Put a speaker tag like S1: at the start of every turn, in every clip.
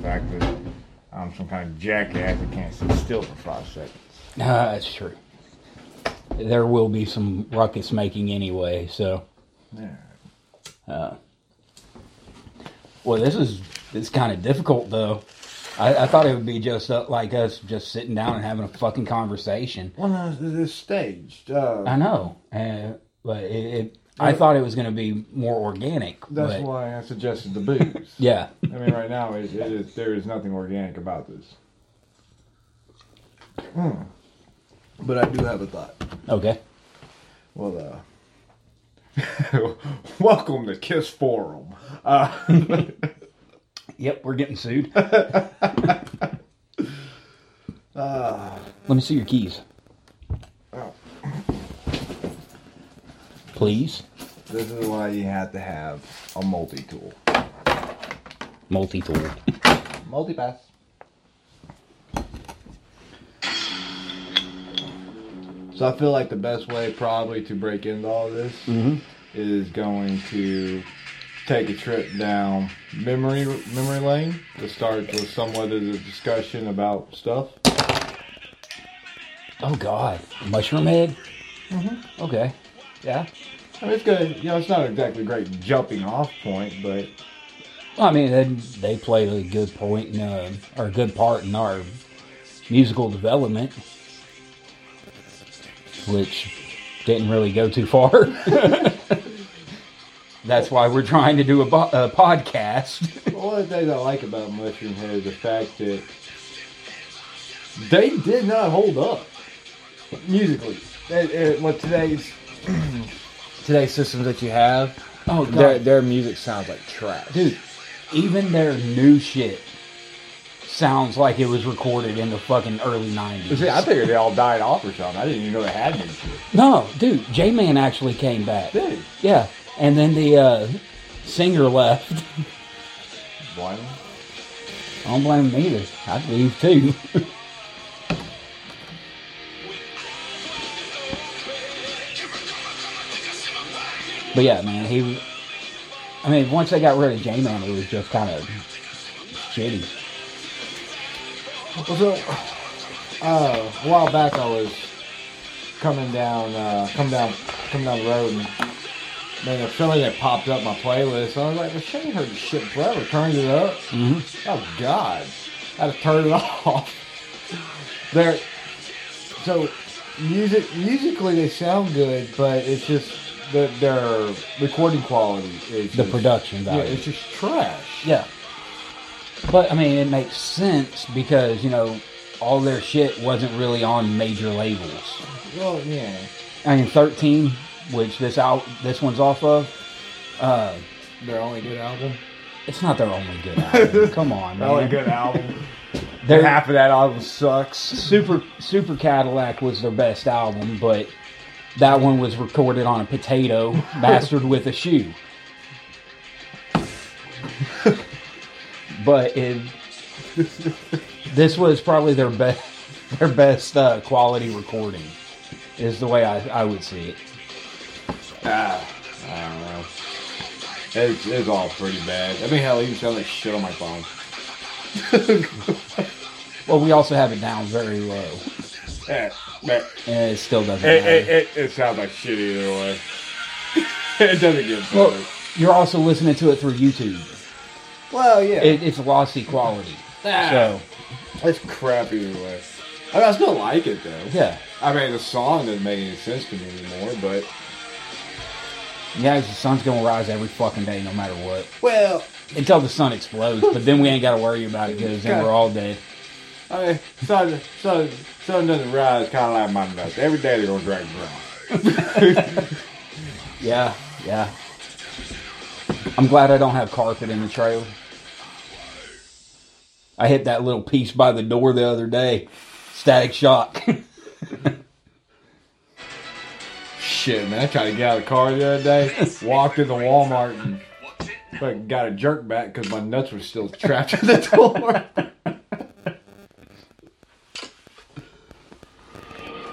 S1: fact that I'm some kind of jackass that can't sit still for five seconds.
S2: Uh, that's true. There will be some ruckus making anyway, so.
S1: Yeah.
S2: Well, this is it's kind of difficult though. I, I thought it would be just uh, like us just sitting down and having a fucking conversation.
S1: Well, no, this is staged. Uh,
S2: I know, uh, but it, it I thought it was going to be more organic.
S1: that's
S2: but,
S1: why I suggested the booze.
S2: Yeah,
S1: I mean, right now, it, it is, there is nothing organic about this. Hmm. But I do have a thought.
S2: okay.
S1: Well, uh, welcome to Kiss Forum. Uh,
S2: Yep, we're getting sued. Let me see your keys,
S1: oh,
S2: please.
S1: this is why you have to have a multi tool.
S2: Multi tool.
S1: Multi pass. So I feel like the best way probably to break into all this is going to take a trip down memory memory lane to start with somewhat of a discussion about stuff.
S2: Oh God, mushroom head. Okay. Yeah.
S1: I mean, it's good. You know, it's not exactly a great jumping off point, but
S2: Well, I mean, they, they played a good point in, uh, or a good part in our musical development, which didn't really go too far. That's why we're trying to do a, bo- a podcast.
S1: Well, one of the things I like about Mushroom Head is the fact that they did not hold up musically. They- it- what today's today's systems that you have,
S2: Oh, God.
S1: their their music sounds like trash.
S2: Dude, even their new shit sounds like it was recorded in the fucking early 90s.
S1: See, I figured they all died off or something. I didn't even know they had new shit.
S2: No, dude, J Man actually came back.
S1: Did he?
S2: Yeah, and then the uh, singer left.
S1: One.
S2: I don't blame him either. I'd leave too. but yeah, man, he. I mean, once they got rid of J Man, it was just kind of shitty.
S1: Well, so uh, a while back, I was coming down, uh, come down, come down the road, and then somebody that popped up my playlist. I was like, "Well, Shane heard this shit forever." Turned it up.
S2: Mm-hmm.
S1: Oh God, I had to turn it off. They're so music musically they sound good, but it's just the, their recording quality is
S2: The
S1: just-
S2: production
S1: Yeah,
S2: value.
S1: it's just trash.
S2: Yeah. But I mean, it makes sense because you know all their shit wasn't really on major labels.
S1: Well, yeah.
S2: I mean, thirteen, which this out this one's off of. Uh,
S1: Their only good album.
S2: It's not their only good album. Come on, man.
S1: album.
S2: Their
S1: half of that album sucks.
S2: Super Super Cadillac was their best album, but that one was recorded on a potato, mastered with a shoe. but it, this was probably their best their best uh, quality recording, is the way I, I would see it.
S1: Ah, I don't know. It's, it's all pretty bad. I mean, hell, even sound like shit on my phone.
S2: Well, we also have it down very low,
S1: Eh, eh,
S2: and it still doesn't
S1: eh,
S2: matter.
S1: eh, eh, it sounds like shit either way. it doesn't get better.
S2: Well, you're also listening to it through YouTube.
S1: Well, yeah.
S2: it, it's lost equality.
S1: Ah.
S2: So
S1: it's crap either way. I, mean, I still like it, though.
S2: yeah,
S1: I mean, the song doesn't make any sense to me anymore, but.
S2: yeah, the sun's gonna rise every fucking day, no matter what,
S1: Well,
S2: until the sun explodes. But then we ain't gotta worry about it because then we're all dead.
S1: I mean, sun, sun, sun doesn't rise kind of like my nuts. Every day they're going to drag me down.
S2: Yeah, yeah. I'm glad I don't have carpet in the trailer. I hit that little piece by the door the other day. Static shock.
S1: Shit, man, I tried to get out of the car the other day, walked into Walmart, and fucking got a jerk back because my nuts were still trapped in the door.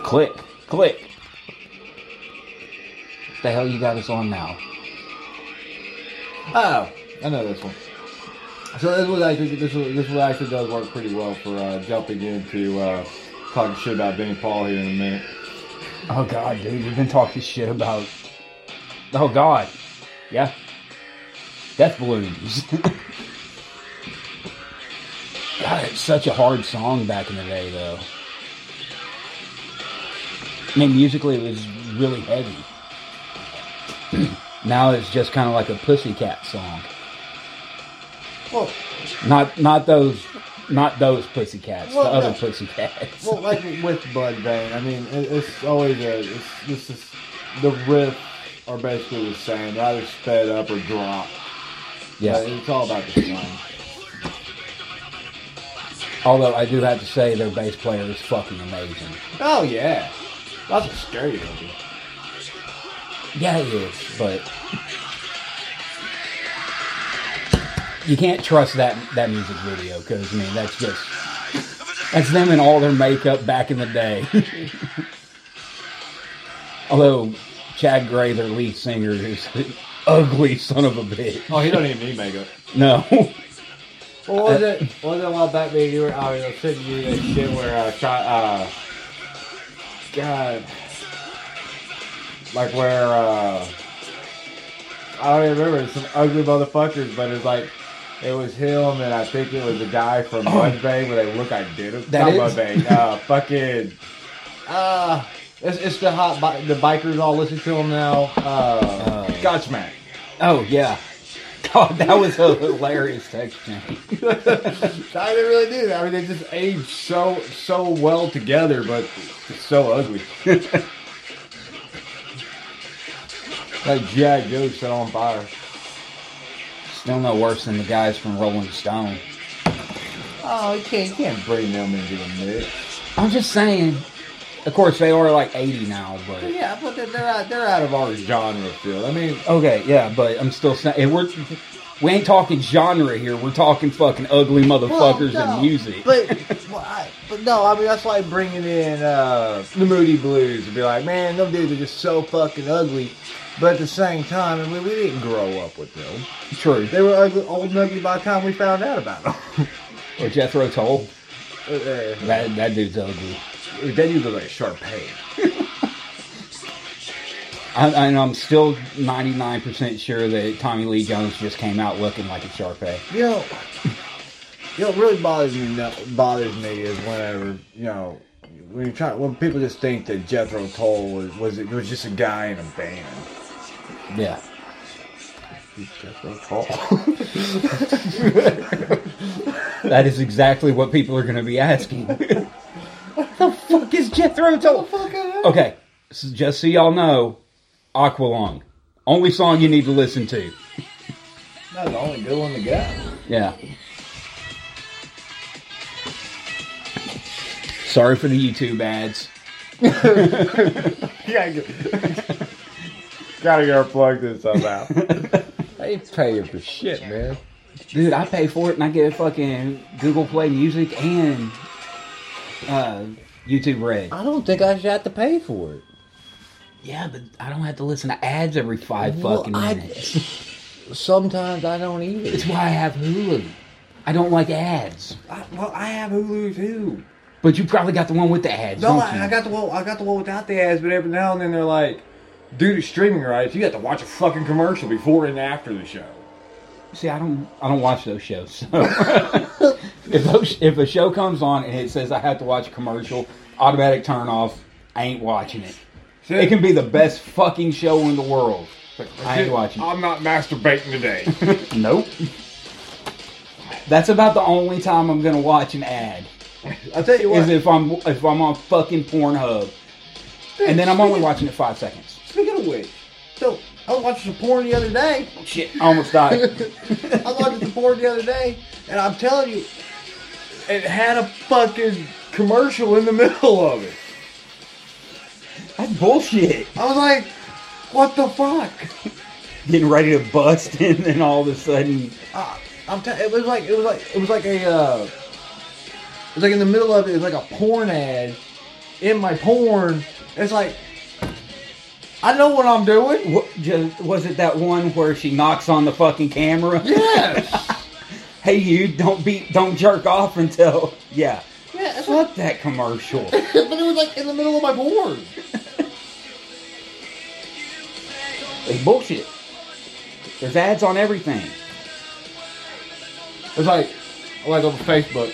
S2: click, click. What the hell you got us on now?
S1: oh, I know this one. So this was actually this was, this was actually does work pretty well for uh, jumping into uh, talking shit about Benny Paul here in a minute.
S2: Oh god, dude, we've been talking shit about. Oh god, yeah, death balloons. god, it's such a hard song back in the day, though. I mean, musically, it was really heavy. now it's just kind of like a pussycat song.
S1: Well,
S2: Not not those, not those pussycats.
S1: Well,
S2: the other
S1: no.
S2: pussycats.
S1: well, like with Bud Vane, I mean, it, it's always a it's this is the riff are basically the same, either sped up or dropped.
S2: yeah.
S1: But it's all about the slang.
S2: Although I do have to say their bass player is fucking amazing.
S1: Oh yeah, that's a scary movie.
S2: Yeah, he is, but you can't trust that that music video because I mean that's just that's them in all their makeup back in the day. Although Chad Gray, their lead singer, is an ugly son of a bitch.
S1: Oh, he don't even need makeup.
S2: No,
S1: What was it? What was it a while back? Maybe you were I was sending you that shit where uh, try, uh, God, like where uh, I don't even remember. It's some ugly motherfuckers, but it's like it was him, and I think it was the guy from Mud Bay where they look identical.
S2: Oh. That
S1: Not
S2: is-
S1: Mud Bay, uh, fucking, uh, it's, it's the hot bi- the bikers all listen to him now. Uh, Godsmack.
S2: oh yeah, God, that was a hilarious text chain.
S1: I didn't really do that. I mean, they just aged so so well together, but it's so ugly. like GI Joe set on fire.
S2: Still no worse than the guys from Rolling Stone.
S1: Oh, you can't, you can't bring them into the mix.
S2: I'm just saying. Of course, they are like 80 now, but.
S1: But yeah, but they're- they're out, they're out of our genre, Phil. I mean,
S2: Okay, yeah, but I'm still saying and we're we ain't talking genre here. We're talking fucking ugly motherfuckers
S1: Well, no,
S2: and music.
S1: But well, I, but no, I mean that's why bringing in uh, the Moody Blues and be like, man, them dudes are just so fucking ugly. But at the same time, I mean, we didn't grow up with them.
S2: True.
S1: They were ugly, old and ugly by the time we found out about them.
S2: Or Jethro Tull.
S1: Uh, uh,
S2: That that dude's ugly.
S1: they used to like Sharpay.
S2: I, and I'm still 99% sure that Tommy Lee Jones just came out looking like a Sharpay.
S1: You know, you know, what really bothers me no- bothers me is whenever you know when you try when people just think that Jethro Tull was was, it, was just a guy in a band.
S2: Yeah.
S1: Jethro Tull.
S2: That is exactly what people are going to be asking. what the fuck is Jethro Tull? Okay, so just so y'all know, Aqualung. Only song you need to listen to.
S1: Not the only good one to get.
S2: Yeah. Sorry for the YouTube ads.
S1: Yeah, gotta get our plug this up out. They pay you for shit, man.
S2: Dude, I pay for it and I get fucking Google Play Music and uh, YouTube Red.
S1: I don't think I should have to pay for it.
S2: Yeah, but I don't have to listen to ads every five
S1: Well,
S2: fucking
S1: I-
S2: minutes.
S1: Sometimes I don't either.
S2: It's why I have Hulu. I don't like ads.
S1: I, well, I have Hulu too.
S2: But you probably got the one with the ads.
S1: No,
S2: don't
S1: I,
S2: you?
S1: I got the one. I got the one without the ads, but every now and then they're like, "Due to streaming rights, you got to watch a fucking commercial before and after the show."
S2: See, I don't, I don't watch those shows. So. if those, if a show comes on and it says I have to watch a commercial, automatic turn off. I ain't watching it.
S1: So
S2: It can be the best fucking show in the world. I ain't watching.
S1: I'm not masturbating today.
S2: it. Nope. That's about the only time I'm gonna watch an ad
S1: I'll tell you
S2: is
S1: what.
S2: if I'm if I'm on fucking Pornhub, and then I'm only watching it five seconds.
S1: Speaking of which, so I was watching some porn the other day.
S2: Shit, I almost died.
S1: I was watching some porn the other day, and I'm telling you, it had a fucking commercial in the middle of it.
S2: That's bullshit.
S1: I was like, "What the fuck?"
S2: Getting ready to bust, and then all of a sudden,
S1: Uh, I'm t- it was like it was like it was like a uh, it was like in the middle of it, it was like a porn ad in my porn. It's like I know what I'm doing.
S2: What, just, was it that one where she knocks on the fucking camera?
S1: Yes.
S2: hey you, don't be, don't jerk off until yeah.
S3: Yeah, that's what.
S2: Fuck that commercial.
S3: but it was like in the middle of my board.
S2: It's bullshit. There's ads on everything.
S4: It's like, like on Facebook,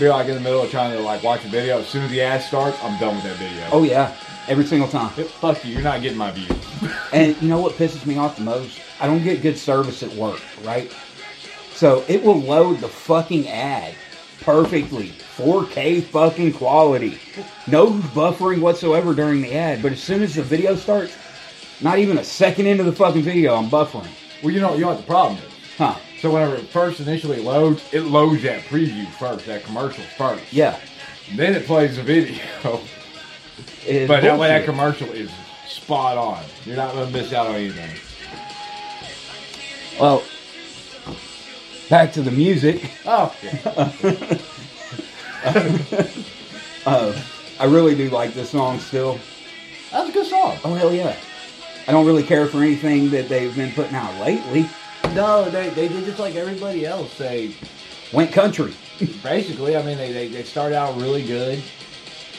S4: be like in the middle of trying to like watch a video. As soon as the ad starts, I'm done with that video.
S2: Oh yeah, every single time.
S4: It- fuck you, you're not getting my view.
S2: And you know what pisses me off the most? I don't get good service at work, right? So it will load the fucking ad perfectly. 4K fucking quality. No buffering whatsoever during the ad. But as soon as the video starts, not even a second into the fucking video, I'm buffering.
S4: Well, you know, you know what the problem is.
S2: Huh.
S4: So whenever it first initially loads, it loads that preview first, that commercial first.
S2: Yeah.
S4: Then it plays the video.
S2: It is
S4: But that way
S2: bullshit.
S4: that commercial is spot on. You're not gonna miss out on anything.
S2: Well, back to the music.
S4: Oh, yeah.
S2: Uh, I really do like this song still.
S4: that was a good song.
S2: Oh hell yeah! I don't really care for anything that they've been putting out lately.
S4: No, they,
S3: They did just like everybody else.
S4: say
S2: Went country.
S4: basically, I mean, they, they, they start out really good.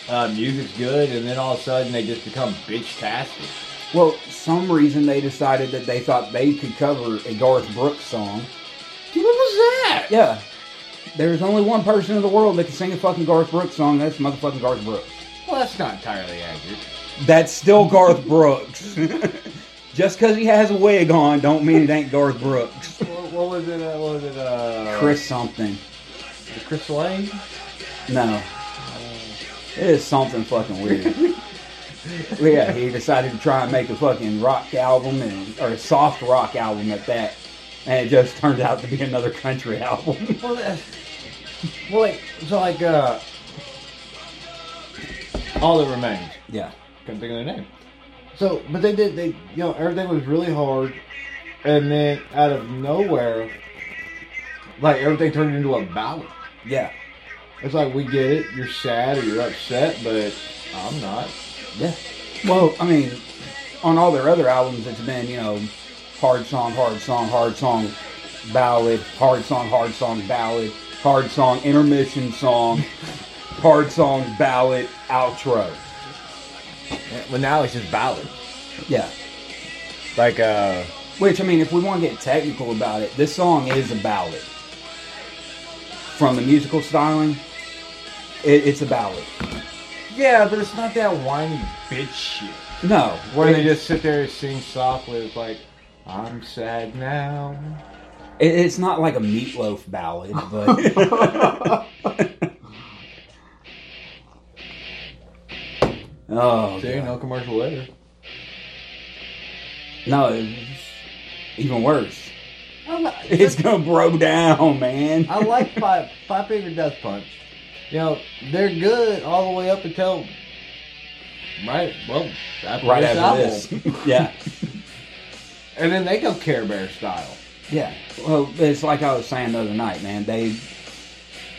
S4: Uh, music's good, and then all of a sudden they just become bitch-tastic.
S2: Well, some reason they decided that they thought they could cover a Garth Brooks song.
S4: Dude, what was that?
S2: Yeah, there's only one person in the world that can sing a fucking Garth Brooks song. That's motherfucking Garth Brooks.
S4: Well, that's not entirely accurate.
S2: That's still Garth Brooks. Just because he has a wig on, don't mean it ain't Garth Brooks.
S4: What, what was it? Uh, what was it? Uh,
S2: Chris something.
S4: Chris Lane?
S2: No. It is something fucking weird. But yeah, he decided to try and make a fucking rock album and or a soft rock album at that. And it just turned out to be another country album.
S4: Well, that's, well, like so, like uh, all that remains.
S2: yeah.
S4: Couldn't think of their name. So, but they did. They, you know, everything was really hard, and then out of nowhere, like everything turned into a ballad.
S2: Yeah.
S4: It's like we get it. You're sad or you're upset, but I'm not.
S2: Yeah. Well, I mean, on all their other albums it's been, you know, hard song, hard song, hard song, ballad, hard song, hard song, ballad, hard song, intermission song, hard song, ballad, outro.
S4: Well, now it's just ballad.
S2: Yeah.
S4: Like uh,
S2: Which I mean, if we want to get technical about it, this song is a ballad. From the musical styling, it, it's a ballad.
S4: yeah, but it's not that whiny bitch shit.
S2: No,
S4: Where they
S2: it-
S4: just sit there and sing softly, it's like, I'm sad now.
S2: it- it's not like a meatloaf ballad, but. oh
S4: See,
S2: God.
S4: no commercial later.
S2: no, it's even worse.
S4: I,
S2: It's gonna bro down, man.
S4: like Five, five Finger Death Punch. You know, they're good all the way up until. Right, well, after
S2: right
S4: this
S2: after
S4: album.
S2: this. yeah.
S4: And then they go Care Bear style.
S2: Yeah. Well, it's like I was saying the other night, man. They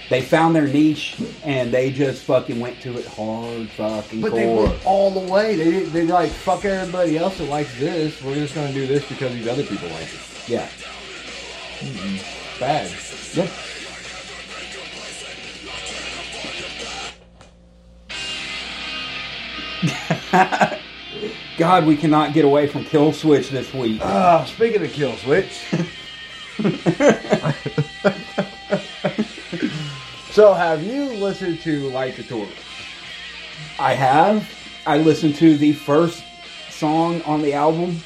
S2: they found their niche and they just fucking went to it hard fucking
S4: But they
S2: core.
S4: went all the way. They, didn't- they like, fuck everybody else that likes this. We're just going to do this because these other people like it.
S2: Yeah.
S4: Bad.
S2: Yeah. God, we cannot get away from Kill Switch this week.
S4: Uh, speaking of Kill Switch. so, have you listened to Light the Torch?
S2: I have. I listened to the first song on the album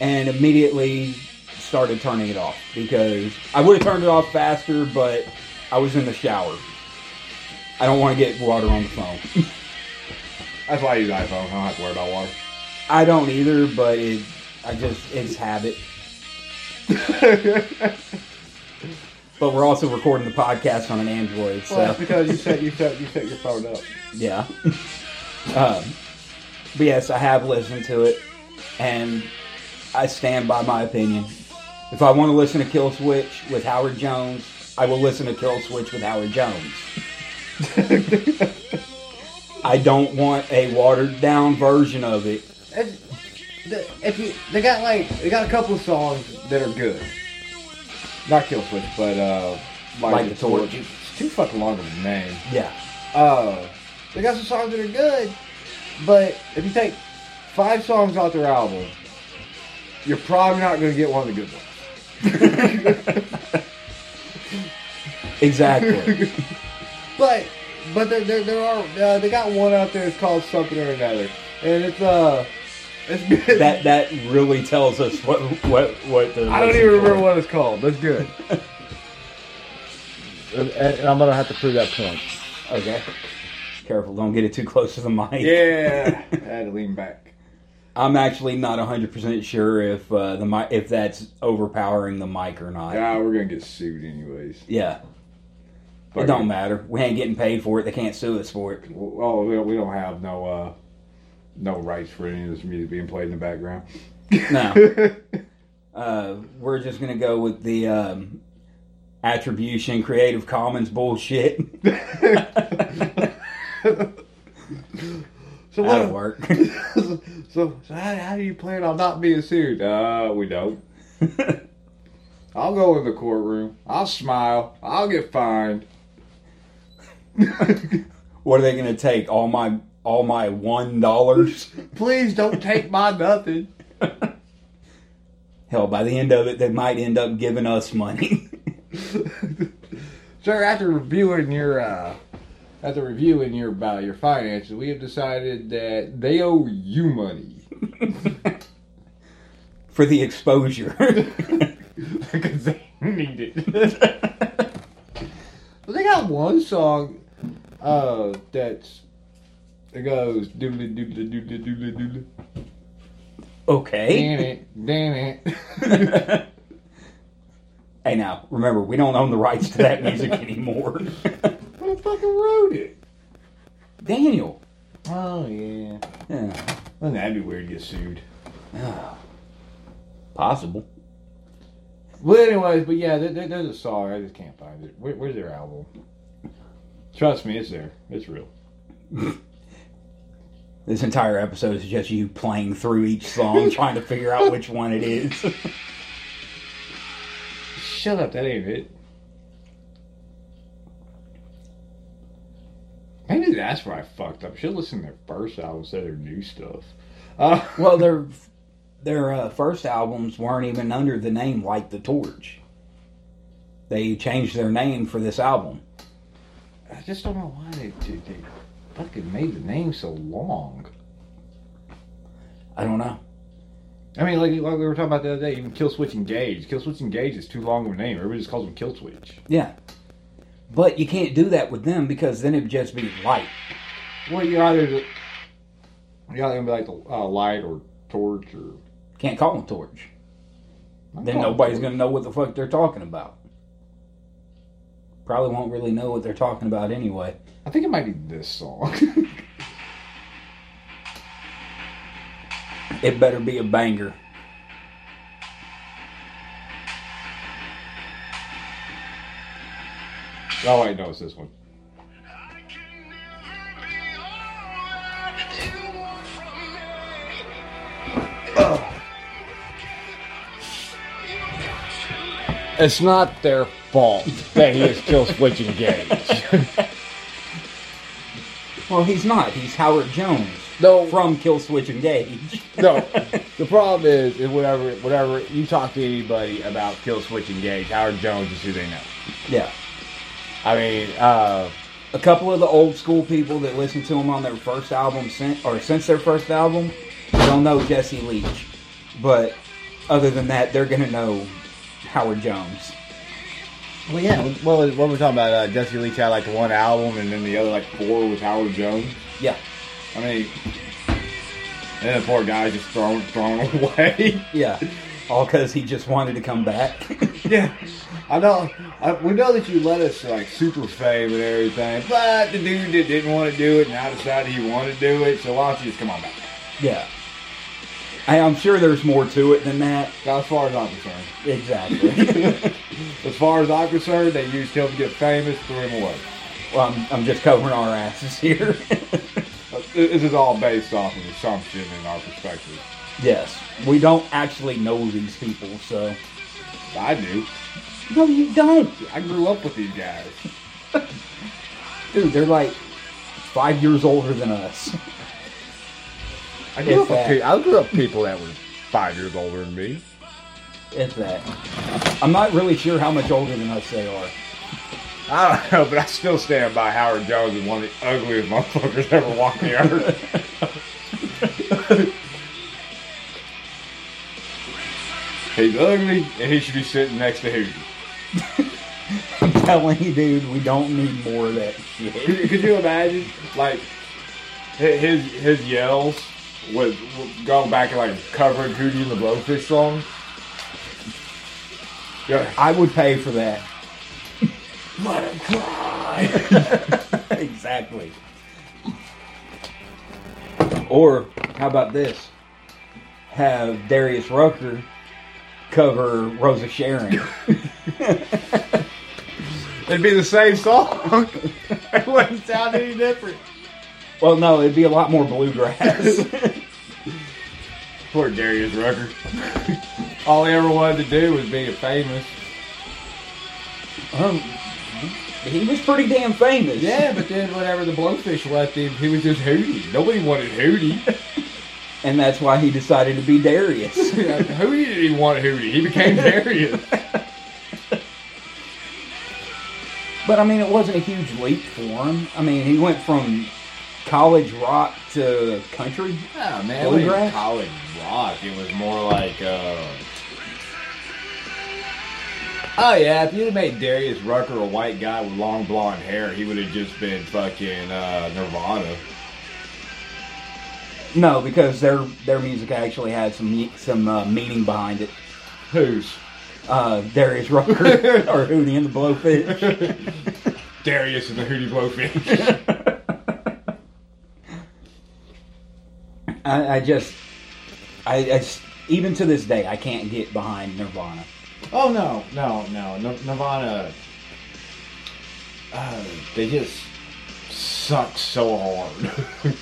S2: and immediately started turning it off because I would have turned it off faster, but I was in the shower. I don't want to get water on the phone.
S4: That's why I use iPhone. I don't have to worry about water.
S2: I don't either, but it, I just it's habit. But we're also recording the podcast on an Android, so
S4: well, that's because you set you set you set your phone up.
S2: Yeah. um, but yes, I have listened to it, and I stand by my opinion. If I want to listen to Kill Switch with Howard Jones, I will listen to Kill Switch with Howard Jones. I don't want a watered down version of it.
S4: It's- the- If you, they got like they got a couple of songs that are good. not Kill Switch, but uh,
S2: Light the Torch.
S4: It's too fucking long of a name.
S2: Yeah.
S4: Uh, they got some songs that are good, but if you take five songs off their album, you're probably not going to get one of the good ones.
S2: Exactly.
S4: But but there there, there are uh, they got one out there. It's called something or another, and it's uh it's good.
S2: that that really tells us what what what the.
S4: I don't even remember what it's called. That's good.
S1: And, and I'm gonna have to prove that point.
S2: Okay. Careful, don't get it too close to the mic.
S4: yeah, I had to lean back.
S2: I'm actually not 100% sure if uh, the mic if that's overpowering the mic or not.
S4: Ah, we're gonna get sued anyways.
S2: Yeah. It
S4: Fuck
S2: don't matter. We ain't getting paid for it. They can't sue us for it.
S4: Well, Oh, we don't, we don't have no uh no rights for any of this music being played in the background.
S2: No. uh, we're just going to go with the um, attribution Creative Commons bullshit.
S4: So
S2: That'll
S4: what?
S2: work.
S4: so so how, how do you plan on not being sued? Uh, we don't. I'll go in the courtroom. I'll smile. I'll get fined.
S2: what are they going to take? All my all my one dollars?
S4: Please don't take my nothing.
S2: Hell, by the end of it, they might end up giving us money.
S4: Sir, after reviewing your uh, after reviewing your about your finances, we have decided that they owe you money
S2: for the exposure.
S4: because they need it. but they got one song uh, that's it goes doodly doodly doodly doodly doodly.
S2: okay.
S4: Damn it, damn it.
S2: hey now, remember we don't own the rights to that music anymore.
S4: Who fucking wrote it?
S2: Daniel.
S4: Oh yeah.
S2: Yeah.
S4: Well, that'd be weird to get sued.
S2: Possible.
S4: Well, anyways, but yeah, there, there- there's a song. I just can't find it. Where, where's their album? Trust me, it's there. It's real.
S2: This entire episode is just you playing through each song, trying to figure out which one it is.
S4: Shut up, that ain't it. Maybe that's where I fucked up. Should listen to their first album instead of their new stuff. Uh,
S2: well, their their uh, first albums weren't even under the name Light the Torch. They changed their name for this album.
S4: I just don't know why they, they, they fucking made the name so long.
S2: I don't know.
S4: I mean, like, like we were talking about the other day, even Kill Switch Engage. Kill Switch Engage is too long of a name. Everybody just calls them Kill Switch.
S2: Yeah. But you can't do that with them because then it would just be light.
S4: Well, you're either the, you're either gonna be like the uh, light or torch or
S2: Can't call them torch. Then nobody's going to know what the fuck they're talking about. Probably won't really know what they're talking about anyway.
S4: I think it might be this song.
S2: It better be a banger.
S4: oh wait, no, it's this one.
S1: It's not their fault that he is still switching games.
S2: Well, he's not. He's Howard Jones
S1: No,
S2: from Kill Switch Engage.
S1: no. The problem is, is whatever, whatever you talk to anybody about Kill Switch Engage, Howard Jones is who they know.
S2: yeah.
S1: I mean, uh,
S2: A couple of the old school people that listened to him on their first album since, or since their first album don't know Jesse Leach. But other than that, they're going to know Howard Jones.
S1: well, yeah.
S4: Well, what were we talking about? Uh, Jesse Leach had like one album, and then the other like four was Howard Jones.
S2: Yeah.
S4: I mean, and then the poor guy just thrown thrown away.
S2: Yeah. All because he just wanted to come back.
S4: yeah, I know. I, we know that you let us like super fame and everything, but the dude that didn't want to do it now decided he wanted to do it. So why don't you just come on back?
S2: yeah. I, I'm sure there's more to it than that.
S4: As far as I'm concerned.
S2: Exactly.
S4: As far as I'm concerned, they used him to get famous, threw him away.
S2: well, I'm, I'm just covering our asses here.
S4: Uh, This is all based off of assumption and our perspective.
S2: yes. We don't actually know these people, so
S4: I do.
S5: No, you don't.
S1: I grew up with these guys.
S2: Dude, they're like five years older than us.
S1: I
S2: If
S1: grew, up with,
S2: that.
S1: pe- I grew up with people that were five years older than me.
S2: If that. I'm not really sure how much older than us they are.
S1: I don't know, but I still stand by Howard Jones is one of the ugliest motherfuckers ever walked the earth. He's ugly, and he should be sitting next to Hootie.
S2: I'm telling you, dude, we don't need more of that shit.
S1: Could, could you imagine, like, hi- his his yells with, with going back and like covering Hootie and the Blowfish song? Yeah,
S2: I would pay for that.
S1: let him cry.
S2: exactly.
S5: Or
S2: How about this? Have Darius Rucker cover Rosa Sharon.
S1: It'd be the same song. it wouldn't sound any different.
S2: well, no, it'd be a lot more bluegrass.
S1: Poor Darius Rucker. All he ever wanted to do was be famous.
S2: um, he was pretty damn famous.
S1: Yeah, but then whenever the blowfish left him, he was just Hootie. Nobody wanted Hootie.
S2: And that's why he decided to be Darius.
S1: Hootie didn't even want Hootie. He became Darius.
S2: But I mean, it wasn't a huge leap for him. I mean, he went from college rock to country.
S1: Yeah, man.
S2: it was Bluegrass?
S1: college rock. It was more like. Uh... Oh yeah, if you'd have made Darius Rucker a white guy with long blonde hair, he would have just been fucking uh, Nirvana.
S2: No, because their their music actually had some ye- some uh, meaning behind it.
S1: Who's
S2: Uh, Darius Rucker or Hootie and the Blowfish.
S1: Darius and the Hootie Blowfish?
S2: I, I just, I, I s- even to this day, I can't get behind Nirvana.
S1: oh no, no, no, Nir- Nirvana. Uh, they just suck so hard.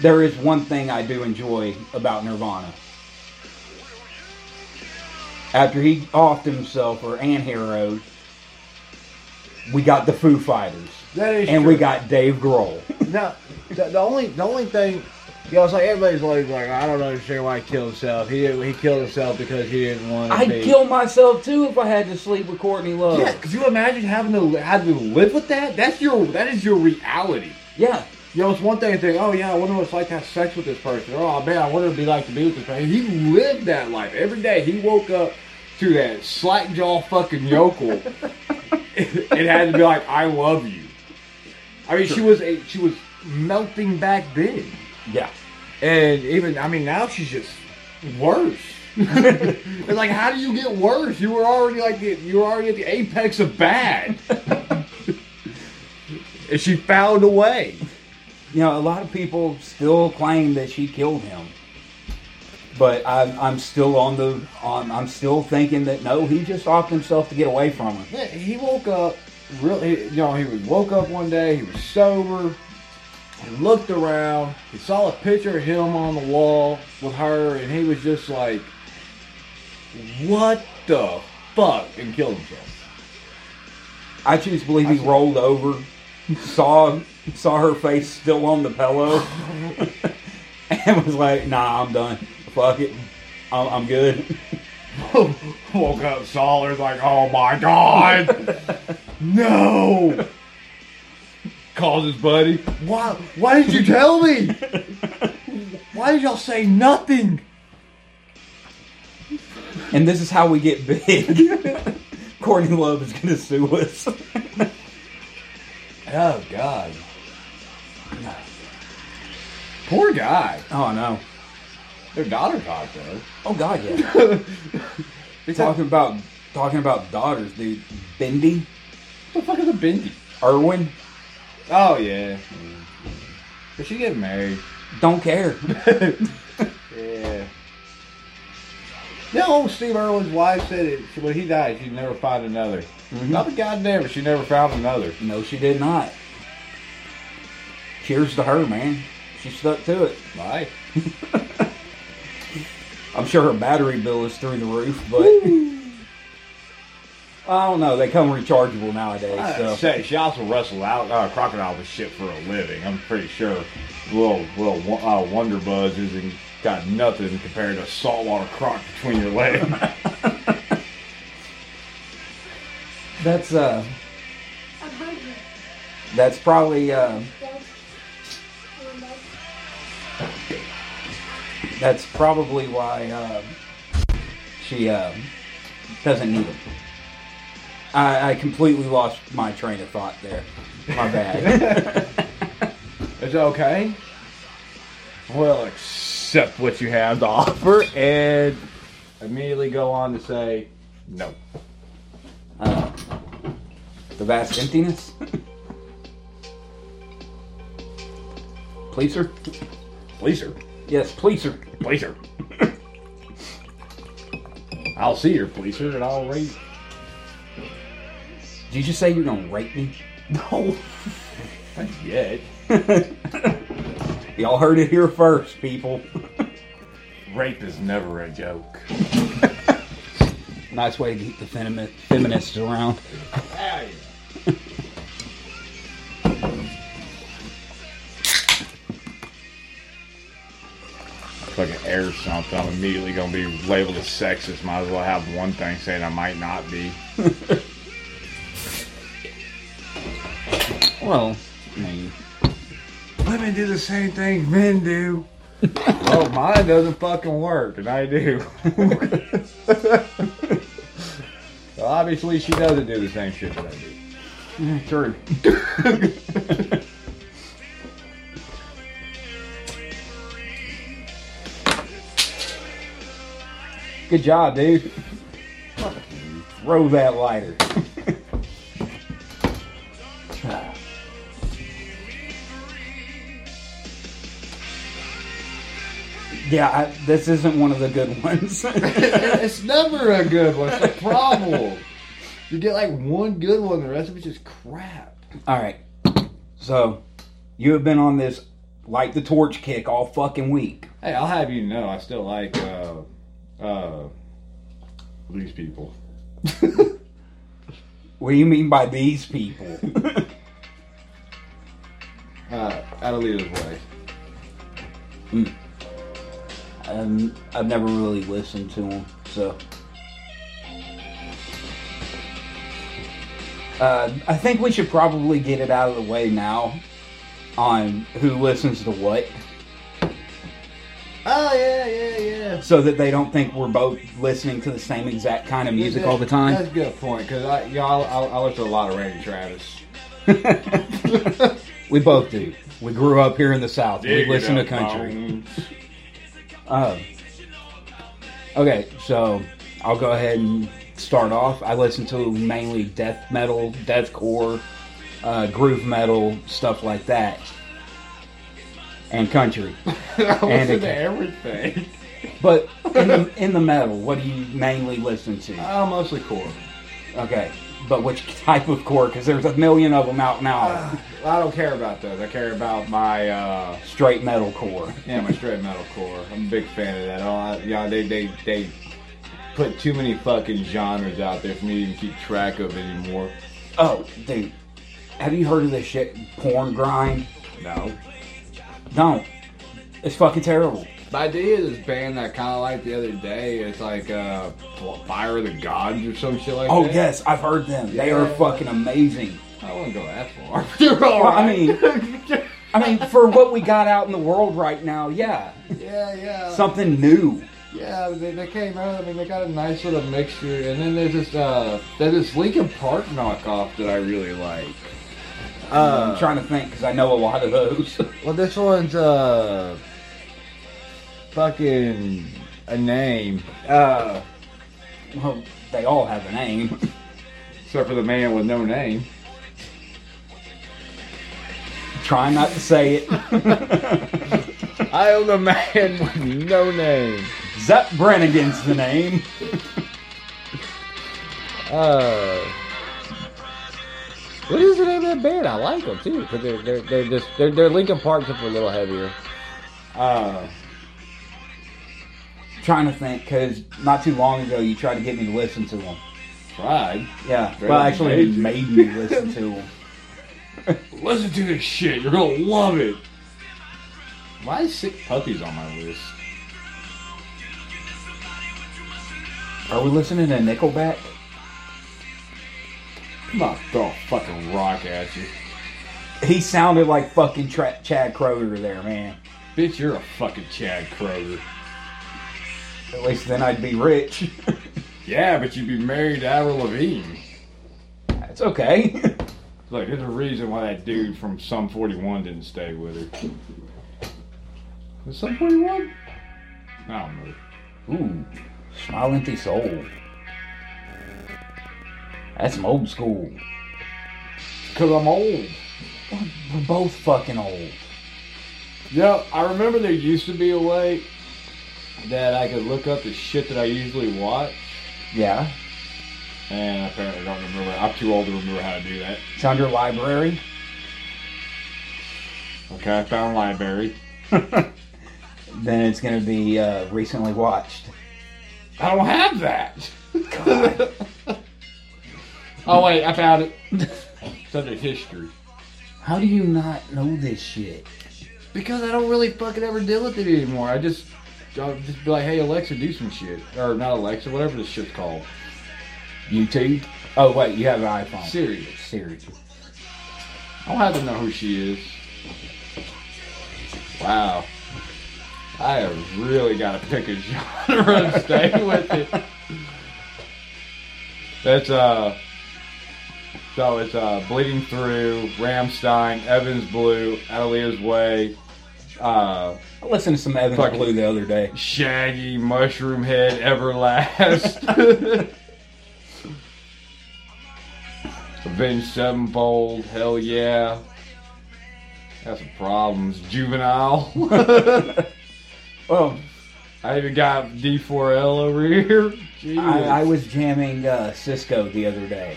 S2: There is one thing I do enjoy about Nirvana. After he offed himself or and Harrowed, we got the Foo Fighters.
S6: That is
S2: and
S6: true.
S2: we got Dave Grohl.
S6: No, the, the only the only thing, you know, it's like everybody's always like, I don't understand why he killed himself. He didn't, he killed himself because he didn't want to
S2: I'd
S6: be.
S2: kill myself too if I had to sleep with Courtney Love.
S1: yeah, could you imagine having to having to live with that? That's your that is your reality.
S2: Yeah.
S6: You know, it's one thing to think, oh yeah, I wonder what it's like to have sex with this person. Oh man, I wonder what it'd be like to be with this person.
S1: He lived that life every day. He woke up to that slack jaw fucking yokel. it, had to be like, "I love you." I mean, she was a, she was melting back then,
S2: Yeah.
S1: and even I mean now she's just worse. it's like, how do you get worse? You were already like the, you were already at the apex of bad, and she found a way.
S2: You know, a lot of people still claim that she killed him. But I'm, I'm still on the on I'm still thinking that no, he just offed himself to get away from her.
S1: Yeah, he woke up really you know he was woke up one day he was sober he looked around he saw a picture of him on the wall with her and he was just like what the fuck and killed himself
S2: I choose to believe he rolled over, saw saw her face still on the pillow, and was like, "Nah, I'm done. Fuck it, I'm, I'm good."
S1: woke up saw her like oh my god no calls his buddy why why did you tell me why did y'all say nothing
S2: And this is how we get big. Courtney Love is gonna sue us.
S1: Oh God. Poor guy.
S2: oh no!
S1: Their daughter caught though.
S2: Oh god, yeah. talking about talking about daughters, dude. Bendy,
S1: What the fuck is a Bendy?
S2: Irwin,
S1: Oh yeah. Did she get married?
S2: don't care.
S1: Yeah. No, old Steve Irwin's wife said it she- when he died she'd never find another. Not the goddamn it, she never found another.
S2: no, she did not. Cheers to her, man. She stuck to it.
S1: Right.
S2: I'm sure her battery bill is through the roof, but I don't know. They come rechargeable nowadays. So.
S4: Say, she also wrestled out uh, crocodile with shit for a living. I'm pretty sure little little wo- uh, Wonder Buzz isn't got nothing compared to saltwater croc between your legs.
S2: That's uh,
S7: A burger.
S2: that's probably uh,
S7: Yes. And that's
S2: that's probably why uh, she uh, doesn't need them. I, I completely lost my train of thought there. My bad.
S4: It's okay. Well, accept what you have to offer and immediately go on to say no.
S2: uh, the vast emptiness. Please, sir.
S4: Pleaser.
S2: Yes, please, sir.
S4: Pleaser. I'll see your pleaser and I'll read.
S2: Did you just say you're gonna rape me? No.
S4: Yeah.
S2: Y'all heard it here first, people.
S4: Rape is never a joke.
S2: nice way to keep the femini- feminists around.
S4: Fucking air something. I'm immediately gonna be labeled as sexist. Might as well have one thing saying I might not be.
S2: Well, I mean,
S4: Women do the same thing men do. well, mine doesn't fucking work, and I do. so obviously, she doesn't do the same shit that I do.
S2: true. Good job, dude. Throw that lighter. yeah, I, this isn't one of the good ones.
S4: it's never a good one. It's the problem. You get like one good one, the rest of it's just crap.
S2: All right. So, you have been on this light the torch kick all fucking week.
S4: Hey, I'll have you know, I still like uh, uh, these people.
S2: What do you mean by these people?
S4: Uh, Adelita's way.
S2: um, I've never really listened to them, so. Uh, I think we should probably get it out of the way now on who listens to what
S8: Oh yeah, yeah, yeah.
S2: so that they don't think we're both listening to the same exact kind of music all the
S4: That's
S2: time.
S4: a good point because I, you know, I, I, I listen to a lot of Randy Travis.
S2: we both do. We grew up here in the South.
S4: Dig
S2: we
S4: it
S2: listen to
S4: up,
S2: country.
S4: Bone.
S2: Uh, okay, so I'll go ahead and start off. I listen to mainly death metal, deathcore, uh, groove metal, stuff like that, and country.
S4: I listen
S2: it-
S4: to everything.
S2: But in the, in the metal, what do you mainly listen to?
S4: Uh, mostly core.
S2: Okay, but which type of core? Because there's a million of them out now.
S4: I don't care about those. I care about my uh,
S2: Straight metal core.
S4: yeah, my straight metal core. I'm a big fan of that. All I, you know, they they they put too many fucking genres out there for me to even keep track of anymore.
S2: Oh, dude, have you heard of this shit? Porn grind?
S4: No.
S2: Don't. It's fucking terrible.
S4: The idea is this band that I kind of liked the other day. It's like uh, Fire of the Gods or some shit like
S2: Oh
S4: that.
S2: yes, I've heard them. They are fucking amazing.
S4: I wouldn't go that far. You're all
S2: Well, I
S4: right.
S2: mean- I mean, for what we got out in the world right now, yeah,
S4: yeah, yeah.
S2: something new.
S4: Yeah, they, they came out. I mean, they got a nice little mixture, and then there's this uh, there's this Lincoln Park knockoff that I really like.
S2: I'm trying to think because I know a lot of those.
S4: Well, this one's uh, fucking a name, uh,
S2: well, they all have a name.
S4: except for the man with no name.
S2: Try not to say it.
S4: I am the man with no name.
S2: Zep Brannigan's the name.
S4: Uh, what is the name of that band? I like them too, because they're they're they're just they're, they're Lincoln Park, except for a little heavier. Uh,
S2: Trying to think because not too long ago you tried to get me to listen to them.
S4: tried.
S2: Yeah.
S4: Straight
S2: Well,
S4: up
S2: actually,
S4: made
S2: it
S4: you.
S2: made me listen to him.
S4: Listen to this shit. You're gonna love it. Why is sick puppies on my list?
S2: Are we listening to Nickelback?
S4: I'm not throwing fucking rock at you,
S2: He sounded like fucking tra- Chad Kroger there, man.
S4: bitch. You're a fucking Chad Kroger.
S2: At least then I'd be rich.
S4: Yeah, but you'd be married to Avril Lavigne.
S2: That's okay.
S4: Look, there's a reason why that dude from Sum 41 didn't stay with her. Was Sum 41? I don't know.
S2: Ooh, Smilinty Soul. That's some old school.
S4: Because I'm old.
S2: We're both fucking old.
S4: Yep, I remember there used to be a way that I could look up the shit that I usually watch.
S2: Yeah.
S4: And apparently I don't remember. I'm too old to remember how to do that.
S2: It's on your library.
S4: Okay, I found library.
S2: Then it's gonna be uh, recently watched.
S4: I don't have that. oh, wait, I found it. It's under history.
S2: How do you not know this shit?
S4: Because I don't really fucking ever deal with it anymore. I just, I'll just be like, hey Alexa, do some shit, or not Alexa, whatever this shit's called.
S2: YouTube? Oh wait, you have an iPhone.
S4: Siri.
S2: Siri.
S4: I don't have to know who she is. Wow, I have really got to pick a genre and stay with it. That's uh, so it's uh, bleeding through, Ramstein, Evans Blue, Aaliyah's Way, uh.
S2: I listened to some Evans
S4: Fuck.
S2: Blue the other day.
S4: Shaggy Mushroom Head Everlast. Avenged Sevenfold, hell yeah. Got some problems. Juvenile.
S2: Oh,
S4: I even got D4L over here. Jesus.
S2: I, I was jamming uh, Cisco the other day.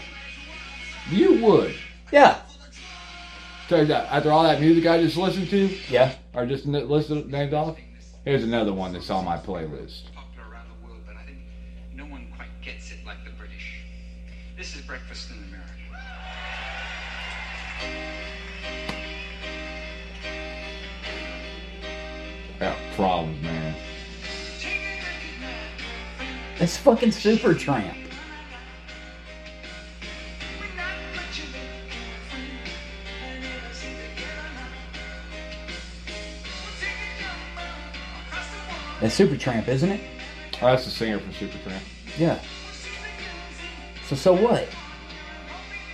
S4: you would.
S2: Yeah.
S4: Turns out, after all that music I just listened to,
S2: Yeah.
S4: or just n- listed named off, here's another one that's on my playlist.
S9: popular around the world, but I think no one quite gets it like the British. This is Breakfast in America.
S4: I got problems, man. Oh,
S2: It's fucking Super Tramp. That's Super Tramp, isn't it?
S4: Oh, that's the singer from Supertramp.
S2: Yeah. So so what?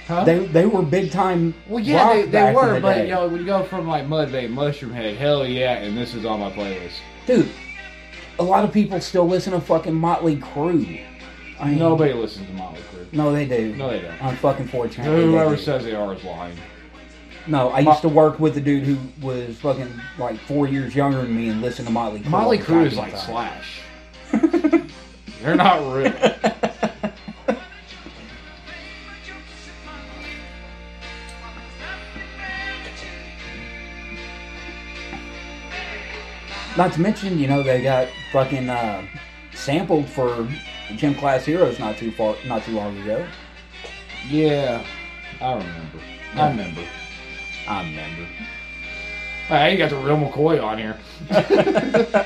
S4: Huh?
S2: They they were big time.
S4: Well, yeah,
S2: rock
S4: they, they
S2: back in
S4: were,
S2: the
S4: but
S2: day.
S4: you know, when you go from like Mudvayne, Mushroom Head, hell yeah, and this is on my playlist.
S2: dude, a lot of people still listen to fucking Motley Crue. I mean,
S4: Nobody listens to Motley Crue.
S2: No, they do.
S4: No, they don't.
S2: On fucking 4chan. they
S4: Whoever
S2: do.
S4: says they are is lying.
S2: No, I used to work with a dude who was fucking like four years younger than me and listened to Motley Crue.
S4: Motley
S2: all the
S4: Crue is
S2: fucking
S4: like
S2: time.
S4: Slash. They're not real.
S2: Not to mention, you know, they got fucking uh, sampled for Gym Class Heroes not too far, not too long ago.
S4: Yeah, I remember. I remember.
S2: I remember.
S4: Hey, I ain't got the real McCoy on here.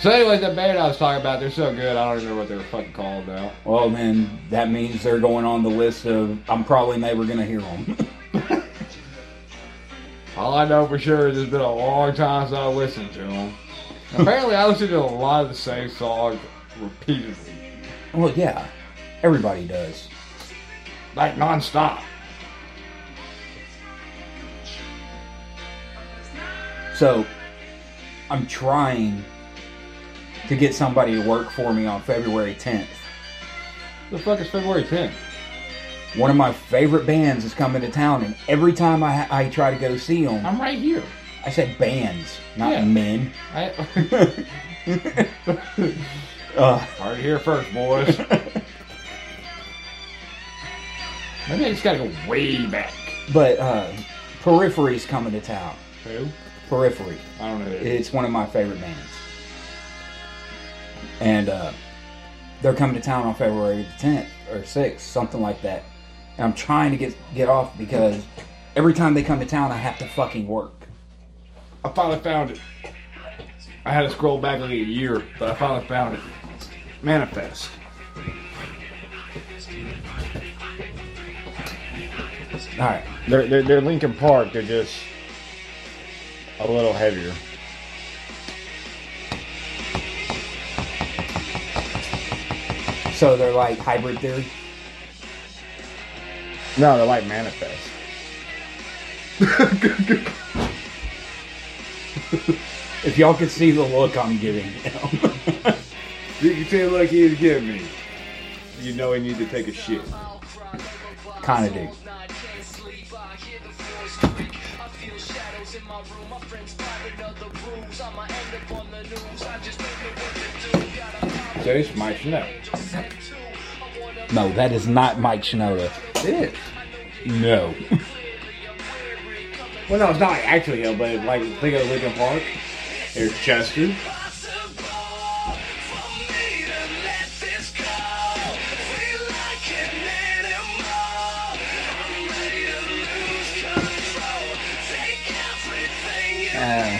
S4: so, anyways, that band I was talking about, they're so good. I don't even know what they're fucking called now.
S2: Well, then that means they're going on the list of I'm probably never gonna hear them.
S4: All I know for sure is it's been a long time since I listened to them. Apparently, I listened to a lot of the same songs repeatedly,
S2: well, yeah, everybody does.
S4: like nonstop.
S2: So I'm trying to get somebody to work for me on February 10th.
S4: The fuck is February 10th?
S2: One of my favorite bands is coming to town, and every time I, I try to go see them,
S4: I'm right here.
S2: I said bands, not
S4: Yeah.
S2: men.
S4: I
S2: Uh,
S4: right here first, boys. Maybe I just gotta go way back.
S2: but uh, Periphery's coming to town.
S4: Who?
S2: Periphery.
S4: I don't know. who it is.
S2: It's one of my favorite bands. And uh, they're coming to town on February the 10th or 6th, something like that. And I'm trying to get get off because every time they come to town, I have to fucking work.
S1: I finally found it. I had to scroll back like a year, but I finally found it. Manifest.
S2: All right,
S10: They're, they're, they're Lincoln Park. They're just a little heavier.
S2: so they're like hybrid theory.
S10: No, they're like manifest.
S2: If y'all could see the look I'm giving him,
S1: You can feel like he's getting me. You know he need to take a shit.
S2: kind of do.
S1: So it's Mike Chanel.
S2: No, that is not Mike Shinoda.
S1: It is.
S2: No.
S1: Well, no, it's not actually him, but like think of Lincoln Park. There's Chester.
S2: Uh,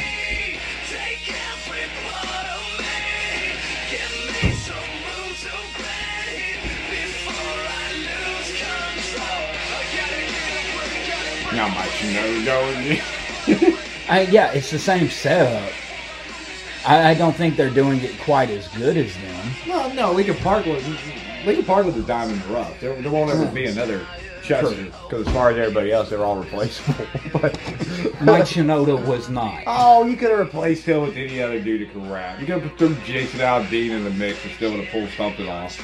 S1: Now Mike Chanel going.
S2: I, yeah, it's the same setup. I, I don't think they're doing it quite as good as them.
S1: Well, no, Lincoln Park was Lincoln Park was a diamond rough. There, there won't ever be another Chester because as far as everybody else, they're all replaceable. but
S2: Mike Shinoda was not.
S1: oh, you could have replaced him with any other dude who can rap. You could have thrown Jason Aldean in the mix and still would have pulled something off.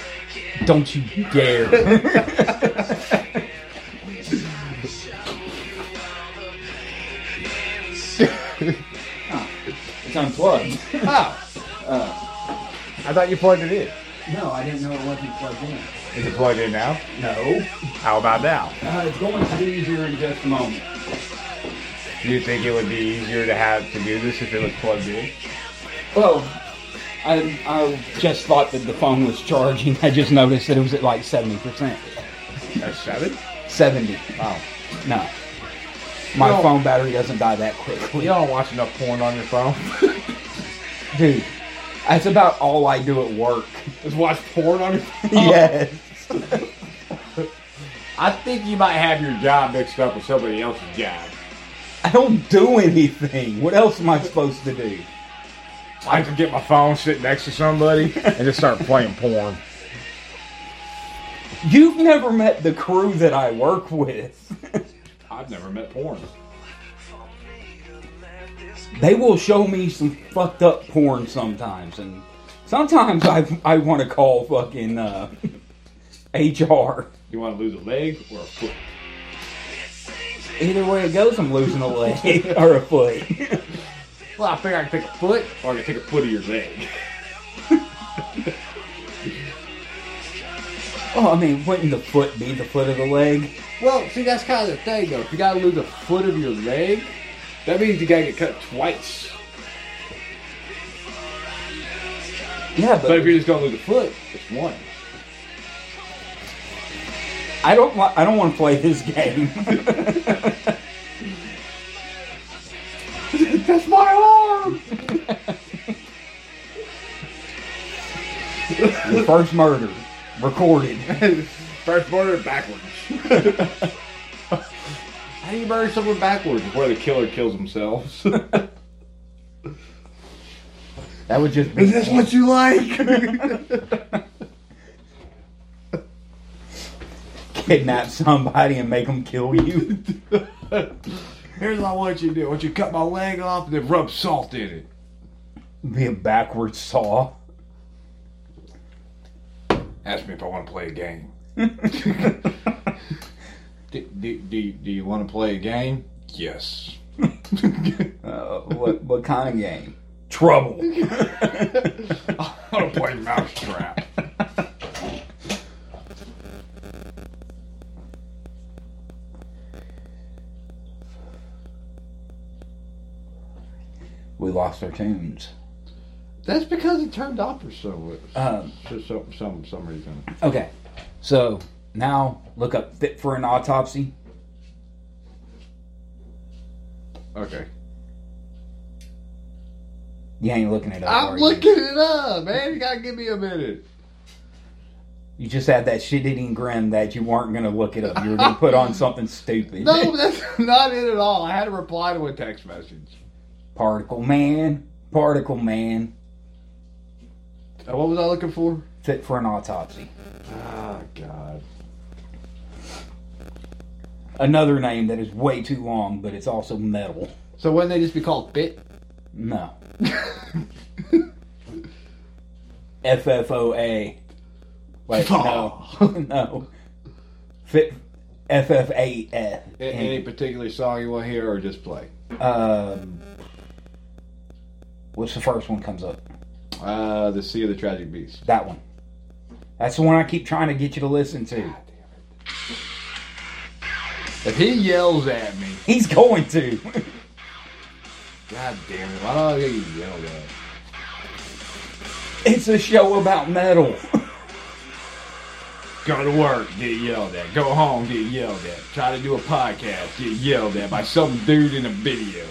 S2: Don't you dare. It's unplugged.
S1: I thought you plugged it in.
S2: No, I didn't know it wasn't plugged in.
S1: Is it plugged in now?
S2: No.
S1: How about now?
S2: Uh, it's going to be easier in just a moment.
S1: Do you think it would be easier to have to do this if it was plugged in?
S2: Well, I, I just thought that the phone was charging. I just noticed that it was at like 70%.
S1: That's seven.
S2: 70.
S1: Oh,
S2: No. My
S1: No.
S2: phone battery doesn't die that quickly.
S1: you don't watch enough porn on your phone.
S2: Dude, that's about all I do at work.
S1: Just watch porn on your. phone?
S2: Yes.
S1: I think you might have your job mixed up with somebody else's job.
S2: I don't do anything. What else am I supposed to do?
S1: I could get my phone, sit next to somebody, and just start playing porn.
S2: You've never met the crew that I work with.
S1: I've never met porn.
S2: they will show me some fucked up porn sometimes, and sometimes I I want to call fucking uh, HR.
S1: You want to lose a leg or a foot?
S2: Either way it goes, I'm losing a leg or a foot.
S1: Well, I figure I can take a foot, or I can take a foot of your leg.
S2: oh, I mean, wouldn't the foot be the foot of the leg?
S1: Well, see, that's kind of the thing, though. If you gotta lose a foot of your leg, that means you gotta get cut twice.
S2: Yeah,
S1: But if
S2: but
S1: you're just gonna lose a foot, it's one.
S2: I don't wa- I don't want to play this game.
S1: That's my arm.
S2: Your first murder recorded.
S1: First murder backwards. How do you murder someone backwards? Where the killer kills themselves.
S2: That would just be
S1: what you like?
S2: kidnap somebody and make them kill you.
S1: Here's what I want you to do. I want you to cut my leg off and then rub salt in it.
S2: be a backwards saw.
S1: Ask me if I want to play a game. do, do, do, do you want to play a game? Yes.
S2: Uh, what what kind of game? Trouble.
S1: I want to play Mousetrap.
S2: we lost our tunes.
S4: That's because it turned off for some
S2: Um,
S4: for some some, some reason.
S2: Okay, so now look up fit for an autopsy.
S4: Okay,
S2: You ain't looking it up.
S4: I'm
S2: are you?
S4: looking it up, man. You gotta give me a minute.
S2: You just had that shit-eating grin that you weren't gonna look it up. You were gonna put on something stupid.
S4: No, that's not it at all. I had to reply to a text message.
S2: Particle man, particle man,
S4: Uh, What was I looking for?
S2: fit for an autopsy.
S4: Ah, God.
S2: Another name that is way too long, but it's also metal.
S4: So wouldn't they just be called Fit?
S2: No. FFOA. Wait, no, no. Fit FFAF.
S4: A- Any particular song you want to hear or just play?
S2: Um, what's the first one comes up?
S4: Uh, the Sea of the Tragic Beast.
S2: That one. That's the one I keep trying to get you to listen to.
S4: If he yells at me,
S2: He's going to.
S4: God damn it, why do I get yelled at?
S2: It's a show about metal.
S4: Go to work, get yelled at. Go home, get yelled at. Try to do a podcast, get yelled at by some dude in a video.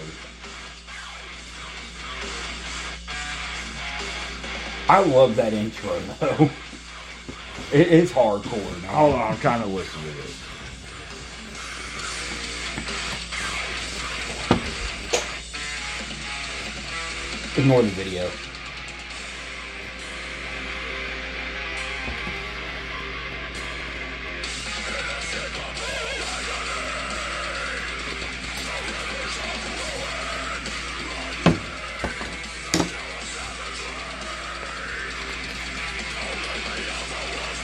S2: I love that intro though. It, it's hardcore. No?
S4: on, I'm trying to listen to this.
S2: Ignore the video.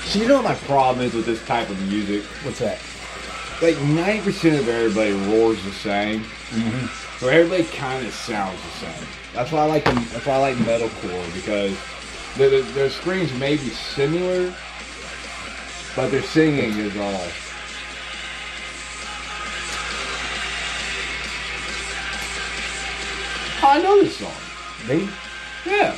S4: So you know what my problem is with this type of music?
S2: What's that?
S4: Like 90% of everybody roars the same. So everybody kind of sounds the same. That's why I like them, that's why I like metalcore because their, their, their screams may be similar, but their singing is all. I know this song.
S2: Me?
S4: Yeah,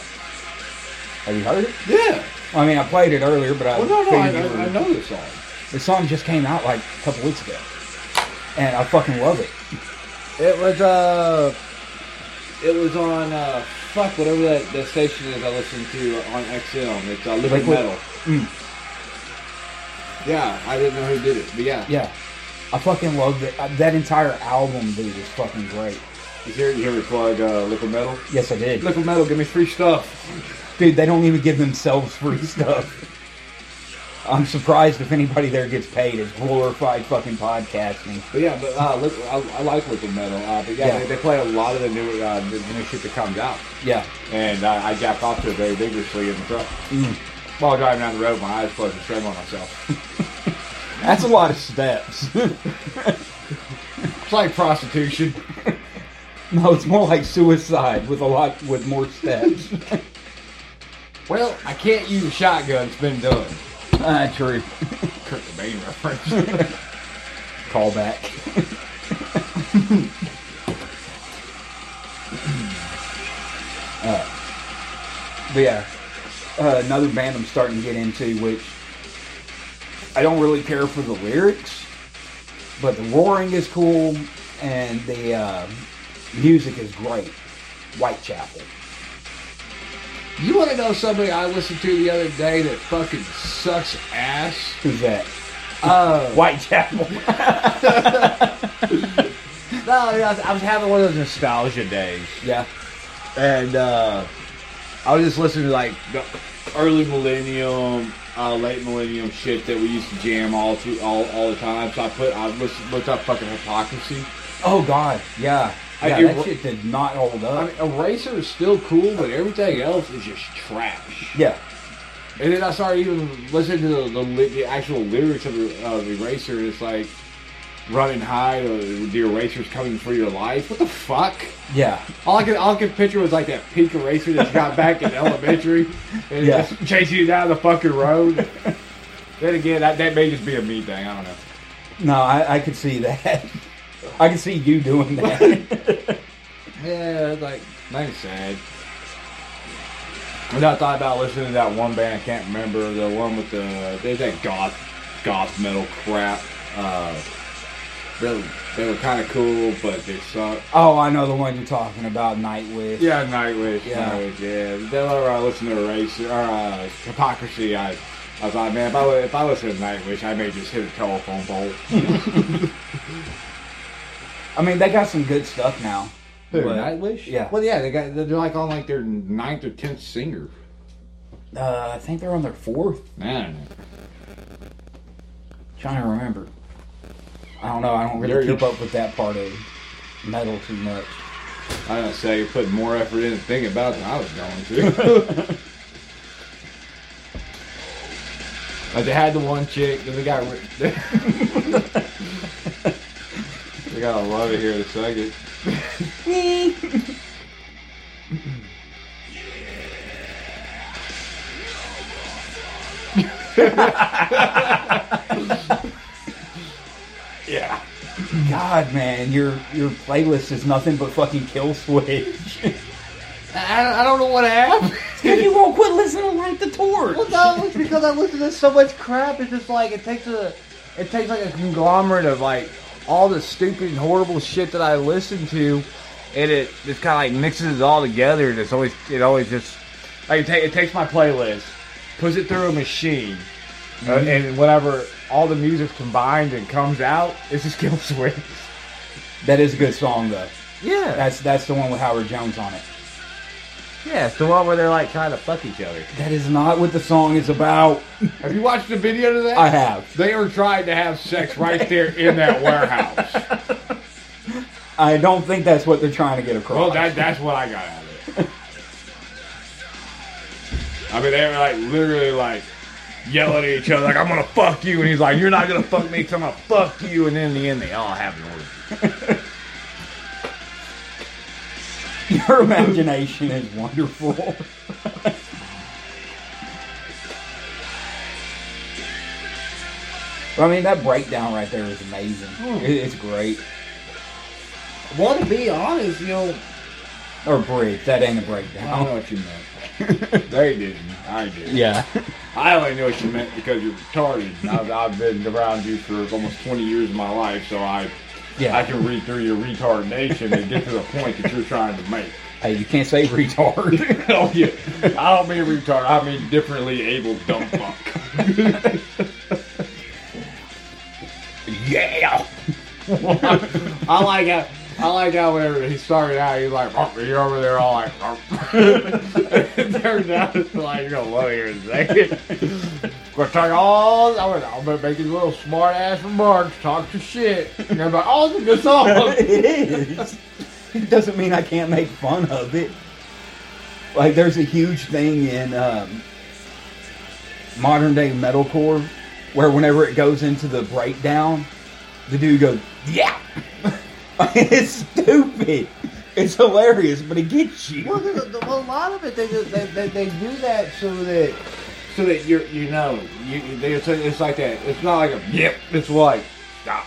S2: Have you heard it?
S4: yeah.
S2: Well, I mean, I played it earlier, but I
S4: Well, no, no, I,
S2: figured you
S4: I, I
S2: were-
S4: know this song.
S2: The song just came out like a couple weeks ago, and I fucking love it.
S11: It was uh, it was on uh, fuck whatever that, that station is I listen to on XM. It's uh, Liquid
S2: Liquid-
S11: Metal.
S2: Mm.
S4: Yeah, I didn't know who did it, but yeah.
S2: Yeah, I fucking love it. Uh, That entire album, dude, is fucking great.
S4: You hear, you hear me plug uh, Liquid Metal?
S2: Yes, I did.
S4: Liquid Metal, give me free stuff.
S2: Dude, they don't even give themselves free stuff. I'm surprised if anybody there gets paid. It's glorified fucking podcasting.
S4: But yeah, but uh, look, I, I like Liquid Metal. Uh, but yeah,
S2: Yeah.
S4: They, they play a lot of the new uh, the new shit that comes out,
S2: Yeah.
S4: and uh, I jack off to it very vigorously in the truck
S2: Mm.
S4: while driving down the road. My eyes closed and strangle myself.
S2: That's a lot of steps.
S4: It's like prostitution.
S2: no, it's more like suicide with a lot with more steps.
S4: Well, I can't use a shotgun. It's been done.
S2: Ah, true.
S4: Kurt Cobain reference.
S2: Call back. Uh, but yeah, uh, another band I'm starting to get into, which I don't really care for the lyrics, but the roaring is cool and the uh, music is great. Whitechapel.
S4: you want to know somebody I listened to the other day that fucking sucks ass?
S2: Who's that?
S11: Oh
S2: Whitechapel.
S11: no, I was, I was having one of those nostalgia days,
S2: yeah.
S11: and uh, I was just listening to like the
S4: early millennium, uh, late millennium shit that we used to jam all through all, all the time. So I put I listened, looked up fucking hypocrisy.
S2: Oh God. Yeah.
S4: I-
S2: Yeah,
S4: it-
S2: that shit did not hold up.
S4: I mean, Eraser is still cool, but everything else is just trash.
S2: yeah.
S4: And then I started even listening to the, the, li- the actual lyrics of, the- of Eraser, and it's like running high, or the Eraser's coming for your life. What the fuck?
S2: Yeah.
S4: All I could all I could picture was like that pink Eraser that you got back in elementary, and
S2: Yeah.
S4: just chasing you down the fucking road. then again, that, that may just be a me thing. I don't know.
S2: No, I, I could see that. I could see you doing that.
S4: Yeah, like, nice sad. And I thought about listening to that one band. I can't remember the one with the they that goth goth metal crap. Uh, they were, they were kind of cool, but they sucked.
S2: Oh, I know the one you're talking about, Nightwish.
S4: Yeah, Nightwish.
S2: Yeah.
S4: Nightwish. Yeah. Then whenever I listened to Race or uh, Hypocrisy, I I was like, man, if I li- if I listen to Nightwish, I may just hit a telephone pole.
S2: I mean, they got some good stuff now.
S4: Who,
S2: But-
S4: Nightwish?
S2: Yeah.
S4: Well, yeah, they got they're like on like their ninth or tenth singer.
S2: Uh, I think they're on their fourth.
S4: I don't know.
S2: Trying to remember. I don't know. I don't really
S4: You're-
S2: keep
S4: you're-
S2: up with that part of metal too much.
S4: I don't say you're putting more effort into thinking about it than I was going to. like they had the one chick, then they got. ri- they got a love it here in a second.
S2: God, man, your your playlist is nothing but fucking kill switch.
S4: I, I don't know what happened.
S2: you won't quit listening to Light the Torch.
S12: Well, no, it's because I listen to so much crap. It's just like it takes a, it takes like a conglomerate of like all the stupid and horrible shit that I listen to, and it just kind of like mixes it all together. And it's always it always just like it, ta- it takes my playlist, puts it through a machine, uh, and whenever all the music's combined and comes out, it's just kill switch.
S2: That is a good song though.
S12: Yeah,
S2: That's that's the one with Howard Jones on it.
S12: yeah, it's the one where they're like trying to fuck each other.
S2: That is not what the song is about.
S4: Have you watched the video to that?
S2: I have.
S4: They were trying to have sex right there in that warehouse.
S2: I don't think that's what they're trying to get across.
S4: Well, that, that's what I got out of it. I mean, they were like literally like yelling at each other, like, I'm gonna fuck you. And he's like, You're not gonna fuck me, so I'm gonna fuck you. And then in the end, they all have an orgy.
S2: Your imagination is wonderful. I mean, that breakdown right there is amazing.
S4: Hmm.
S2: It- It's great.
S13: Well, to be honest, you know,
S2: Or bridge. That ain't a
S1: Oh.
S4: I don't know
S2: breakdown.
S4: what you meant. they didn't. I did.
S2: Yeah.
S4: I only knew what you meant because you're retarded. I've, I've been around you for almost 20 years of my life, so I I
S2: Yeah.
S4: can read through your retardation and get to the point that you're trying to make.
S2: Hey, you can't say retard.
S4: oh yeah. I don't mean retard. I mean differently able dumb fuck. yeah. I like how I like how whenever he started out, he's like, "Rump," you're over there all like, "Rump." it turned out it's like, you're gonna love it here in a second. Gonna take all, I'm gonna, I'm gonna make these little smart ass remarks, talk to shit. And I'm like, oh, it's a good song.
S2: it is. It doesn't mean I can't make fun of it. Like there's a huge thing in um, modern day metalcore where whenever it goes into the breakdown, the dude goes, "Yeah." it's stupid. It's hilarious, but it gets
S12: Well,
S2: you.
S12: there's a, well, a lot of it they just they, they, they do that so that so that you you know
S4: You, they, it's, it's like that. It's not like a yep. It's like stop.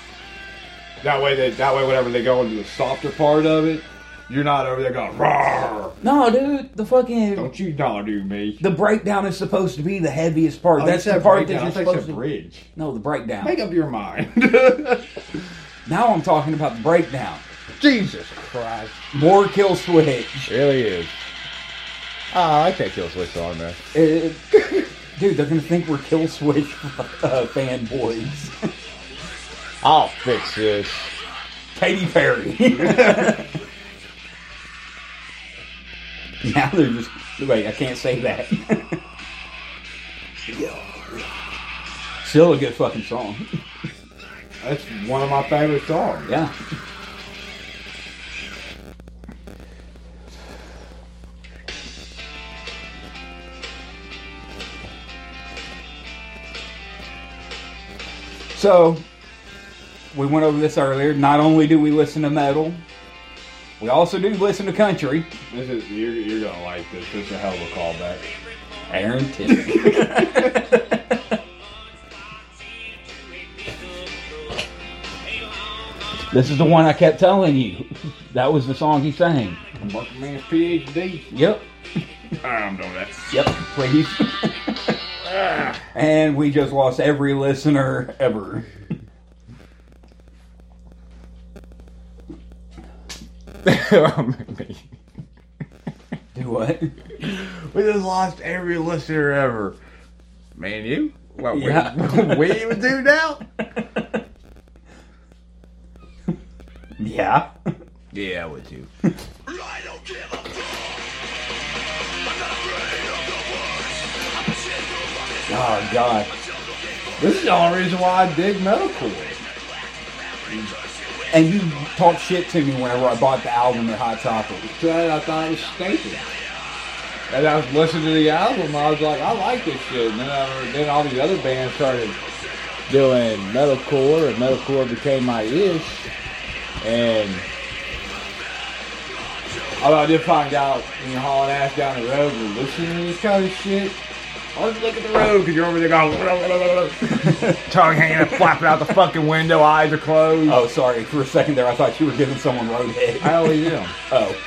S4: That way, they, that way, whenever they go into the softer part of it, you're not over there going roar.
S2: No, dude, the fucking
S4: Don't you dollar do me?
S2: the breakdown is supposed to be the heaviest part.
S4: Oh,
S2: That's
S4: you said
S2: the part
S4: breakdown.
S2: that
S4: I
S2: you're
S4: thought you said
S2: supposed to.
S4: bridge.
S2: No, the breakdown.
S4: Make up your mind.
S2: Now I'm talking about the breakdown.
S1: Jesus Christ.
S2: More kill switch.
S1: Really is. Ah, I can't kill Switch on there.
S2: It- dude, they're gonna think we're kill switch uh, fanboys.
S1: I'll fix this.
S2: Katy Perry. now they're just wait. I can't say that. Still a good fucking song.
S4: That's one of my favorite songs.
S2: Yeah. So, we went over this earlier. Not only do we listen to metal, we also do listen to country.
S4: This is you're, you're gonna like this. This is a hell of a callback.
S2: Aaron Tippett. this is the one I kept telling you. That was the song he sang.
S4: Working man's PhD.
S2: Yep.
S1: I'm doing that.
S2: Yep, please. and we just lost every listener ever. Do what?
S1: We just lost every listener ever. Man, you? What
S2: Yeah.
S1: we, we even do now?
S2: Yeah.
S1: Yeah, with you.
S2: Oh god.
S4: This is the only reason why I dig metalcore.
S2: And you talked shit to me whenever I bought the album at Hot Topic.
S4: Said I thought it was stinking. And I was listening to the album, I was like, I like this shit. And then, I, heard- then all these other bands started doing metalcore, and metalcore became my ish. And although Um, I did find out when you're hauling ass down the road and listening to this kind of shit, always look at the road because you're over there going, tongue hanging and flapping out the fucking window, eyes are closed.
S2: Oh, sorry. For a second there, I thought you were giving someone roadhead.
S4: I always am.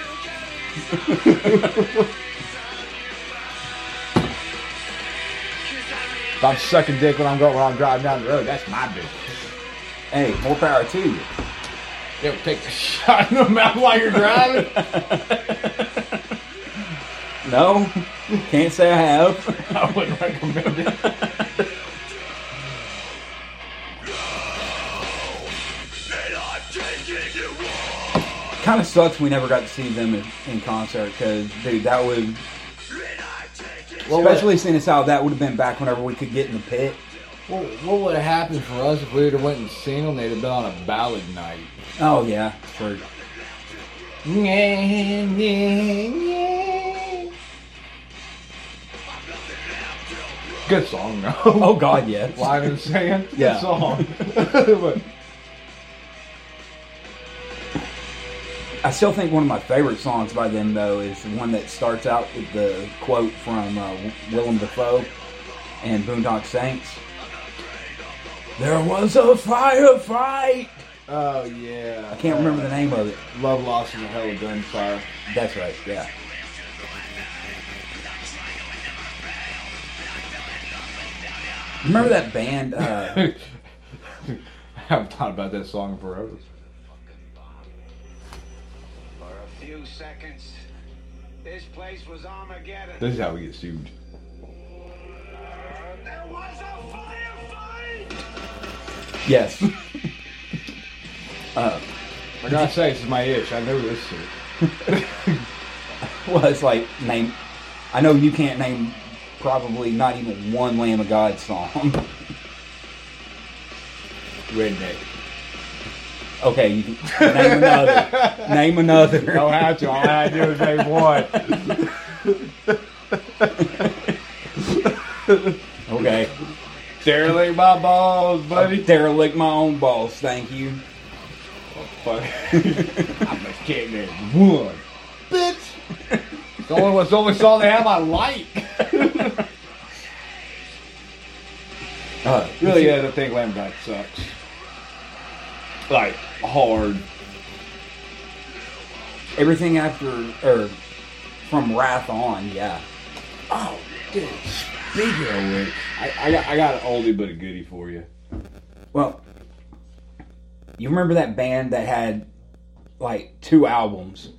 S2: Oh.
S4: If I'm sucking dick when I'm going when I'm driving down the road, that's my business.
S2: Hey, more power to you.
S4: You ever take a shot in the mouth while you're driving?
S2: No, can't say I have.
S1: I wouldn't recommend it.
S2: Kind of sucks we never got to see them in, in concert because, dude, that would. Especially seeing as how that would have been back whenever we could get in the pit.
S4: what, what would have happened for us if we would have went and seen them? They'd have been on a ballad night.
S2: Oh yeah, true.
S4: Good song though.
S2: Oh god, yes.
S4: Live in the sand. Good
S2: Yeah.
S4: song. But
S2: I still think one of my favorite songs by them though is the one that starts out with the quote from uh, Willem Dafoe and Boondock Saints. There was a firefight.
S4: oh yeah.
S2: Can't remember the name of it.
S4: Love lost in the hell of gunfire.
S2: That's right. Yeah. Remember that band? Uh,
S4: I haven't thought about that song in forever.
S7: For a few seconds, this place was Armageddon.
S4: This is how we get sued.
S7: There was a firefight!
S2: yes.
S4: I gotta say, this is my itch. I know this shit.
S2: Well, it's like name. I know you can't name probably not even one Lamb of God song.
S4: Redneck.
S2: okay, you can, name another. name another.
S4: Don't have to. All Oh, I had to do was say one.
S2: Okay.
S4: Derelict my balls, buddy.
S2: Derelict my own balls. Thank you.
S4: Fuck. I'm just kidding. There's one. Bitch. It's the only, it's the only song they have I like.
S2: Uh,
S4: Really, yeah, I think Lamb God sucks. Like, hard.
S2: Everything after or from Wrath on, yeah.
S4: Oh, dude. Speaking of which, I, I, got, I got an oldie but a goodie for you.
S2: Well, you remember that band that had like two albums?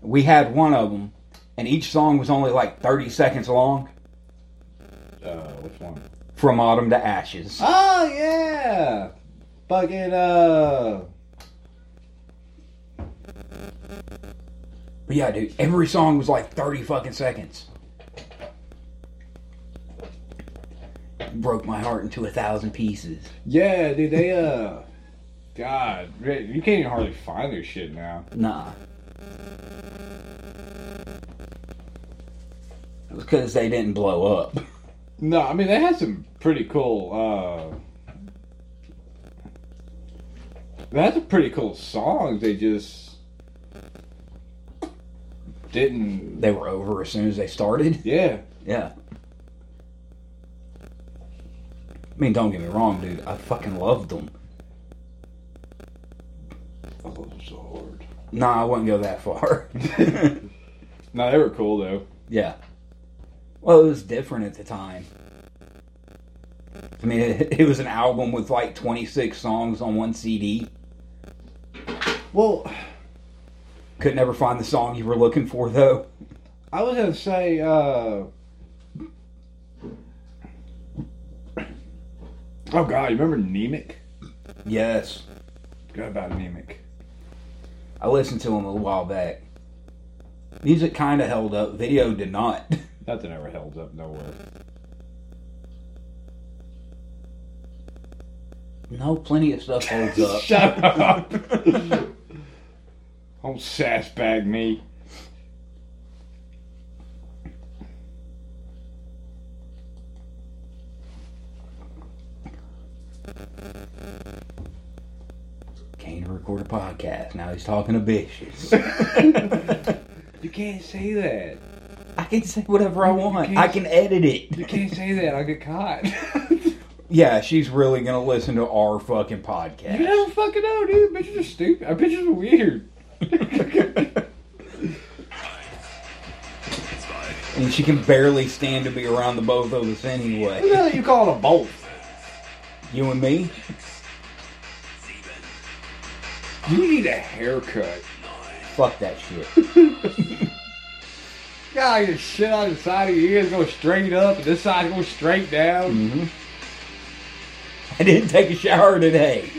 S2: We had one of them, and each song was only like 30 seconds long
S4: Uh, which one?
S2: from Autumn to Ashes.
S4: Oh, yeah. Fucking, uh.
S2: But yeah, dude, every song was like 30 fucking seconds. Broke my heart into a thousand pieces.
S4: Yeah, dude, they, uh. God, Rick, you can't even hardly find their shit now.
S2: Nah. It was because they didn't blow up.
S4: No, I mean they had some pretty cool. uh That's a pretty cool songs. They just didn't.
S2: They were over as soon as they started.
S4: Yeah,
S2: Yeah. I mean, don't get me wrong, dude. I fucking loved them.
S4: I love them so hard.
S2: Nah, I wouldn't go that far.
S4: No, they were cool though.
S2: Yeah. Well, it was different at the time. I mean, it, it was an album with like 26 songs on one CD.
S4: Well,
S2: Could never find the song you were looking for, though.
S4: I was gonna say, uh,
S1: Oh god, you remember Nemec?
S2: Yes.
S1: Forgot about Nemec.
S2: I listened to him a while back. Music kind of held up, video did not.
S1: Nothing ever held up nowhere.
S2: No, plenty of stuff holds up.
S1: Shut up. Don't sass bag me.
S2: Came to record a podcast. Now he's talking to bitches.
S1: You can't say that.
S2: I can say whatever I want. I can edit
S1: You
S2: it.
S1: can't say that. I'll get caught.
S2: Yeah, she's really gonna listen to our fucking
S1: you
S2: podcast.
S1: don't fucking know, dude. Bitches are stupid. Uh, Bitches are weird.
S2: And she can barely stand to be around the both of us
S4: what the
S2: anyway.
S4: hell you calling a bolt?
S2: You and me?
S1: You need a haircut.
S2: Fuck that shit.
S1: Yeah, like the shit on the side of your ears go straight up, and this side goes straight down.
S2: hmm I didn't take a shower today.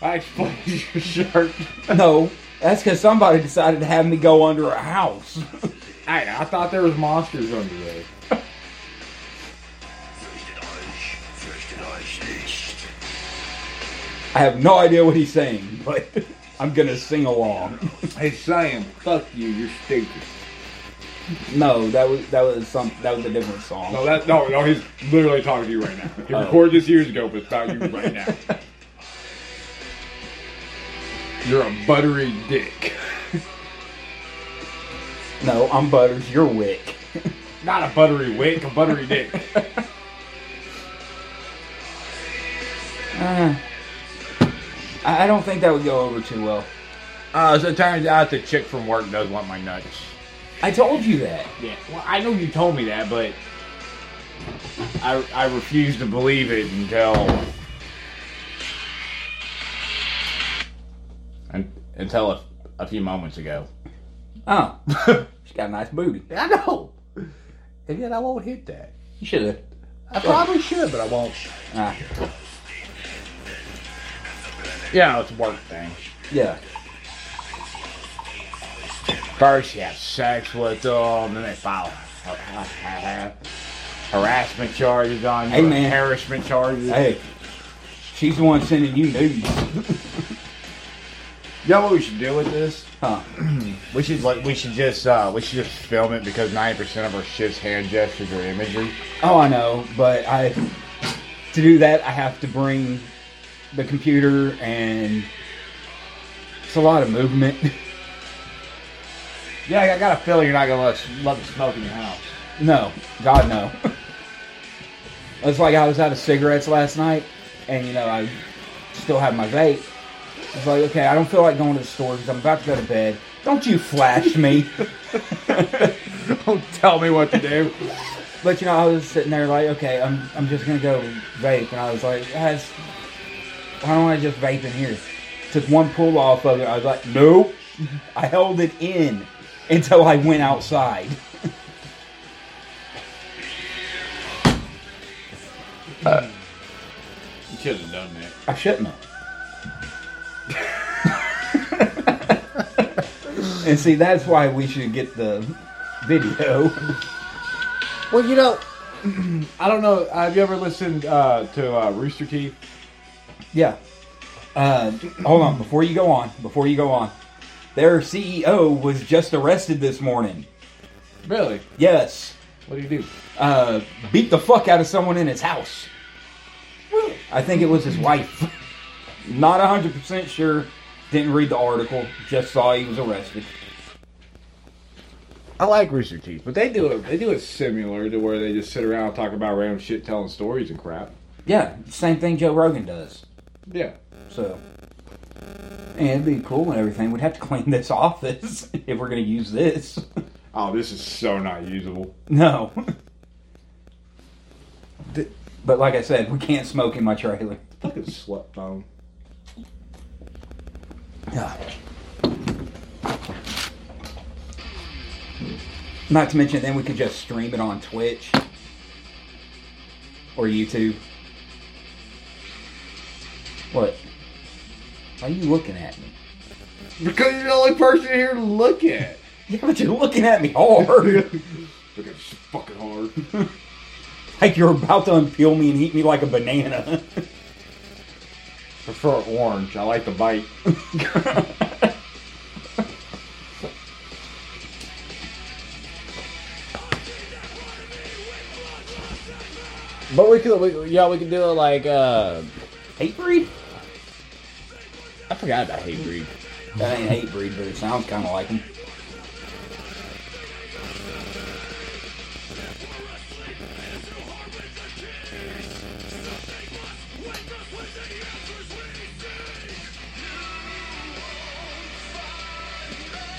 S1: I explained your shirt.
S2: No, that's because somebody decided to have me go under a house.
S1: I, I thought there was monsters under there.
S2: I have no idea what he's saying, but I'm gonna sing along.
S1: Hey, Sam, fuck you. You're stupid.
S2: No, that was that was some that was a different song.
S1: No, that no, no. He's literally talking to you right now. He recorded this years ago, but it's about you right now. You're a buttery dick.
S2: No, I'm Butters. You're Wick.
S1: Not a buttery wick, a buttery dick.
S2: Uh, I I don't think that would go over too well.
S1: Uh, so it turns out the chick from work does want my nuts.
S2: I told you that.
S1: Yeah. Well, I know you told me that, but I I refuse to believe it until un- until a, a few moments ago.
S2: Oh, she's got a nice booty.
S1: I know. And yet I won't hit that.
S2: You should have.
S1: I probably should, but I won't.
S2: Ah,
S1: Yeah, it's a work thing.
S2: yeah.
S1: First, you have sex with them, then they file harassment charges on you,
S2: Hey, man.
S1: harassment charges.
S2: Hey, she's the one sending you news.
S1: You know what we should do with this?
S2: Huh.
S1: We should like we should just uh we should just film it because ninety percent of our shit's hand gestures or imagery.
S2: Oh, I know, but I to do that I have to bring the computer and it's a lot of movement.
S1: Yeah, I got a feeling you're not gonna let, let the smoke in your house.
S2: No, God no. it's like I was out of cigarettes last night, and you know I still have my vape. It's like okay, I don't feel like going to the store because I'm about to go to bed. Don't you flash me?
S1: Don't tell me what to do.
S2: But you know, I was sitting there like, okay, I'm I'm just gonna go vape, and I was like, guys, why don't I just vape in here? Took one pull off of it. I was like, nope. I held it in until I went outside.
S1: you should have done that.
S2: I shouldn't have. and see, that's why we should get the video.
S4: Well, you know,
S1: I don't know. Have you ever listened uh, to uh, Rooster Teeth?
S2: Yeah. Uh, hold on, before you go on, before you go on, their CEO was just arrested this morning.
S1: Really?
S2: Yes.
S1: What do you do?
S2: uh, beat the fuck out of someone in his house. I think it was his wife. Not 100% sure. Didn't read the article. Just saw he was arrested.
S1: I like Rooster Teeth, but they do it. They do it similar to where they just sit around and talk about random shit, telling stories and crap.
S2: Yeah, same thing Joe Rogan does.
S1: Yeah.
S2: So. And it'd be cool and everything. We'd have to clean this office if we're going to use this.
S1: Oh, this is so not usable.
S2: No. Th- but like I said, we can't smoke in my trailer.
S1: Fucking slut phone.
S2: Not to mention, then we could just stream it on Twitch or YouTube. What? Why are you looking at me?
S1: Because you're the only person here to look at.
S2: Yeah, but you're looking at me hard.
S1: Look at this fucking hard.
S2: like you're about to unpeel me and eat me like a banana.
S1: Prefer orange. I like the bite.
S14: But we could, we, yeah, we could do it like uh,
S2: hate breed?
S14: I forgot about hate breed.
S2: That ain't hate breed, but it sounds kind of like him.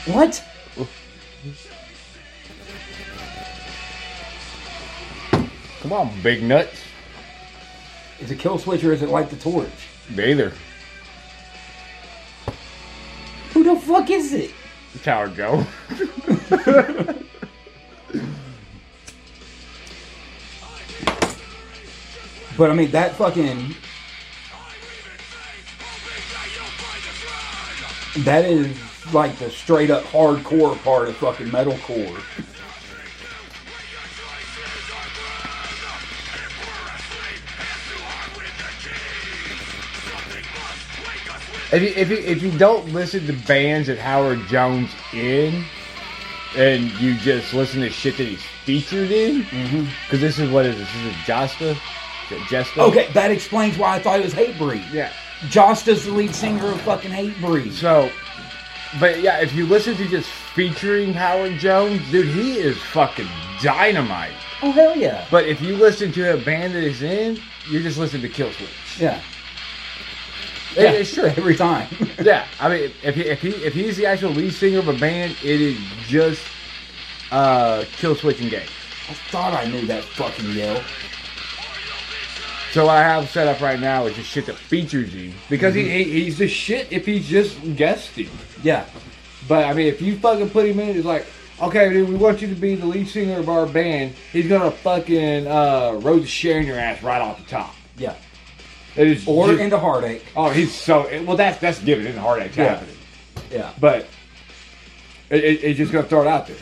S2: What?
S4: Come on, big nuts.
S2: Is it kill switch or is it light the torch?
S4: Either.
S2: Who the fuck is it?
S4: That's how it go.
S2: But I mean that fucking. That is like the straight up hardcore part of fucking metalcore.
S4: If you, if you if you don't listen to bands that Howard Jones in, and you just listen to shit that he's featured in, because
S1: Mm-hmm.
S4: this is what is this? This is Josta, Is it Jesta.
S2: Okay, that explains why I thought it was Hatebreed.
S4: Yeah.
S2: Josta's the lead singer of fucking Hatebreed.
S4: So, but yeah, if you listen to just featuring Howard Jones, dude, he is fucking dynamite.
S2: Oh hell yeah.
S4: But if you listen to a band that is in, you're just listening to Killswitch.
S2: Yeah.
S4: It- it's true.
S2: Every time.
S4: Yeah, I mean, if he, if he if he's the actual lead singer of a band, it is just uh, kill switch and game.
S2: I thought I knew that fucking yell.
S4: So what I have set up right now is just shit that features you because
S2: Mm-hmm.
S4: he, he he's the shit if he's just guesting.
S2: Yeah.
S4: But I mean, if you fucking put him in, it's like, okay, dude, we want you to be the lead singer of our band. He's gonna fucking uh, road to sharing your ass right off the top.
S2: Yeah.
S4: It is
S2: Or
S4: just-
S2: into heartache.
S4: oh, he's so well. That's that's given in heartache
S2: Yeah.
S4: happening.
S2: Yeah.
S4: But it, it, it's just gonna throw it out there.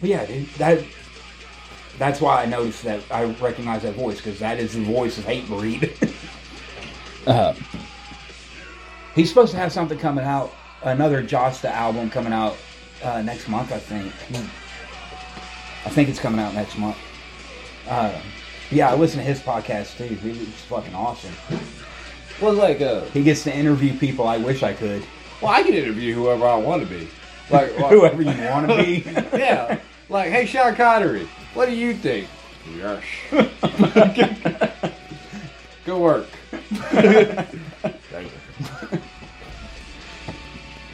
S2: But yeah, dude, that that's why I noticed that I recognize that voice because that is the voice of Hatebreed.
S15: Uh,
S2: He's supposed to have something coming out, another Josta album coming out uh, next month, I think. I think it's coming out next month. Uh, yeah, I listen to his podcast too. He was fucking awesome.
S1: Well, like uh,
S2: He gets to interview people I wish I could.
S1: well, I can interview whoever I want to be. Like, like-
S2: Whoever you want to be.
S1: yeah, like, hey, Sean Connery, what do you think? Yes. Good work.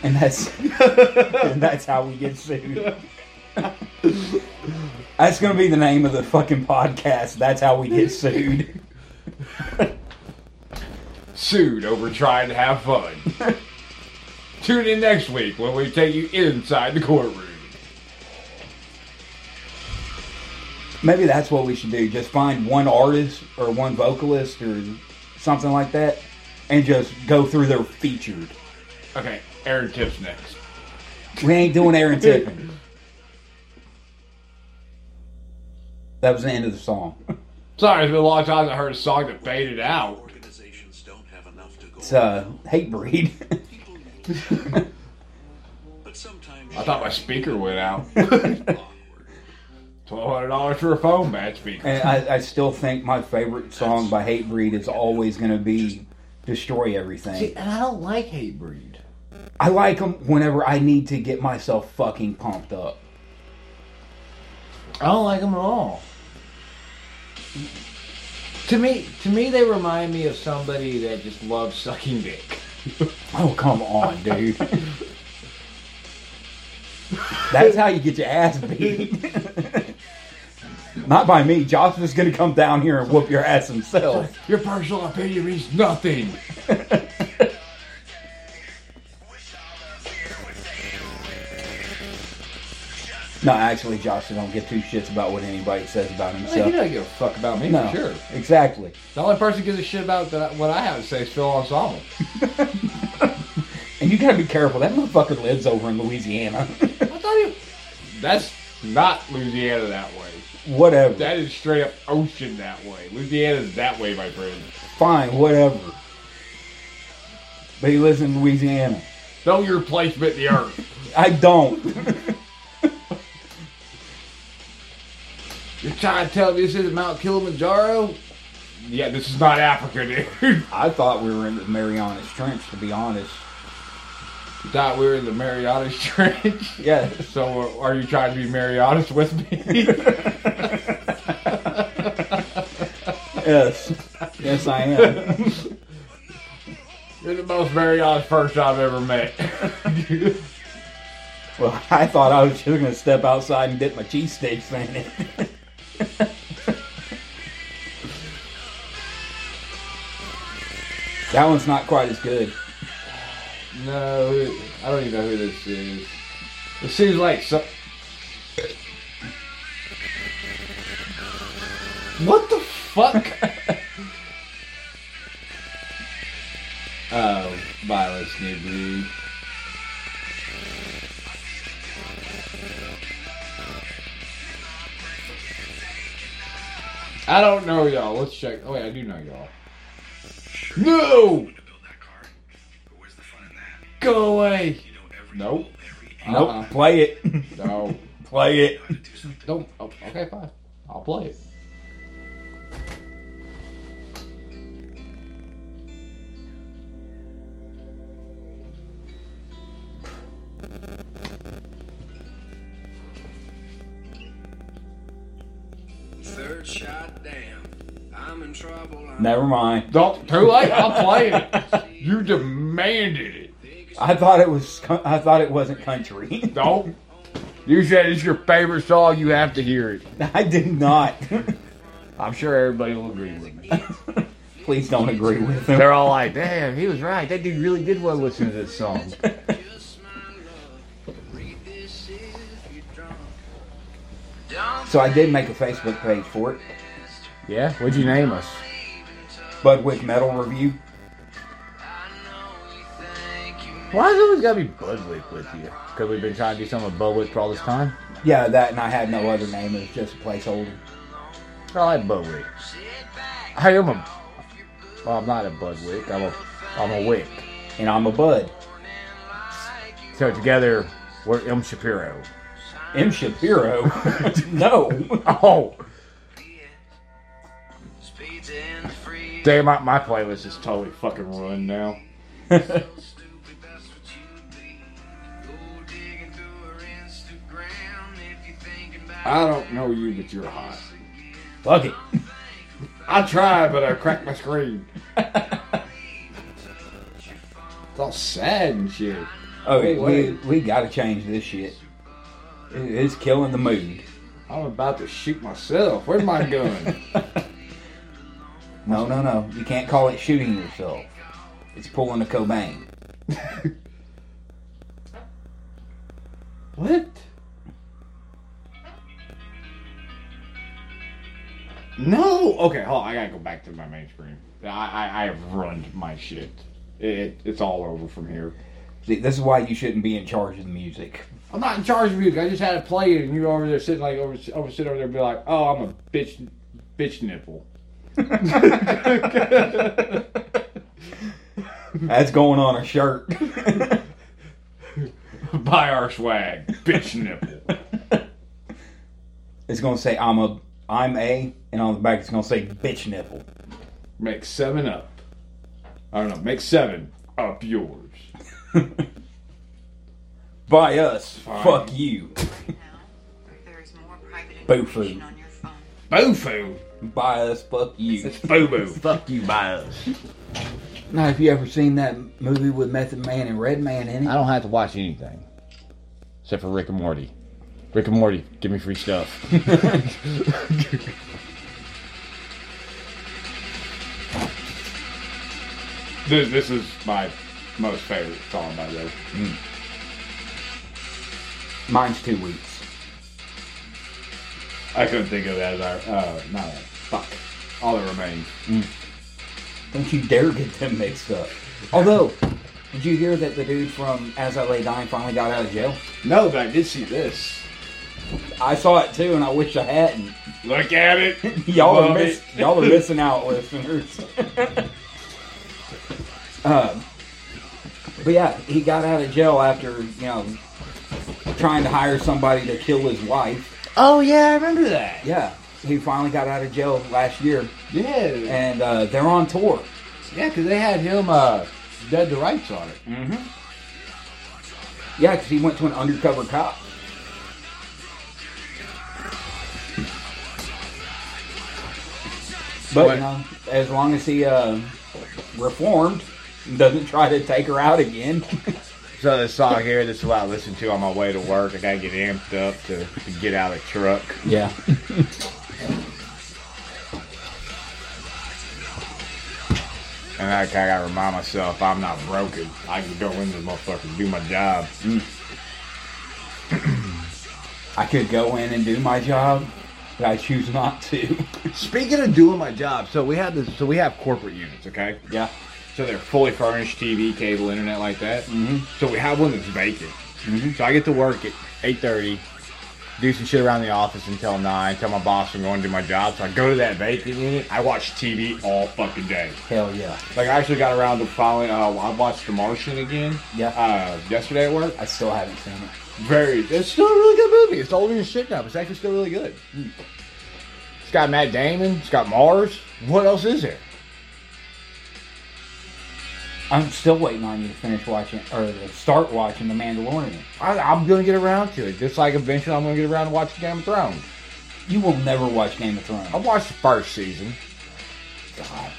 S2: And that's and that's how we get sued. that's gonna be the name of the fucking podcast. That's how we get sued.
S1: Sued over trying to have fun. Tune in next week when we take you inside the courtroom.
S2: Maybe that's what we should do. Just find one artist or one vocalist or something like that, and just go through their featured.
S1: Okay, Aaron Tips next.
S2: We ain't doing Aaron Tippin. That was the end of the song.
S1: Sorry, it's been a long time since I heard a song that faded out.
S7: Organizations don't have enough to go
S2: It's uh, hate breed.
S7: People need- but sometimes
S1: I thought my speaker went out.
S7: awkward.
S1: Twelve hundred dollars for a phone match speaker.
S2: and I, I still think my favorite song by Hate Breed is always going to be "Destroy Everything."
S16: And I don't like hate breed.
S2: I like them whenever I need to get myself fucking pumped up.
S16: I don't like them at all. To me, to me, they remind me of somebody that just loves sucking dick.
S2: Oh come on, dude! That's how you get your ass beat. Not by me. Jonathan's going to come down here and whoop your ass himself.
S4: Your personal opinion means nothing.
S2: No, actually, Joshua don't give two shits about what anybody says about
S4: Like,
S2: himself.
S4: you don't give a fuck about me
S2: no,
S4: for sure.
S2: exactly.
S4: The only person who gives a shit about that, what I have to say is Phil Ensemble.
S2: And you got to be careful. That motherfucker lives over in Louisiana.
S4: I thought he, that's not Louisiana that way.
S2: whatever.
S4: That is straight up ocean that way. Louisiana's that way, my friend.
S2: Fine, whatever. But he lives in Louisiana.
S4: Know your placement in the earth.
S2: I don't.
S4: You're trying to tell me this isn't Mount Kilimanjaro? Yeah, this is not Africa, dude.
S2: I thought we were in the Marianas Trench, to be honest.
S4: You thought we were in the Marianas Trench.
S2: Yeah.
S4: So are you trying to be Marianas with me?
S2: Yes. yes, I am.
S4: You're the most Marianas person I've ever met.
S2: Well, I thought I was just going to step outside and dip my cheesesteaks in it. that one's not quite as good.
S4: no, it- I don't even know who this is. It seems like some. What the fuck? oh, Violet's new breed. I don't know y'all. Let's check. Oh wait, I do know y'all. No!
S7: to build that car. But where's the fun in that?
S4: Go away!
S7: You know every
S4: Nope.
S7: every
S2: Nope.
S4: Uh-uh.
S2: Play it.
S4: No.
S2: Play it.
S7: how to do something.
S4: Don't. Oh, okay, fine. I'll play it.
S7: Third shot down. I'm in trouble. I'm
S2: Never mind.
S4: Don't. Too late. I'm playing it. You demanded it.
S2: I thought it was. co- I thought it wasn't country.
S4: Don't. You said it's your favorite song. You have to hear it.
S2: I did not.
S4: I'm sure everybody will agree with me.
S2: Please don't agree with him.
S1: They're all like, damn, he was right. That dude really did well listen to this song.
S7: just my love. Read this if you're drunk.
S2: So I did make a Facebook page for it,
S1: Yeah? What'd you name us?
S2: Budwick Metal Review.
S1: Why is it always gotta be Budwick with you? Because we've been trying to do something with Budwick for all this time?
S2: Yeah, that, and I had no other name. It was just a placeholder.
S1: I like Budwick. I am a. Well, I'm not a Budwick. I'm a. I'm a Wick.
S2: And I'm a bud.
S1: So together, we're M Shapiro.
S2: M. Shapiro. no.
S1: Oh,
S7: Speeds and free.
S4: Damn, my, my playlist is totally fucking ruined now.
S7: Stupid, that's what you be. Go digging through her Instagram if you're thinking about
S4: I don't know you, but you're hot.
S2: Fuck it.
S4: I tried, but I cracked my screen. It's all sad and shit.
S2: Okay, we,
S4: Wait.
S2: we gotta change this shit. It- It's killing the mood.
S4: I'm about to shoot myself. Where's my gun?
S2: No, no, no. You can't call it shooting yourself. It's pulling a Cobain.
S4: What? No. Okay, hold on. I gotta go back to my main screen. I I, I have run my shit. It, it's all over from here.
S2: See, this is why you shouldn't be in charge of the music.
S4: I'm not in charge of music. I just had to play it, and you over there sitting like over over sitting over there, and be like, oh, I'm a bitch, bitch nipple.
S2: That's going on a shirt.
S4: Buy our swag, bitch nipple.
S2: it's gonna say I'm a I'm a and on the back it's gonna say bitch nipple.
S4: Make seven up. I don't know. Make seven up yours.
S2: By us. Fuck you.
S17: There's more private
S2: Boo
S17: information
S2: food.
S17: on your phone.
S4: Boo-foo.
S2: By us, fuck you.
S4: Boo-boo.
S1: fuck you, Miles.
S2: Now, have you ever seen that movie with Method Man and Red Man in
S1: I
S2: it?
S1: don't have to watch anything except for Rick and Morty.
S10: Rick and Morty, give me free stuff.
S18: This, this is my most favorite song by them.
S2: Mine's two weeks.
S18: I couldn't think of that as our. Uh, not a, fuck. All that remains.
S2: Don't you dare get them mixed up. Although, did you hear that the dude from As I Lay Dying finally got out of jail?
S18: No, but I did see this.
S2: I saw it too, and I wish I hadn't.
S18: Look at it.
S2: y'all are
S18: Love
S2: miss,
S18: it.
S2: y'all are missing out, listeners. um, but yeah, he got out of jail after you know trying to hire somebody to kill his wife.
S4: Oh yeah, I remember that.
S2: Yeah, he finally got out of jail last year,
S4: Yeah,
S2: and uh, they're on tour.
S4: yeah, because they had him uh, dead to rights on it.
S2: Mm-hmm. Yeah, because he went to an undercover cop. But you know, as long as he uh, reformed, and doesn't try to take her out again.
S18: So this song here, this is what I listen to on my way to work. I gotta get amped up to, to get out of the truck.
S2: yeah.
S18: And I kinda gotta remind myself I'm not broken. I can go in this motherfucker and do my job.
S2: I could go in and do my job, but I choose not to.
S1: Speaking of doing my job, so we have this. So we have corporate units,
S18: okay?
S2: yeah.
S18: So they're fully furnished, TV, cable, internet, like that.
S2: hmm
S18: So we have one that's vacant. So I get to work at 8.30, do some shit around the office until 9, tell my boss I'm going to do my job. So I go to that vacant unit. I watch TV all fucking day.
S2: Hell yeah.
S18: Like, I actually got around to following, uh, I watched The Martian again
S2: Yeah.
S18: uh, yesterday at work.
S2: I still haven't seen it.
S18: Very,
S1: It's still a really good movie. It's older as shit now, but it's actually still really good.
S10: Hmm.
S1: It's got Matt Damon. It's got Mars. What else is there?
S2: I'm still waiting on you to finish watching or to start watching The Mandalorian.
S1: I, I'm gonna get around to it. Just like eventually, I'm gonna get around to watching Game of Thrones.
S2: You will never watch Game of Thrones.
S1: I watched the first season,
S2: Oh God.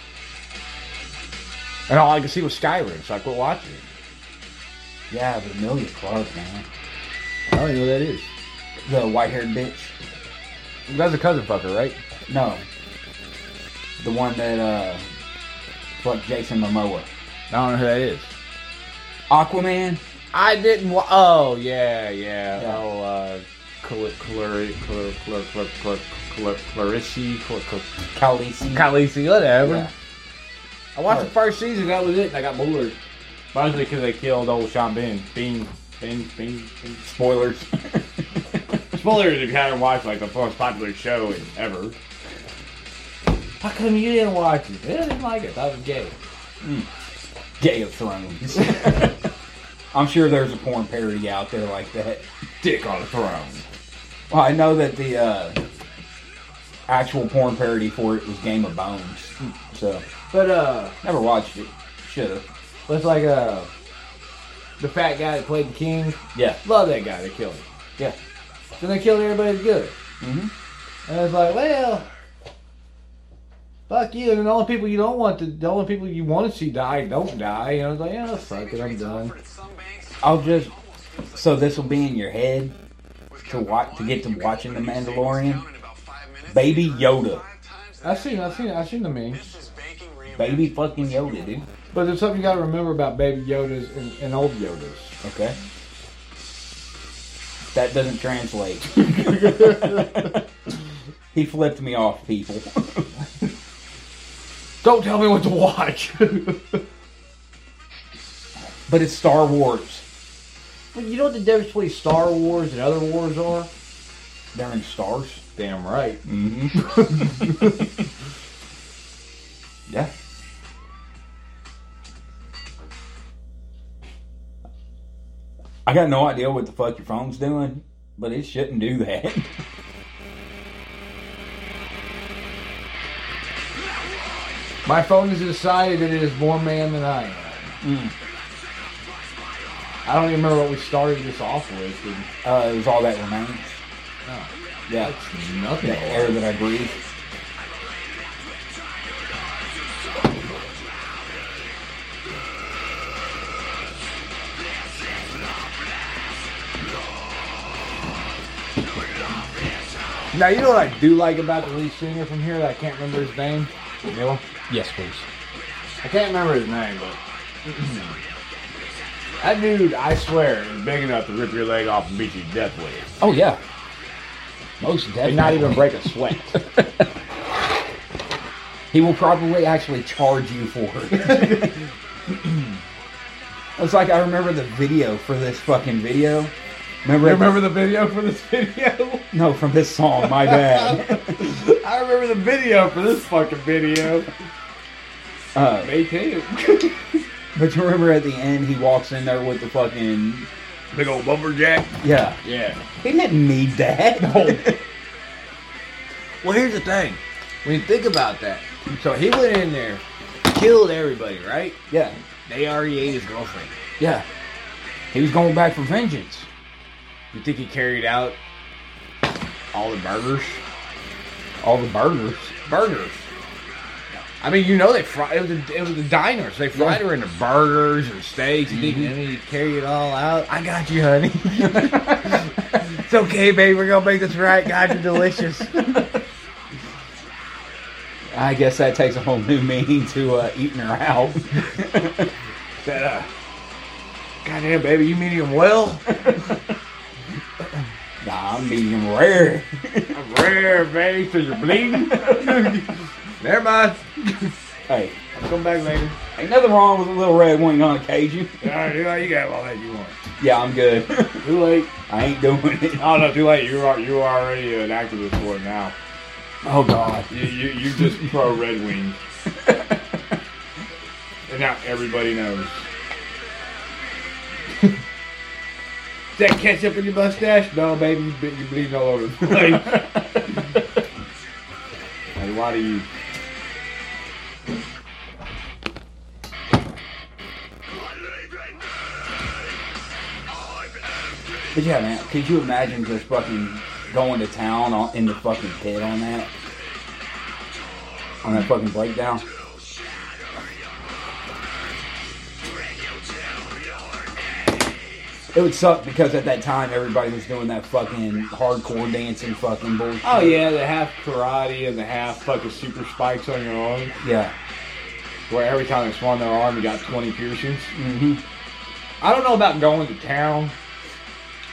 S1: and all I could see was Skyrim, so I quit watching it.
S2: Yeah, but Amelia Clark, man.
S1: I don't even know who that is.
S2: The white haired bitch.
S1: That's a cousin fucker, right?
S2: No. The one that uh fucked Jason Momoa.
S1: I don't know who that is.
S2: Aquaman?
S1: I didn't. Wa- oh yeah, yeah.
S2: Yeah.
S1: Oh, uh, Cl- Clari- Cl- Cl- Cl- Cl- Cl- Clarice, Cl- Cl-
S2: Khaleesi.
S1: Khaleesi, whatever.
S2: Yeah.
S1: I watched the first season. That was it. And I got bored. Mostly because they killed old Sean Bean. Bean. Bean. Bean. Bean.
S2: Spoilers.
S18: spoilers if you haven't watched, like, the most popular show in- ever.
S4: How come you didn't watch it? I didn't like it. I was gay.
S2: Gay of Thrones. I'm sure there's a porn parody out there like that.
S18: Dick on a throne.
S2: Well, I know that the uh actual porn parody for it was Game of Bones. So
S4: But uh,
S2: never watched it. Should've.
S4: was like uh, the fat guy that played the king.
S2: Yeah.
S4: Love that guy. They killed him.
S2: Yeah.
S4: So they killed everybody's good.
S2: Mhm.
S18: Mm-hmm.
S4: And it's like, well, fuck you. And the only people you don't want to, the only people you want to see die don't die. You know, it's like, yeah, fuck it, I'm done.
S2: I'll just so this will be in your head Uh, to watch to get to watching The Mandalorian. Baby Yoda,
S4: I've seen, I've seen, I've seen the memes.
S2: baby fucking Yoda, dude.
S4: But there's something you got to remember about baby Yodas and, and old Yodas.
S2: Okay, that doesn't translate. he flipped me off, people.
S4: Don't tell me what to watch.
S2: but it's Star Wars.
S4: But you know what the difference between Star Wars and other wars are?
S2: They're in stars. Mm-hmm.
S4: Damn right.
S2: Yeah. I got no idea what the fuck your phone's doing, but it shouldn't do that.
S4: My phone has decided that it is more man than I am. I don't even remember what we started this off with. and-
S2: Uh, it was all that remains.
S4: Oh.
S2: Yeah,
S4: That's nothing.
S2: the air that I breathe.
S4: Now you know what I do like about the lead singer from here that I can't remember his name. Neil.
S5: Yes, please.
S4: I can't remember his name, but that dude, I swear, is big enough to rip your leg off and beat you to death with.
S5: Oh yeah. Most definitely.
S4: And not even break a sweat.
S5: He will probably actually charge you for it.
S2: It's like I remember the video for this fucking video. Remember?
S4: the video for this video?
S2: No, from this song. My bad.
S4: I remember the video for this fucking video.
S2: Uh,
S4: Me too.
S2: but you remember at the end he walks in there with the fucking
S18: Big old bumperjack.
S2: yeah.
S18: Yeah.
S2: He didn't need that.
S4: Well, here's the thing. When you think about that, so he went in there, killed everybody, right?
S2: yeah.
S4: They already ate his girlfriend.
S2: Yeah. He was going back for vengeance.
S4: You think he carried out all the burgers?
S2: All the burgers.
S4: Burgers. I mean, you know they fried. It was the, it was the diners. They fried her into burgers and steaks. You think- And he carried it all out. I got you, honey. it's okay, babe. We're gonna make this right. God, you're delicious.
S2: I guess that takes a whole new meaning to uh, eating her out.
S4: That, uh, goddamn, baby, you medium well.
S2: nah, I'm medium rare.
S4: I'm rare, baby, so you're bleeding. Never mind.
S2: hey,
S4: Come back later.
S2: ain't nothing wrong with a little red wing on occasion.
S4: All right, you- you got all that you want.
S2: Yeah, I'm good.
S4: Too late.
S2: I ain't doing it.
S18: Oh no, too late. You are you are already an activist for it now.
S2: Oh God.
S18: You you, you just pro Red Wing, and now everybody knows.
S4: Does that catch up in your mustache? No, baby, you ble- you're bleeding all over the place.
S18: A lot of you.
S2: But yeah, man, could you imagine just fucking going to town on, in the fucking pit on that? On that fucking breakdown? It would suck because at that time everybody was doing that fucking hardcore dancing fucking bullshit.
S18: Oh yeah, the half karate and the half fucking super spikes on your arm.
S2: Yeah.
S18: Where every time they swung their arm, you got twenty piercings.
S2: hmm
S18: I don't know about going to town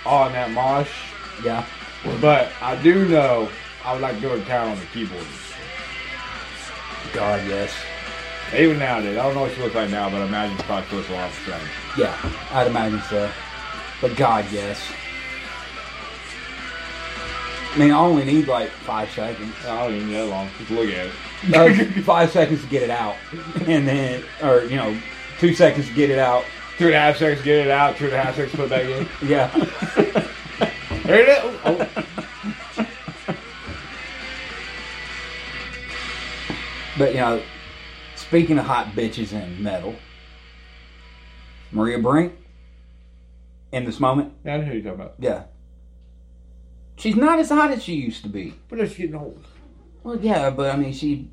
S18: on that mosh.
S2: Yeah.
S18: But I do know I would like to go to town on the keyboard.
S2: God, yes.
S18: Even nowadays, I don't know what she looks like now, but I imagine she probably looks a lot the same.
S2: Yeah, I'd imagine so. But God, yes. I mean, I only need like five seconds.
S18: I don't even know that long. Just look at it.
S2: Uh, five seconds to get it out, and then, or you know, two seconds to get it out.
S18: Two and a half seconds, get it out. Two and a half seconds, put it back in.
S2: Yeah,
S18: There it is. Oh, oh.
S2: but you know, speaking of hot bitches and metal, Maria Brink, in this moment,
S18: Now I know who you're talking about.
S2: yeah, she's not as hot as she used to be.
S18: But it's getting old.
S2: Well, yeah, but I mean, she,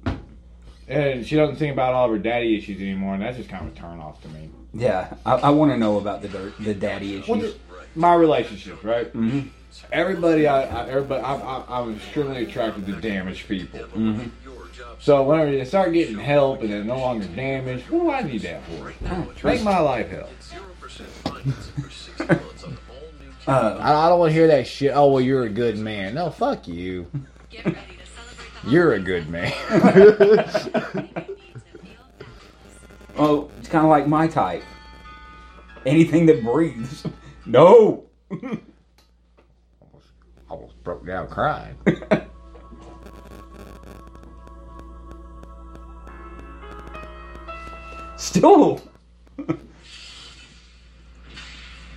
S18: And she doesn't think about all of her daddy issues anymore, and that's just kind of a turn off to me.
S2: yeah, I, I want to know about the dirt, the daddy issues.
S18: Well, My relationships, right?
S4: Mm-hmm.
S2: Mhm.
S18: Everybody, I, I everybody, I, I, I'm extremely attracted to damaged people.
S4: Mm-hmm.
S2: Mhm.
S18: So whenever they start getting help and they're no longer damaged, what do I need that for? Make my life hell.
S2: Uh,
S4: I, I don't want to hear that shit. Oh, well, you're a good man. No, fuck you.
S17: Get ready to celebrate the
S4: You're a good man.
S17: holiday needs to feel
S2: Oh, it's kind of like my type. Anything that breathes. No.
S4: Almost broke down crying.
S2: Still.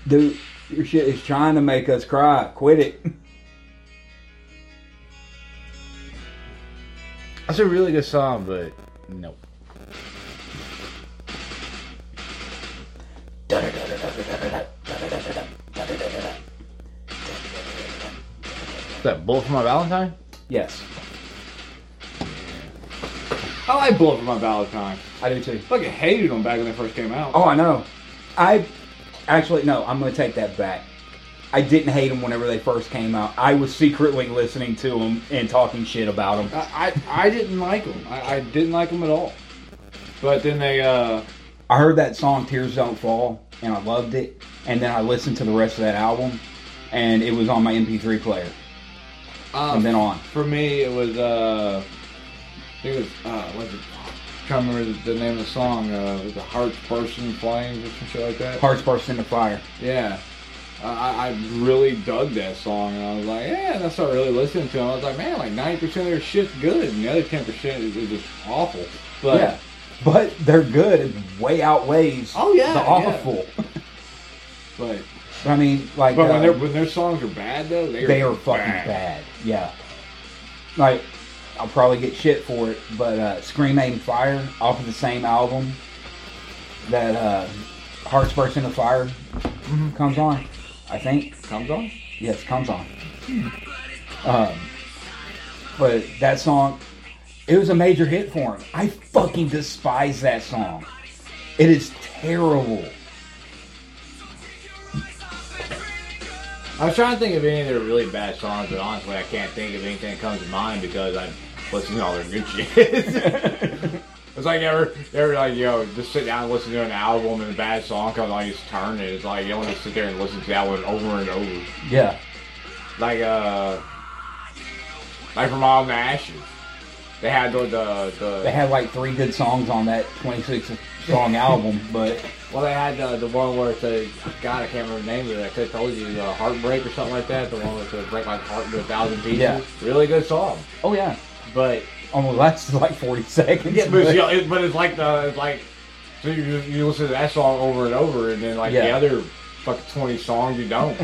S2: Dude, your shit is trying to make us cry. Quit it.
S4: That's a really good song, but no. Is that Bullet for My Valentine?
S2: Yes,
S18: I like Bullet for my Valentine.
S2: I do too.
S18: Fucking hated them back when they first came out.
S2: Oh, I know. I actually no. I'm gonna take that back. I didn't hate them whenever they first came out. I was secretly listening to them and talking shit about them.
S1: I, I, I didn't like them. I, I didn't like them at all. But then they, uh,
S2: I heard that song "Tears Don't Fall" and I loved it. And then I listened to the rest of that album, and it was on my MP3 player
S1: um,
S2: from then on.
S1: For me, it was uh, I think it was uh, was it? I can't remember the name of the song. Uh, it was the Hearts Bursting in Flames or some shit like that.
S2: Hearts burst into fire.
S1: Yeah, uh, I, I really dug that song, and I was like, yeah, that's what I really listening to. And I was like, man, like ninety percent of their shit's good, and the other ten percent is, is just awful. But
S2: yeah, but they're good. It way outweighs
S1: Oh, yeah,
S2: the
S1: yeah.
S2: awful.
S1: but
S2: I mean, like,
S1: but when
S2: uh,
S1: their when their songs are bad though, they are,
S2: they are fucking bad. Yeah. Like, I'll probably get shit for it, but uh, Scream Aim Fire off of the same album that uh, Hearts Burst into Fire
S1: Mm-hmm.
S2: comes on, I think.
S1: Comes on.
S2: Yes, comes on. Um, but that song, it was a major hit for him. I fucking despise that song. It is terrible.
S4: I was trying to think of any of their really bad songs, but honestly, I can't think of anything that comes to mind because I listen to all their good shit. it's like ever, ever like you know, just sit down and listen to an album and a bad song comes on, you just turn it. It's like you want to sit there and listen to that one over and over.
S2: Yeah.
S4: Like uh, like from All the Ashes, they had the the, the
S2: They had like three good songs on that 26 song album, but
S4: Well, they had uh, the one where it's a God, I can't remember the name of it. I could have told you uh, Heartbreak or something like that. The one where it's a break my heart into a thousand pieces.
S2: Yeah.
S4: Really good song,
S2: oh yeah,
S4: but
S2: only lasted like 40 seconds.
S4: yeah, but,
S2: but-
S4: it's, you know, it- but it's like the it's like so you, you listen to that song over and over, and then like the
S2: Yeah.
S4: other fucking twenty songs you don't.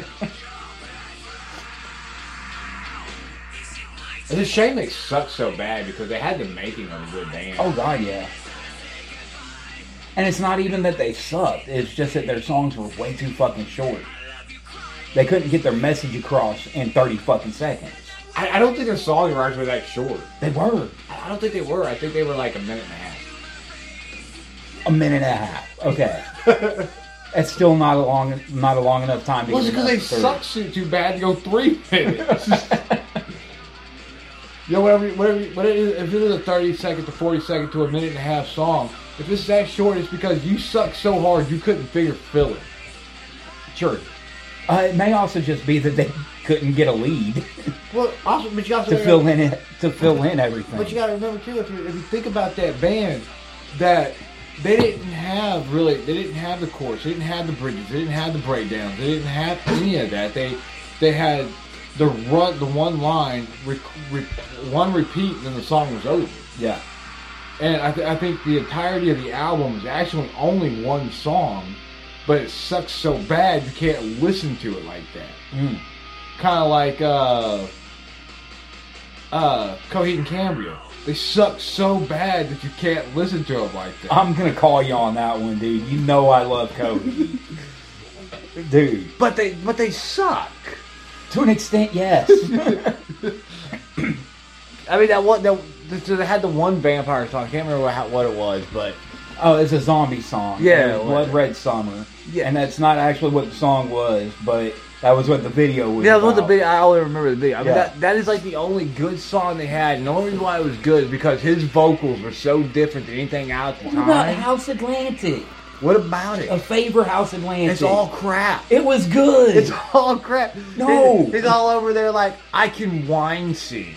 S4: it's a shame they suck so bad because they had the making of a good band.
S2: Oh god, yeah. And it's not even that they sucked. It's just that their songs were way too fucking short. They couldn't get their message across in 30 fucking seconds.
S4: I, I don't think their songwriters were that short.
S2: They were
S4: I I don't think they were. I think they were like a minute and a half.
S2: a minute and a half. Okay. That's still not a long, not a long enough time. To
S4: Well,
S2: get
S4: it's
S2: enough
S4: because they
S2: to serve.
S4: suck so too bad to go three minutes. you know, whatever, whatever, whatever. If it is a thirty second to forty second to a minute and a half song, if it's that short, it's because you suck so hard you couldn't figure fill it.
S2: Sure. Uh, it may also just be that they couldn't get a lead
S4: Well, also, but you also
S2: to fill in it, to fill in everything.
S4: But you gotta remember too, if you, if you think about that band, that they didn't have really, they didn't have the chorus, they didn't have the bridges, they didn't have the breakdowns, they didn't have any of that. They they had the run, the one line, re, re, one repeat, and then the song was over.
S2: yeah.
S4: And I, th- I think the entirety of the album is actually only one song, but it sucks so bad you can't listen to it like that.
S2: Mm.
S4: Kind of like uh, uh, Coheed and Cambria. They suck so bad that you can't listen to them like that.
S2: I'm gonna call you on that one, dude. You know I love Cody, dude.
S4: but they but they suck.
S2: To an extent, yes.
S4: I mean that one. That, so they had the one vampire song. I can't remember how, what it was, but
S2: oh, it's a zombie song.
S4: Yeah,
S2: It was
S4: it
S2: Blood
S4: was.
S2: Red Summer. Yeah, and that's not actually what the song was, but that was what the video was.
S4: Yeah, that was the
S2: about.
S4: video. I only remember the video. I mean,
S2: Yeah.
S4: that, that is like the only good song they had. And the only reason why it was good is because his vocals were so different than anything out at the
S2: What about
S4: time.
S2: House Atlantic?
S4: What about it?
S2: A favor, House Atlantic.
S4: It's all crap.
S2: It was good.
S4: It's all crap.
S2: No.
S4: He's all over there like, I can wine sing.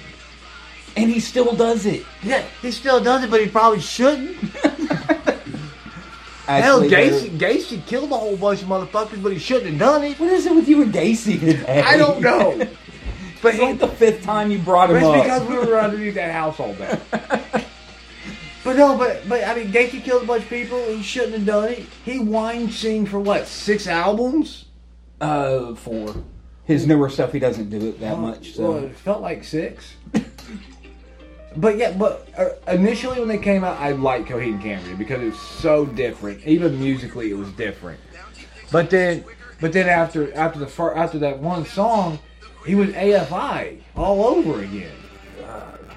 S2: and he still does it.
S4: Yeah, he still does it, but he probably shouldn't.
S2: Actually,
S4: Hell,
S2: there-
S4: Gacy, Gacy killed a whole bunch of motherfuckers, but he shouldn't have done it.
S2: What is it with you and Gacy today?
S4: I don't know. But
S2: it's
S4: he,
S2: like the fifth time you brought him
S4: It's
S2: up.
S4: because we were underneath that house all day. but no, but but I mean, Gacy killed a bunch of people. He shouldn't have done it. He whined, sing for what six albums?
S2: uh, for his newer stuff, he doesn't do it
S4: Oh,
S2: that much. So.
S4: Well, it felt like six. but yeah, but uh, initially when they came out, I liked Coheed and Cambria because it was so different. Even musically, it was different. But then, but then after after the fir- after that one song, he was AFI all over again.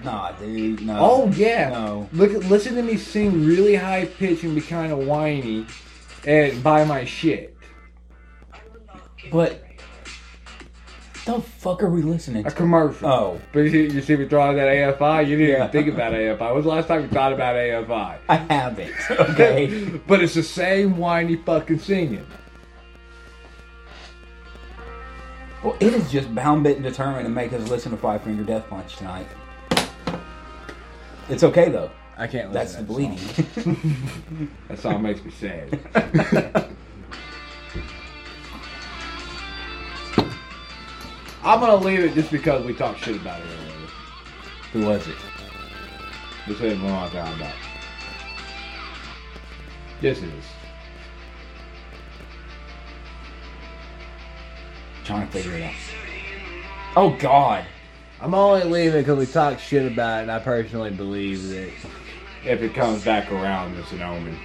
S2: Nah, dude, no.
S4: Oh yeah.
S2: No.
S4: Look, listen to me sing really high pitch and be kind of whiny, and buy my shit.
S2: But The fuck are we listening
S4: A
S2: to?
S4: commercial.
S2: Oh.
S4: But you, you see me throwing that AFI? You didn't
S2: Yeah.
S4: even think about AFI. When's the last time you thought about AFI?
S2: I haven't. Okay.
S4: But it's the same whiny fucking singing.
S2: well, it is just bound, bit, and determined to make us listen to Five Finger Death Punch tonight. It's okay though.
S4: I can't listen
S2: That's the
S4: to that
S2: bleeding.
S4: That song makes me sad. I'm gonna leave it just because we talked shit about it earlier.
S2: Who was it?
S4: This ain't what I'm talking about. Yes, it is.
S2: Trying to figure it out. Oh God.
S19: I'm only leaving because we talked shit about it, and I personally believe that.
S4: If it comes back around, it's an omen.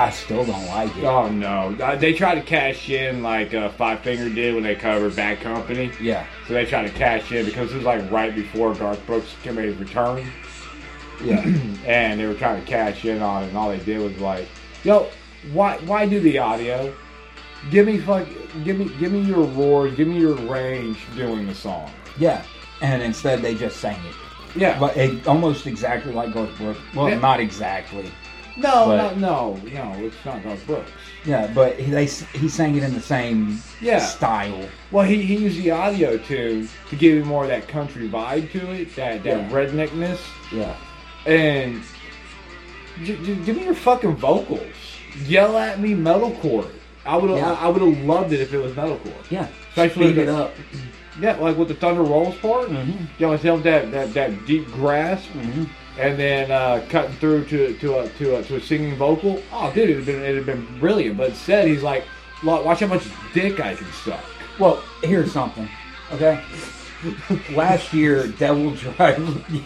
S2: I still don't like it.
S4: Oh no! Uh, They try to cash in like uh, Five Finger did when they covered Bad Company.
S2: Yeah.
S4: So they try to cash in because it was like right before Garth Brooks' committee's return. Yeah. and they were trying to cash in on it, and all they did was like, yo, why why do the audio? Give me fuck, give me give me your roars, give me your range doing the song.
S2: Yeah. And instead they just sang it.
S4: Yeah.
S2: But it almost exactly like Garth Brooks. Well,
S4: Yeah.
S2: not exactly.
S4: no,
S2: but-
S4: no, no, no, it's not Garth Brooks.
S2: Yeah, but he, they s- he sang it in the same
S4: Yeah.
S2: style.
S4: Well, he, he used the audio tune to give you more of that country vibe to it, that that
S2: Yeah.
S4: redneckness,
S2: Yeah.
S4: and j- j- give me your fucking vocals. Yell at me metalcore. I would
S2: Yeah.
S4: I would have loved it if it was metalcore.
S2: Yeah.
S4: Especially
S2: Speed it
S4: the-
S2: up.
S4: Yeah, like with the thunder rolls part.
S2: Mhm.
S4: You know, him that, that that deep grasp,
S2: Mhm.
S4: and then uh, cutting through to to a, to a, to a singing vocal. Oh, dude, it'd been it'd been brilliant. But instead, he's like, "Look, watch how much dick I can suck.
S2: Well, here's something. Okay. Last year, Devil Drive. Yeah,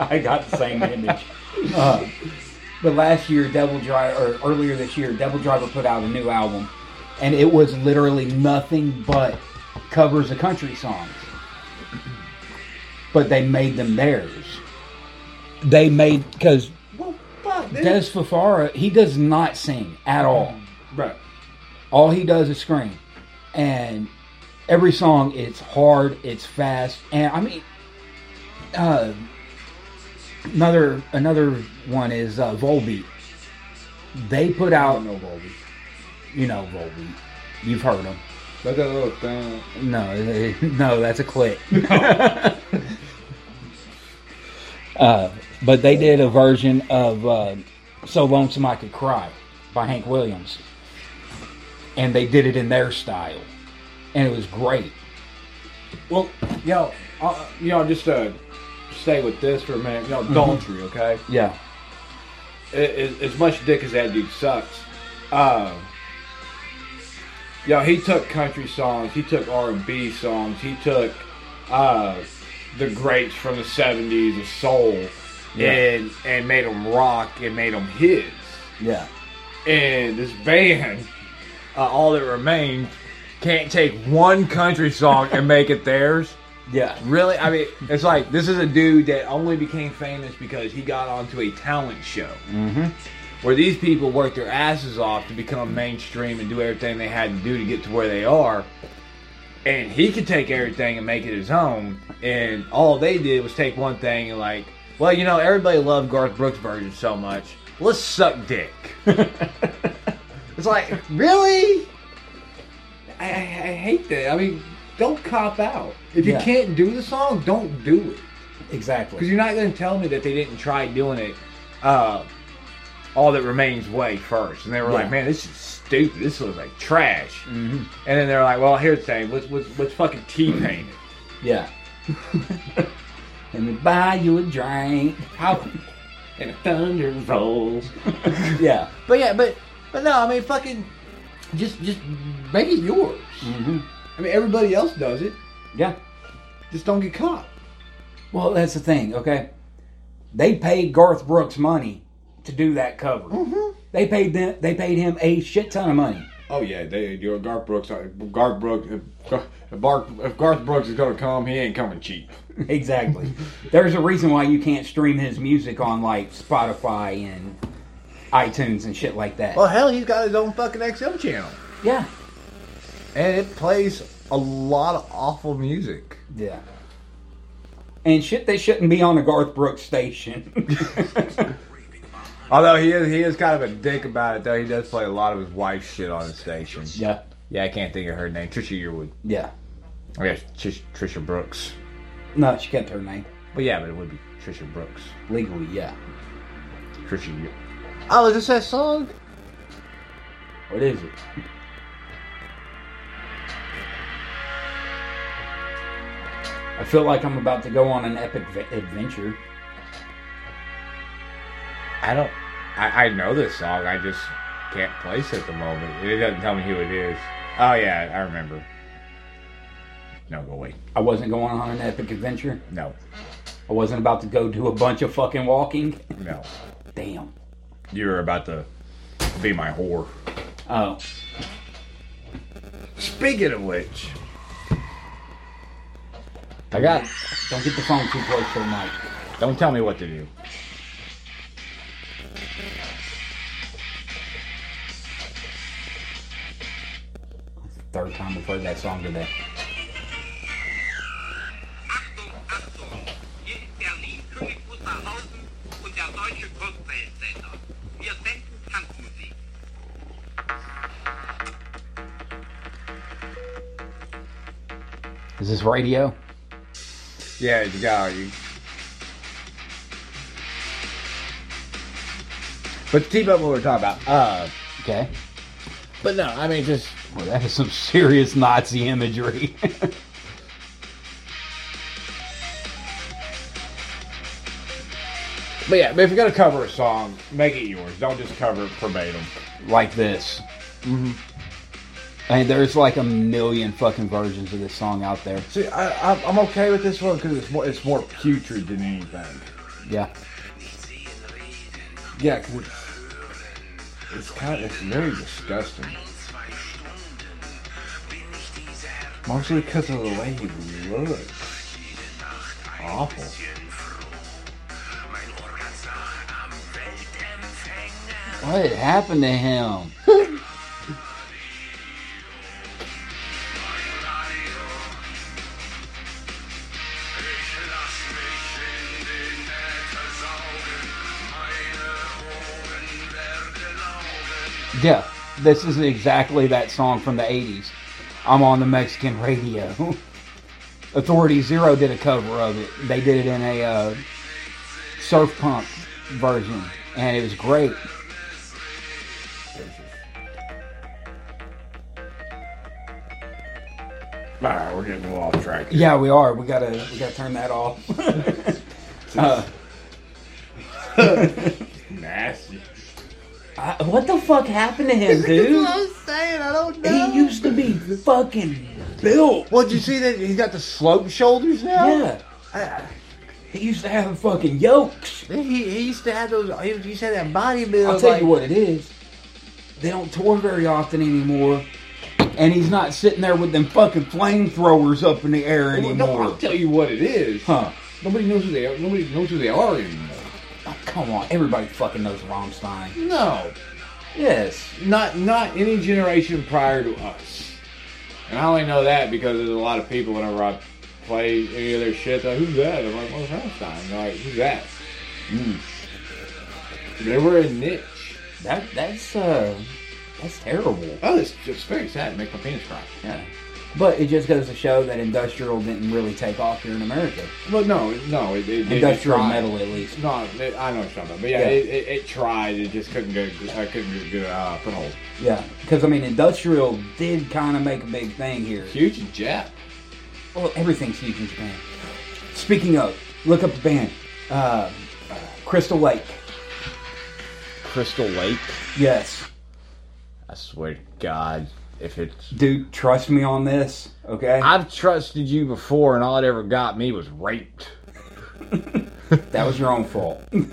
S2: I, I got the same image. Uh, but last year, Devil Drive, or earlier this year, Devil Driver put out a new album, and it was literally nothing but covers of country songs. But they made them theirs. They made because Des Fafara he does not sing at all.
S4: Right.
S2: All he does is scream. And every song, it's hard, it's fast, and I mean, uh, another another one is uh, Volbeat. They put out,
S20: No Volbeat.
S2: you know, Volbeat. You've heard them.
S20: That's that little thing.
S2: No, eh, no, that's a click. uh, but they did a version of uh, "So Lonesome I Could Cry" by Hank Williams, and they did it in their style, and it was great.
S4: Well, you know, uh, you know, just to stay with this for a minute. You know, adultery, okay?
S2: Yeah,
S4: A- a- As much dick as that dude sucks. Uh, you know, he took country songs, he took R and B songs, he took uh, the greats from the '70s, of soul,
S2: Yeah.
S4: and and made them rock and made them his.
S2: yeah,
S4: and this band, uh, all that remains, can't take one country song and make it theirs.
S2: yeah,
S4: Really, I mean, it's like this is a dude that only became famous because he got onto a talent show, mm-hmm. where these people worked their asses off to become mainstream and do everything they had to do to get to where they are. And he could take everything and make it his own. And all they did was take one thing and like, well, you know, everybody loved Garth Brooks' version so much. Let's suck dick. it's like, really? I, I, I hate that. I mean, don't cop out. If you
S2: Yeah.
S4: can't do the song, don't do it.
S2: exactly.
S4: Because you're not going to tell me that they didn't try doing it uh, all that remains way first. And they were like,
S2: Yeah.
S4: man, this is stupid. This looks like trash. Mm-hmm. And then they're like, well, here's the thing. Let's, let's, let's fucking T-paint it.
S2: Yeah. Let me buy you a drink.
S4: How? And thunder rolls.
S2: Yeah.
S19: But yeah, but but no, I mean, fucking, just just make it yours.
S2: Mm-hmm.
S4: I mean, everybody else does it.
S2: Yeah.
S4: Just don't get caught.
S2: Well, that's the thing, okay? They paid Garth Brooks money to do that cover. They paid them, they paid him a shit ton of money.
S20: Oh yeah, they you know, Garth Brooks. uh, Garth Brooks. If, Gar- if, Bark- if Garth Brooks is gonna come, he ain't coming cheap.
S2: exactly. There's a reason why you can't stream his music on like Spotify and iTunes and shit like that.
S19: Well, hell, he's got his own fucking XM channel.
S2: Yeah.
S21: And it plays a lot of awful music.
S2: Yeah. And shit, they shouldn't be on the Garth Brooks station.
S21: Although he is he is kind of a dick about it though. He does play a lot of his wife's shit on the station.
S2: yeah.
S21: Yeah, I can't think of her name. Trisha Yearwood.
S2: Yeah.
S21: I guess Trish, Trisha Brooks.
S2: No, she kept her name.
S21: But yeah, but it would be Trisha Brooks.
S2: Legally, yeah.
S21: Trisha Yearwood. Oh, is this that song?
S2: What is it? I feel like I'm about to go on an epic v- adventure.
S4: I don't. I, I know this song. I just can't place it at the moment. It doesn't tell me who it is. Oh yeah, I remember. No, go away.
S2: I wasn't going on an epic adventure.
S4: No,
S2: I wasn't about to go do a bunch of fucking walking.
S4: no.
S2: Damn.
S4: You were about to be my whore.
S2: Oh.
S4: Speaking of which,
S2: I got. Don't get the phone too close to the mic.
S4: don't tell me what to do.
S2: Third time we've heard that song today. Is this radio?
S4: Yeah, you got you. But to keep up what we're talking about. Uh,
S2: Okay.
S4: but no, I mean just
S22: Well, that is some serious Nazi imagery.
S4: But yeah, but if you're gonna cover a song, make it yours. Don't just cover it verbatim.
S22: like this. I mean, there's like a million fucking versions of this song out there.
S1: See, I, I, I'm okay with this one because it's more it's more putrid than anything.
S22: Yeah.
S1: Yeah, 'cause it's, it's kind of it's very disgusting. Mostly because of the way he looks. Awful.
S22: What happened to him? Yeah, this is exactly that song from the 80s. I'm on the Mexican radio. Authority Zero did a cover of it. They did it in a uh, surf punk version, and it was great.
S4: Alright, we're getting a little off track.
S2: Yeah, we are. We gotta we gotta turn that off. uh,
S4: Nasty.
S2: I- what the fuck happened to him, dude?
S1: I'm saying, I don't
S2: He used to be fucking built.
S1: Well, did you see that he's got the slope shoulders now?
S2: Yeah. He used to have fucking yokes.
S1: He, he used to have those. He used to have that body build.
S2: I'll tell
S1: like-
S2: you what it is. They don't tour very often anymore, and he's not sitting there with them fucking flamethrowers up in the air
S4: Well, no, I'll
S2: anymore.
S4: tell you what it is.
S2: Huh?
S4: Nobody knows who they are. Nobody knows who they are anymore.
S2: Oh, come on, everybody fucking knows Rammstein.
S4: No,
S2: Yes.
S4: not not any generation prior to us. And I only know that because there's a lot of people whenever I play any of their shit, they're like, who's that? I'm like, well, it's Rammstein. They're like, who's that?
S2: Hmm.
S4: They were a niche.
S2: That that's uh that's terrible.
S4: Oh, it's just very sad. Make my penis cry.
S2: Yeah. But it just goes to show that industrial didn't really take off here in America.
S4: Well, no, no, it, it, it, it
S2: Industrial
S4: tried.
S2: metal at least.
S4: No, it, I know what you're talking about, but yeah,
S2: Yeah.
S4: It, it, it tried. It just couldn't go. I couldn't get a good uh, foothold.
S2: Yeah. Because I mean industrial did kinda make a big thing here.
S4: Huge and Jap.
S2: Well everything's huge in Japan. Speaking of, look up the band. Uh, Crystal Lake.
S4: Crystal Lake.
S2: Yes.
S4: I swear to God, if it's
S2: Dude, trust me on this, okay?
S4: I've trusted you before, and all it ever got me was raped.
S2: That was your own fault. I'm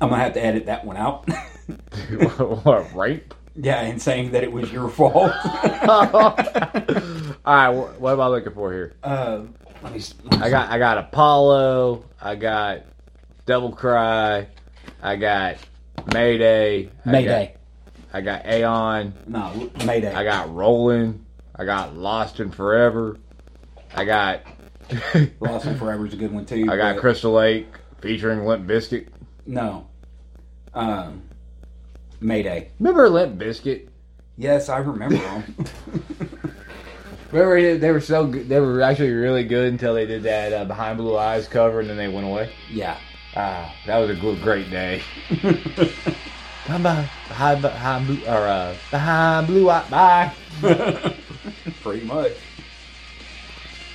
S2: gonna have to edit that one out.
S4: what rape?
S2: yeah, and saying that it was your fault.
S4: all right, wh- what am I looking for here?
S2: Uh, let me. s-
S4: I got I got Apollo. I got Double Cry. I got Mayday. I
S23: Mayday.
S4: got- I got Aeon.
S2: No, Mayday.
S4: I got Rolling. I got Lost in Forever. I got
S2: Lost in Forever is a good one too.
S4: I got
S2: but
S4: Crystal Lake featuring Limp Biscuit.
S2: No. Um, Mayday.
S4: Remember Limp Biscuit?
S2: Yes, I remember them.
S4: Remember they- they were so good, they were actually really good until they did that uh, Behind Blue Eyes cover and then they went away.
S2: yeah.
S4: Ah, that was a good, great day. Come on, behind, behind blue, or uh, behind blue eye, bye.
S2: Pretty much.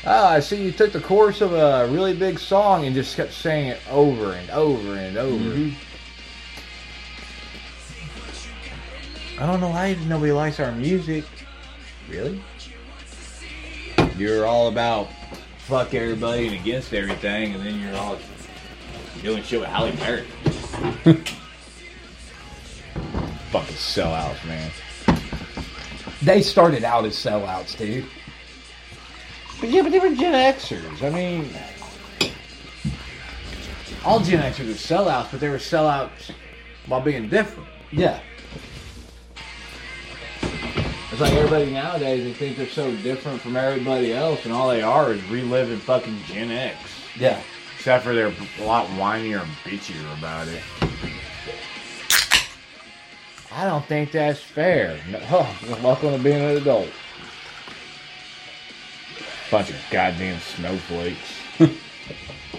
S4: Oh, I see you took the course of a really big song and just kept saying it over and over and over. I don't know why nobody likes our music. Really?
S1: You're all about fuck everybody and against everything, and then you're all doing shit with Halle Berry.
S4: Fucking sellouts, man.
S2: They started out as sellouts, dude.
S1: But yeah, but they were Gen Xers. I mean, all Gen Xers are sellouts, but they were sellouts while being different.
S2: Yeah.
S1: It's like everybody nowadays, they think they're so different from everybody else, and all they are is reliving fucking Gen X.
S2: Yeah.
S4: Except for they're a lot whinier and bitchier about it. I don't think that's fair. No, huh, welcome to being an adult. Bunch of goddamn snowflakes.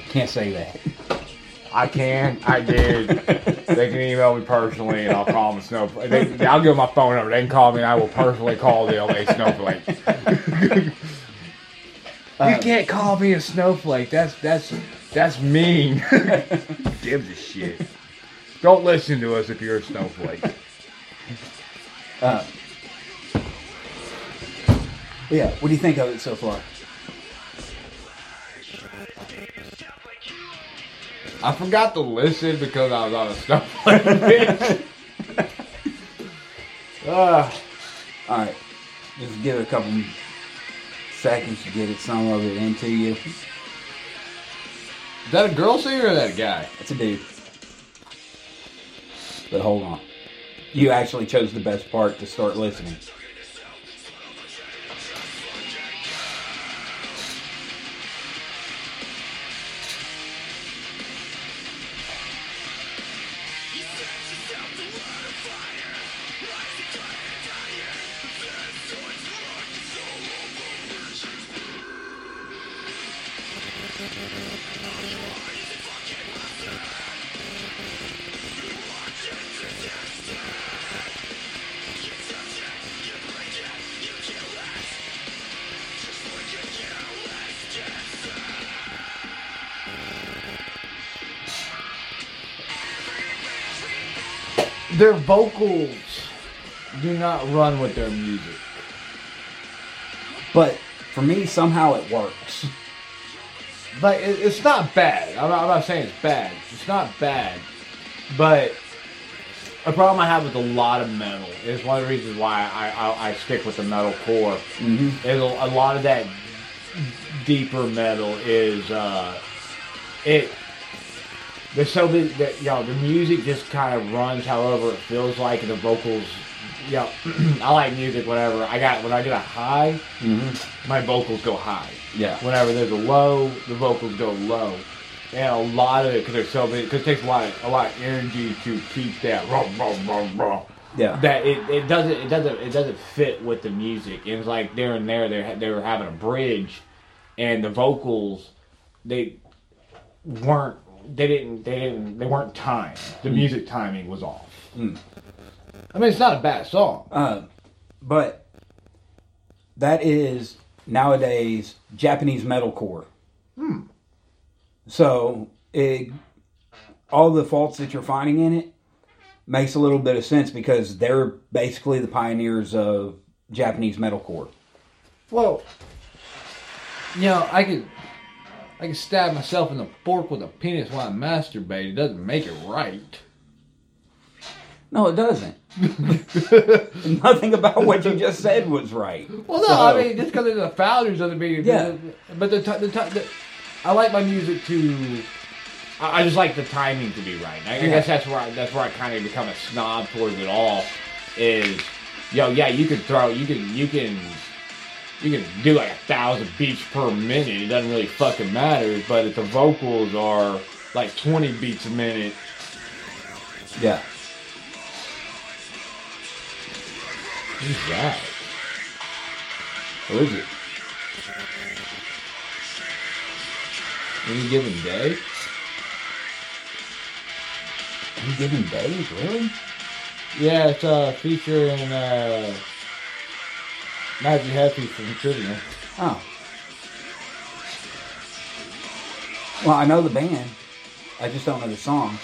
S2: Can't say that.
S4: I can. I did. they can email me personally, and I'll call them a snowflake. They, they- I'll give my phone number. They can call me, and I will personally call the LA snowflake. you can't call me a snowflake. That's that's that's mean. Gives a shit. Don't listen to us if you're a snowflake.
S2: Uh, yeah. What do you think of it so far?
S4: I forgot to listen because I was on a snowflake. bitch. Ah.
S2: All right. Just give it a couple seconds to get it, some of it into you.
S4: is that a girl singer or that a guy?
S2: That's a dude. But hold on. You actually chose the best part to start listening.
S1: Their vocals do not run with their music.
S2: But for me, somehow it works.
S1: Like it, it's not bad. I'm not, I'm not saying it's bad. It's not bad, but a problem I have with a lot of metal is one of the reasons why I I, I stick with the metal core.
S2: Mm-hmm.
S1: Is a, a lot of that deeper metal is uh it. There's so big that you know the music just kind of runs however it feels like, and the vocals. You know, I like music, whatever. I got when I get a high,
S2: Mm-hmm.
S1: my vocals go high
S2: Yeah.
S1: whenever there's a low, the vocals go low. And a lot of it, because there's so many, because it takes a lot, of, a lot of energy to keep that rum, rum, rum, rum,
S2: Yeah.
S1: that it, it doesn't, it doesn't, it doesn't fit with the music. And it's like there and there, they they were having a bridge, and the vocals, they weren't, they didn't, they didn't, they weren't timed. The music timing was off.
S2: Mm.
S1: I mean, it's not a bad song.
S2: Um, but that is nowadays Japanese metalcore. Hmm. So it, all the faults that you're finding in it makes a little bit of sense because they're basically the pioneers of Japanese metalcore.
S1: Well, you know, I could I could stab myself in the fork with a penis while I masturbate. It doesn't make it right.
S2: No, it doesn't. Nothing about what you just said was right.
S1: Well, no, I mean, just because it's the founders doesn't mean.
S2: Yeah.
S1: But the, t- the, t- the I like my music to
S4: I, I just like the timing to be right. I, I
S6: Yeah.
S4: guess that's where I, that's where I kind of become a snob towards it all. Is yo, yeah, you can throw, you can, you can, you can do like a thousand beats per minute. It doesn't really fucking matter. But if the vocals are like twenty beats a minute,
S2: Yeah.
S4: who's that?
S2: Who is it?
S4: Any given day?
S2: Any given days, really?
S1: Yeah, it's uh, featuring uh, Magic Happy from Trivia.
S2: Oh. Well, I know the band. I just don't know the songs.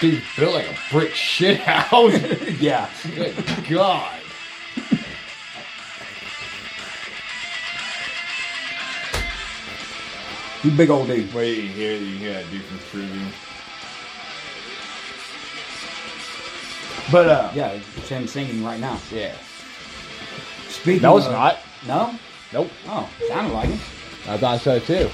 S4: Dude built like a brick shit house.
S2: Yeah.
S4: Good God.
S2: You big old dude.
S1: Wait, you hear you hear that dude from Trivia?
S4: But uh,
S2: Yeah, it's him singing right now.
S4: yeah.
S2: Speaking
S4: No, it's
S2: of-
S4: not.
S2: No?
S4: Nope.
S2: Oh, sounded like it.
S4: I thought so too.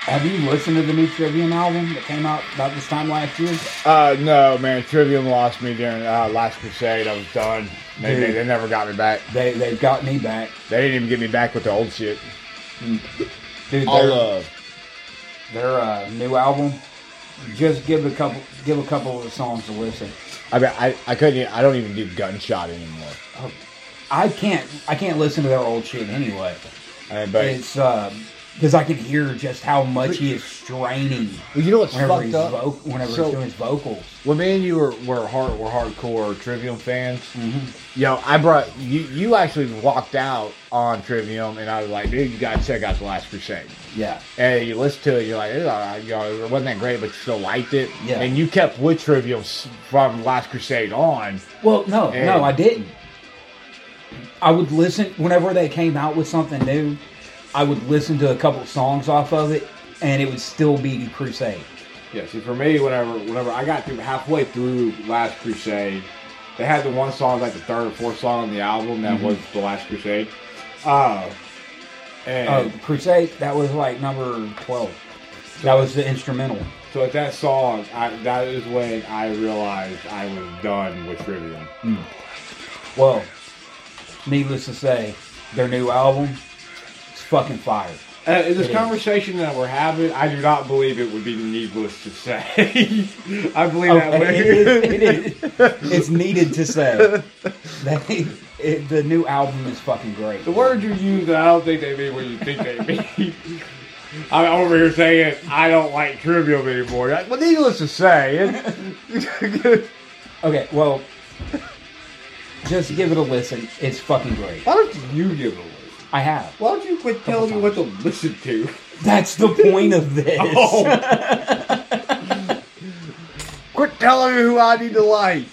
S2: Have you listened to the new Trivium album that came out about this time last year?
S18: Uh, no, man. Trivium lost me during uh, Last Crusade. I was done. They, they,
S2: Dude.
S18: they never got me back.
S2: They they got me back.
S18: They didn't even get me back with the old shit.
S2: Dude,
S18: All
S2: their,
S18: love.
S2: their uh, new album. Just give a couple give a couple of the songs to listen.
S18: I mean, I, I couldn't. e- I don't even do gunshot anymore.
S2: I can't I can't listen to their old shit anyway.
S18: I mean, but
S2: It's because I can hear just how much he is straining
S18: Well, you know what's
S2: whenever
S18: fucked
S2: he's
S18: up?
S2: vo- whenever
S18: So-
S2: he's doing his vocals.
S1: Well, me and you were were hard were hardcore Trivium fans. Mm-hmm.
S18: Yo, I brought you. You actually walked out on Trivium, and I was like, "Dude, you gotta check out the Last Crusade."
S2: Yeah,
S18: And you listen to it, you're like, "It's all right, yo, it wasn't that great, but you still liked it."
S2: Yeah.
S18: And you kept with Trivium s- from Last Crusade on.
S2: Well, no,
S18: And-
S2: no, I didn't. I would listen whenever they came out with something new. I would listen to a couple songs off of it, and it would still be Crusade.
S1: Yeah, see, for me, whenever whenever I got through halfway through Last Crusade, they had the one song like the third or fourth song on the
S18: Mm-hmm.
S1: album that was the Last Crusade. Uh, and
S2: Oh, Crusade that was like number twelve. That was the instrumental.
S1: so at that song, I, that is when I realized I was done with Trivium.
S2: Well, needless to say, their new album is fucking fire.
S1: Uh, in this
S2: It is.
S1: conversation that we're having, I do not believe it would be needless to say. I believe that
S2: it,
S1: way.
S2: is, it is. It's needed to say that it- it- the new album is fucking great.
S1: The words you use, I don't think they mean what you think they mean. I'm over here saying I don't like Trivium anymore. Well, needless to say, it,
S2: Okay, well, just give it a listen. It's fucking great.
S1: why don't you give it away?
S2: I have.
S1: Why don't you quit telling me what to listen to?
S2: That's the point of this.
S1: Quit telling me who I need to like.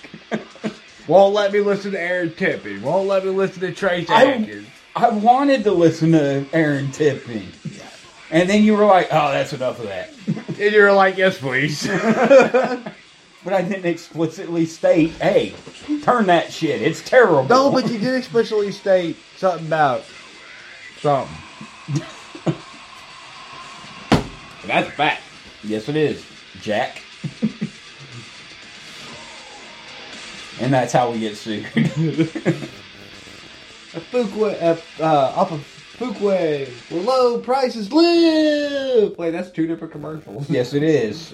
S1: Won't let me listen to Aaron Tippin. Won't let me listen to Trace
S2: I-
S1: Atkins.
S2: I wanted to listen to Aaron Tipping. And then you were like, oh, that's enough of that.
S1: And you're like, yes, please.
S2: But I didn't explicitly state, hey, turn that shit. It's terrible.
S18: No, but you did explicitly state something about something.
S4: That's back.
S2: Yes, it is, Jack. and that's how we get sued.
S1: Fuqua, uh, off of Fuqua, where low prices live. Wait, that's two different commercials.
S2: yes, it is.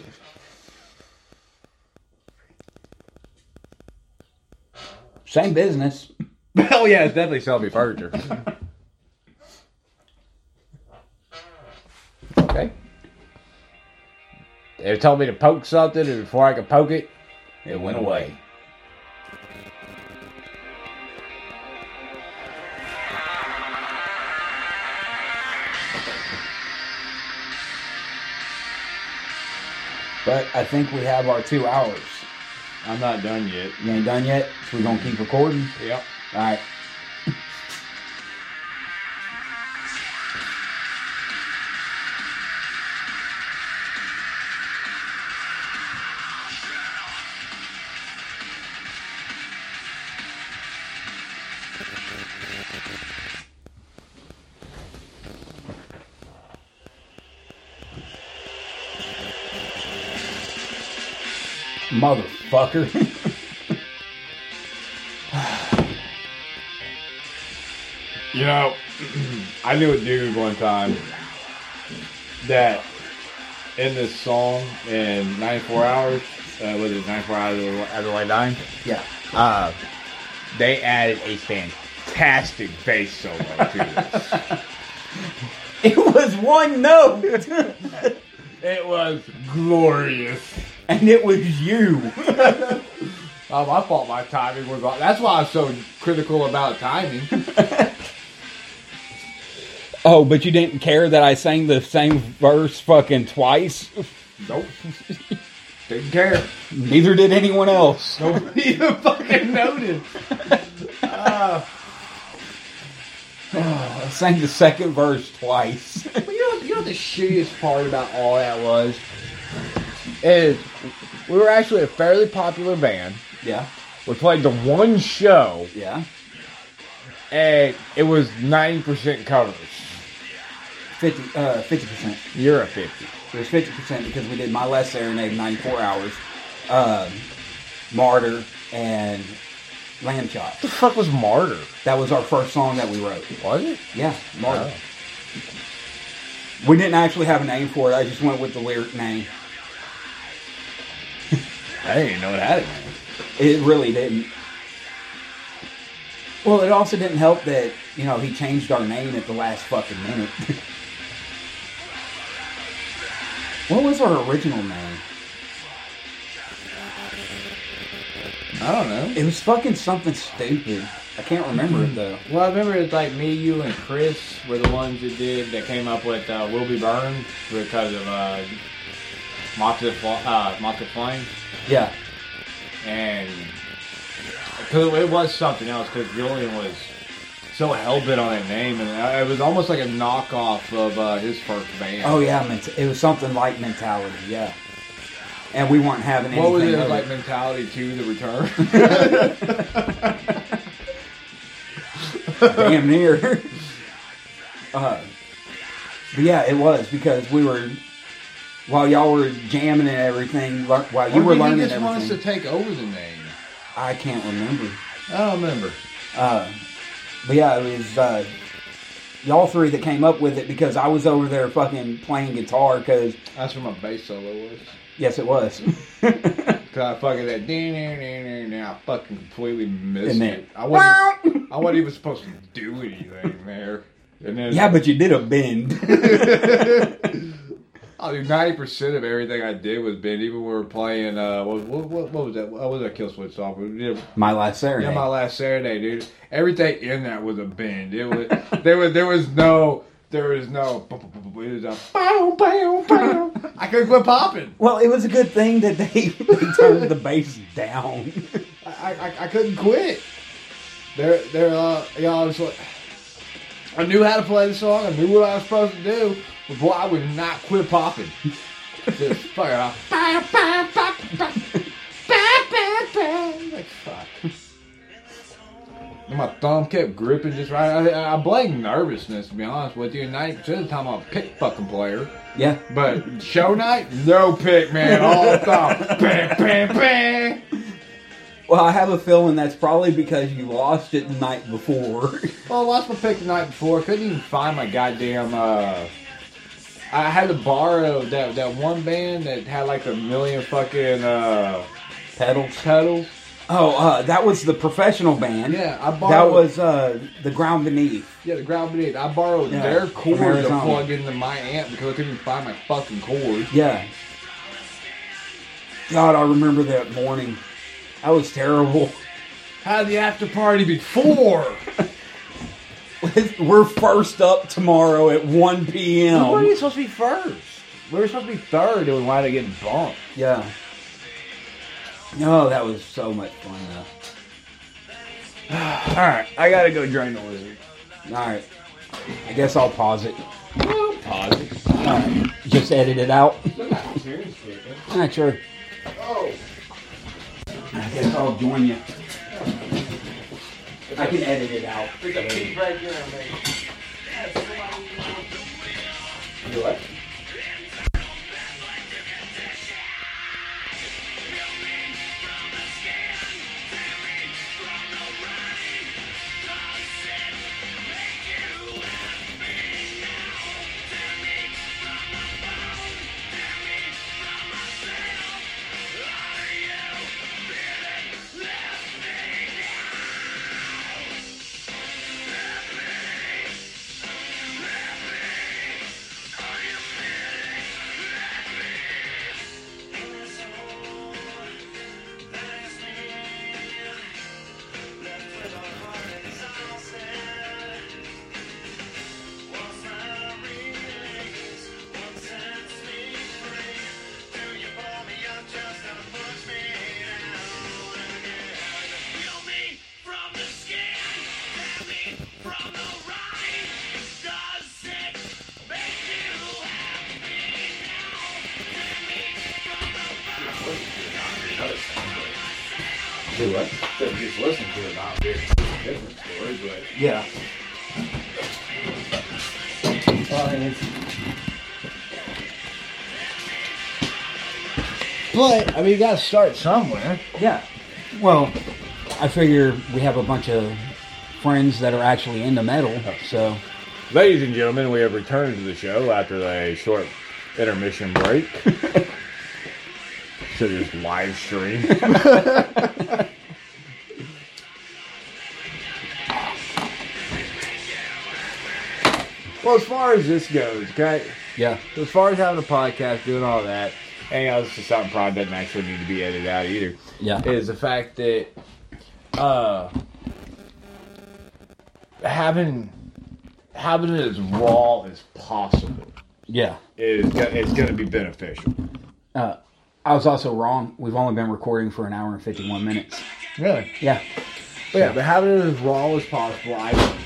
S2: Same business.
S1: Hell Oh, yeah, it's definitely Selby Furniture.
S2: Okay.
S4: They told me to poke something, and before I could poke it,
S2: It went away. But I think we have our two hours.
S1: I'm not done yet.
S2: You ain't done yet, so we're gonna keep recording.
S1: Yep.
S2: All right.
S24: Motherfucker.
S4: You know, I knew a dude one time that in this song in 94 hours, uh, was it 94 hours of the- of the light nine?
S2: Yeah.
S4: Uh, they added a fantastic bass solo to this.
S2: It was one note,
S4: it was glorious.
S2: and it was you.
S1: Oh,
S4: Um, I thought my timing was off. That's why I'm so critical about timing.
S24: Oh, but you didn't care that I sang the same verse fucking twice?
S4: Nope. Didn't care.
S24: Neither did anyone else.
S4: Nobody even fucking noticed.
S24: I sang the second verse twice.
S4: But you know, you know what the shittiest part about all that was is we were actually a fairly popular band.
S2: Yeah,
S4: We played the one show,
S2: yeah.
S4: and it was ninety percent covers.
S2: Fifty, uh, fifty percent.
S4: You're a fifty.
S2: It was fifty percent because we did my last serenade, ninety-four hours, um, martyr, and lamb chop.
S4: The fuck was Martyr?
S2: That was our first song that we wrote.
S4: Was it?
S2: Yeah, martyr. We didn't actually have a name for it. I just went with the lyric name.
S4: I didn't even know it had it.
S2: It really didn't. Well, it also didn't help that you know he changed our name at the last fucking minute. what was our original name?
S4: I don't know.
S2: It was fucking something stupid. I can't remember it though.
S25: Well, I remember it's like me, you, and Chris were the ones that did that came up with uh, "Will Be Burned" because of uh, "Mock to the Fl- uh, Mock to the Flame,"
S2: Yeah,
S25: and because it was something else. Because Julian was so hell bent on that name, and I- it was almost like a knockoff of uh, his first band.
S2: Oh yeah, ment- it was something like mentality. Yeah, and we weren't having anything.
S25: What was it
S2: of
S25: like?
S2: it.
S25: Mentality to the return.
S2: damn near. uh, but yeah, it was because we were while y'all were jamming and everything. lear- While you were
S4: did
S2: learning
S4: he just want us to
S2: everything,
S4: take over the name?
S2: I can't remember.
S4: I don't remember.
S2: Uh, but yeah, it was uh, y'all three that came up with it because I was over there fucking playing guitar. Because
S4: That's where my bass solo was.
S2: yes, it was.
S4: Cause I fucking that ding ding ding ding ding. I fucking completely missed
S2: And then-
S4: it. I wasn't. I wasn't even supposed to do anything there. And then
S2: yeah, but you did a bend.
S4: I mean, ninety percent of everything I did was bend. Even when we were playing, uh, what, what, what, what was that? What was that Kill Switch song? We did,
S2: My last
S4: yeah,
S2: Saturday.
S4: my last Saturday, dude. Everything in that was a bend. It was there was there was no there was no. bu- bu- bu- bu- It was a bow bow bow. I couldn't quit popping.
S2: well, it was a good thing that they, they turned the bass down.
S4: I, I, I couldn't quit. They're they're uh, you know, I was like, I knew how to play the song. I knew what I was supposed to do. But boy, I would not quit popping. Just fucking off. Like fuck. And my thumb kept gripping just right. I, I blame nervousness to be honest with you. And ninety percent of the time, I'm a pick fucking player.
S2: Yeah.
S4: But show night, no pick, man. All thumb, bam, bam, bam.
S2: Well, I have a feeling that's probably because you lost it the night before.
S4: Well, I lost my pick the night before. Couldn't even find my goddamn. Uh, I had to borrow that that one band that had like a million fucking uh,
S2: Pedals.
S4: pedals.
S2: Oh, uh, that was the professional band.
S4: Yeah, I borrowed.
S2: That was uh, the ground beneath.
S4: yeah the ground beneath. I borrowed
S2: Yeah,
S4: their
S2: from
S4: cord to
S2: Arizona.
S4: plug into my amp because I couldn't even find my fucking cord.
S2: Yeah. God, I remember that morning. That was terrible.
S4: Had the after party before.
S2: We're first up tomorrow at 1
S25: Why are
S2: p.m.
S25: you supposed to be first? We were supposed to be third, and we wound up getting bumped.
S2: Yeah. Oh, that was so much fun, though.
S25: All right, I gotta go drain the lizard.
S2: All right. I guess I'll pause it.
S24: Just edit it out. Not sure.
S2: I guess I'll join you. I can edit it out.
S26: Thank
S2: to it.
S18: So just listen to it, not be a different story, but
S2: Yeah.
S6: But I mean, you gotta start somewhere.
S2: Yeah.
S5: Well, I figure we have a bunch of friends that are actually into metal, so
S18: ladies and gentlemen, we have returned to the show after a short intermission break. Should just live stream.
S4: Well, as far as this goes, okay,
S5: yeah.
S4: as far as having a podcast, doing all that,
S18: Hey, I was just something probably doesn't actually need to be edited out either.
S5: Yeah.
S4: is the fact that uh having having it as raw as possible
S5: Yeah.
S18: Is go- it's going to be beneficial.
S5: Uh, I was also wrong. We've only been recording for an hour and 51 minutes.
S4: really
S5: Yeah.
S4: but yeah but having it as raw as possible i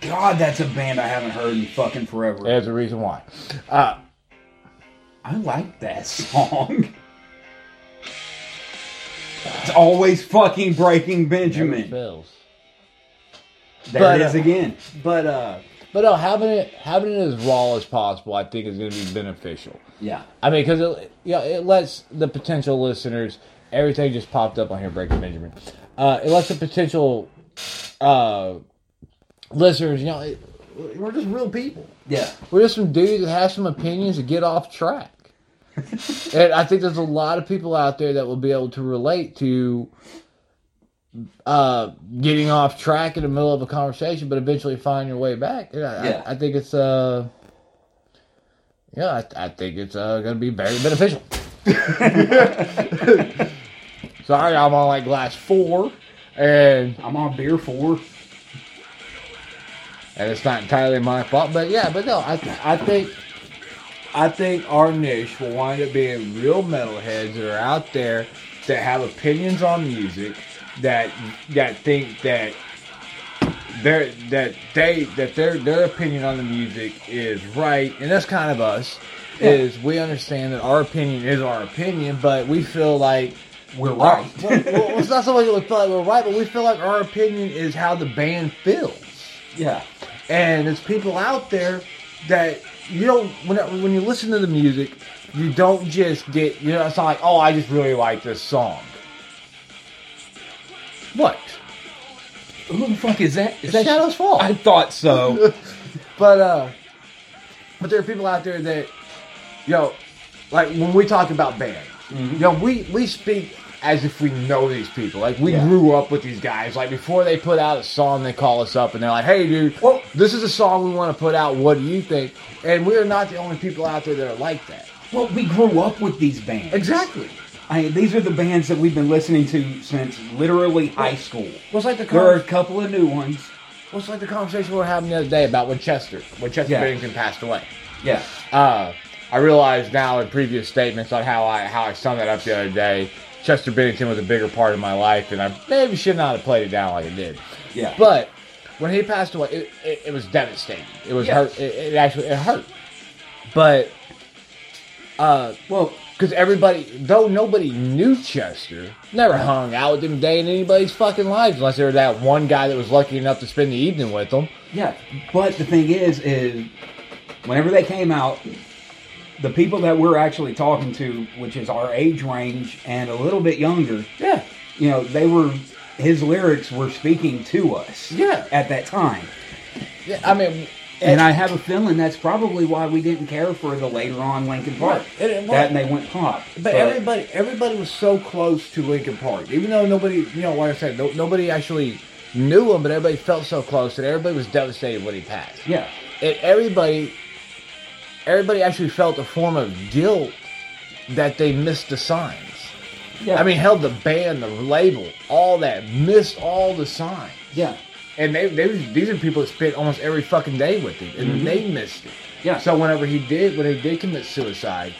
S2: God, that's a band I haven't heard in fucking forever.
S18: There's a reason why.
S4: Uh,
S2: I like that song. It's always fucking Breaking Benjamin.
S1: fails.
S2: There
S4: But,
S2: it is
S4: uh,
S2: again.
S4: but uh but no having it having it as raw as possible i think is going to be beneficial
S2: Yeah.
S4: i mean because it yeah it lets the potential listeners everything just popped up on here breaking benjamin uh it lets the potential uh listeners you know it, we're just real people
S2: Yeah.
S4: We're just some dudes that have some opinions that get off track. and I think there's a lot of people out there that will be able to relate to uh, getting off track in the middle of a conversation, but eventually find your way back. And I,
S2: Yeah.
S4: I, I think it's uh, yeah, I, I think it's uh, going to be very beneficial. Sorry, I'm on like glass four, and
S2: I'm on beer four.
S4: and it's not entirely my fault. But yeah, but no, I I think I think our niche will wind up being real metalheads that are out there that have opinions on music that that think that their that they that their their opinion on the music is right, and that's kind of us. Is we understand that our opinion is our opinion, but we feel like
S2: We're right.
S4: well, well, it's not so much that we feel like we're right, but we feel like our opinion is how the band feels.
S2: yeah.
S4: And there's people out there that you don't when when you listen to the music, you don't just get you know it's not like oh I just really like this song. What?
S5: Who the fuck is that? Is
S4: It's Shadow's fault.
S5: I thought so.
S4: But uh, but there are people out there that you know, like when we talk about bands,
S2: Mm-hmm.
S4: you know we we speak as if we know these people. Like we
S2: Yeah.
S4: grew up with these guys. Like before they put out a song, they call us up and they're like, "Hey, dude, this is a song we want to put out. What do you think?" And we're not the only people out there that are like that.
S2: Well, we grew up with these bands.
S4: Exactly.
S2: I mean, these are the bands that we've been listening to since literally high school.
S4: What's like the
S2: There are a
S4: con-
S2: couple of new ones.
S4: what's like the conversation we were having the other day about when Chester when Chester
S2: Yeah.
S4: Bennington passed away.
S2: Yeah.
S4: Uh, I realized now in previous statements on how I how I summed that up the other day, Chester Bennington was a bigger part of my life, and I maybe should not have played it down like I did.
S2: Yeah.
S4: But when he passed away, it, it, it was devastating. It was
S2: Yes.
S4: hurt. It, it actually it hurt. But uh,
S2: well,
S4: because everybody, though nobody knew Chester, never hung out with him a day in anybody's fucking lives unless there was that one guy that was lucky enough to spend the evening with him.
S2: Yeah, but the thing is, is whenever they came out, the people that we're actually talking to, which is our age range and a little bit younger,
S4: Yeah.
S2: you know, they were his lyrics were speaking to us.
S4: Yeah.
S2: at that time,
S4: yeah I mean,
S2: and I have a feeling that's probably why we didn't care for the later on Lincoln Park.
S4: Right. And- and why-
S2: that and they went pop.
S4: But everybody, everybody was so close to Lincoln Park, even though nobody, you know, like I said, no, nobody actually knew him, but everybody felt so close, and everybody was devastated when he passed.
S2: yeah,
S4: And everybody, everybody actually felt a form of guilt that they missed the signs.
S2: yeah,
S4: I mean, held the band, the label, all that, missed all the signs.
S2: yeah,
S4: And they, they was, these are people that spent almost every fucking day with him, and they missed it.
S2: Mm-hmm. yeah.
S4: So whenever he did, when he did commit suicide,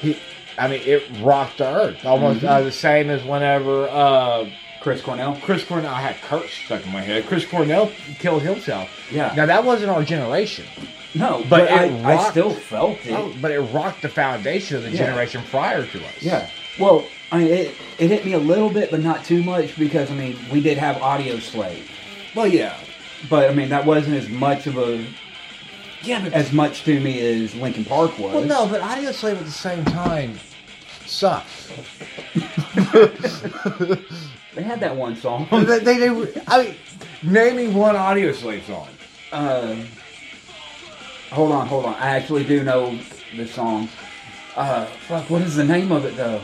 S4: he, I mean, it rocked the earth almost
S2: Mm-hmm.
S4: uh, the same as whenever uh,
S2: Chris Cornell.
S4: Chris Cornell. I had Kurt stuck in my head. Chris Cornell killed himself.
S2: Yeah.
S4: Now that wasn't our generation,
S2: No, but,
S4: But it
S2: I, I
S4: rocked. Oh,
S2: still felt it.
S4: but it rocked the foundation of the
S2: Yeah.
S4: generation prior to us.
S2: Yeah. Well, I mean, it, it hit me a little bit, but not too much because I mean we did have Audio Slave,
S1: Well, yeah.
S2: but I mean that wasn't as much of a
S6: Yeah, but
S2: as much to me as Lincoln Park was.
S6: well, no, but Audio Slave at the same time sucks.
S2: they had that one song.
S6: they, they, they- I mean, name me one Audio Slave song.
S2: Uh, hold on, hold on. I actually do know the song. Uh, fuck, what is the name of it though?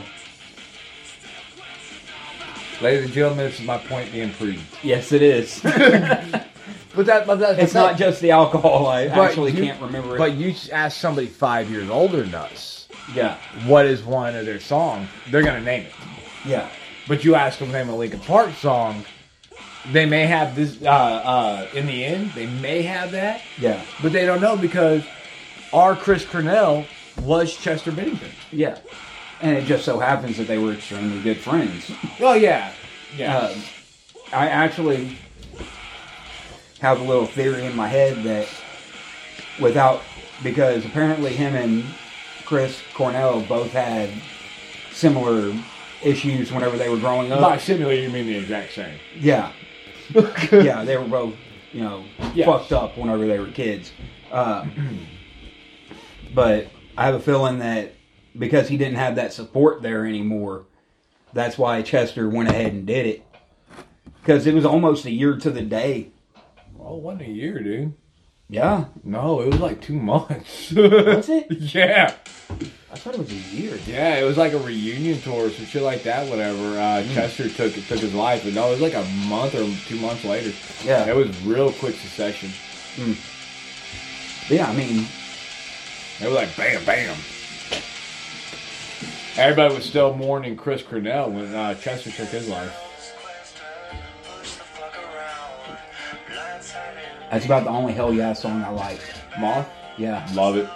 S6: Ladies and gentlemen, this is my point being proved.
S2: Yes, it is.
S6: But that, but that,
S2: it's
S6: but
S2: not just the alcohol. I
S6: But
S2: actually
S6: you-
S2: can't remember it.
S4: But you ask somebody five years older than us,
S2: yeah,
S4: what is one of their songs? They're gonna name it.
S2: yeah.
S4: But you ask them to name a Linkin Park song, they may have this. Uh, uh, in the end, they may have that,
S2: Yeah,
S4: but they don't know because our Chris Cornell was Chester Bennington.
S2: yeah. And it just so happens that they were extremely good friends.
S4: Oh yeah, yeah.
S2: Um, I actually have a little theory in my head that without, because apparently him and Chris Cornell both had similar issues whenever they were growing up.
S4: By similar, you mean the exact same.
S2: Yeah. yeah, they were both, you know,
S4: Yes.
S2: fucked up whenever they were kids. Uh, but I have a feeling that because he didn't have that support there anymore, that's why Chester went ahead and did it. Because it was almost a year to the day.
S4: Oh, one a year, dude.
S2: Yeah.
S4: No, it was like two months.
S2: Was it?
S4: yeah.
S2: I thought it was a year.
S4: Yeah, it was like a reunion tour or some shit like that. Whatever. Uh, Chester took took his life, but no, it was like a month or two months later.
S2: Yeah.
S4: It was real quick succession.
S2: Yeah, I mean,
S4: It was like bam, bam. Everybody was still mourning Chris Cornell when uh, Chester took his life.
S2: that's about the only Hell Yeah song I like.
S4: Moth,
S2: Yeah.
S4: love it.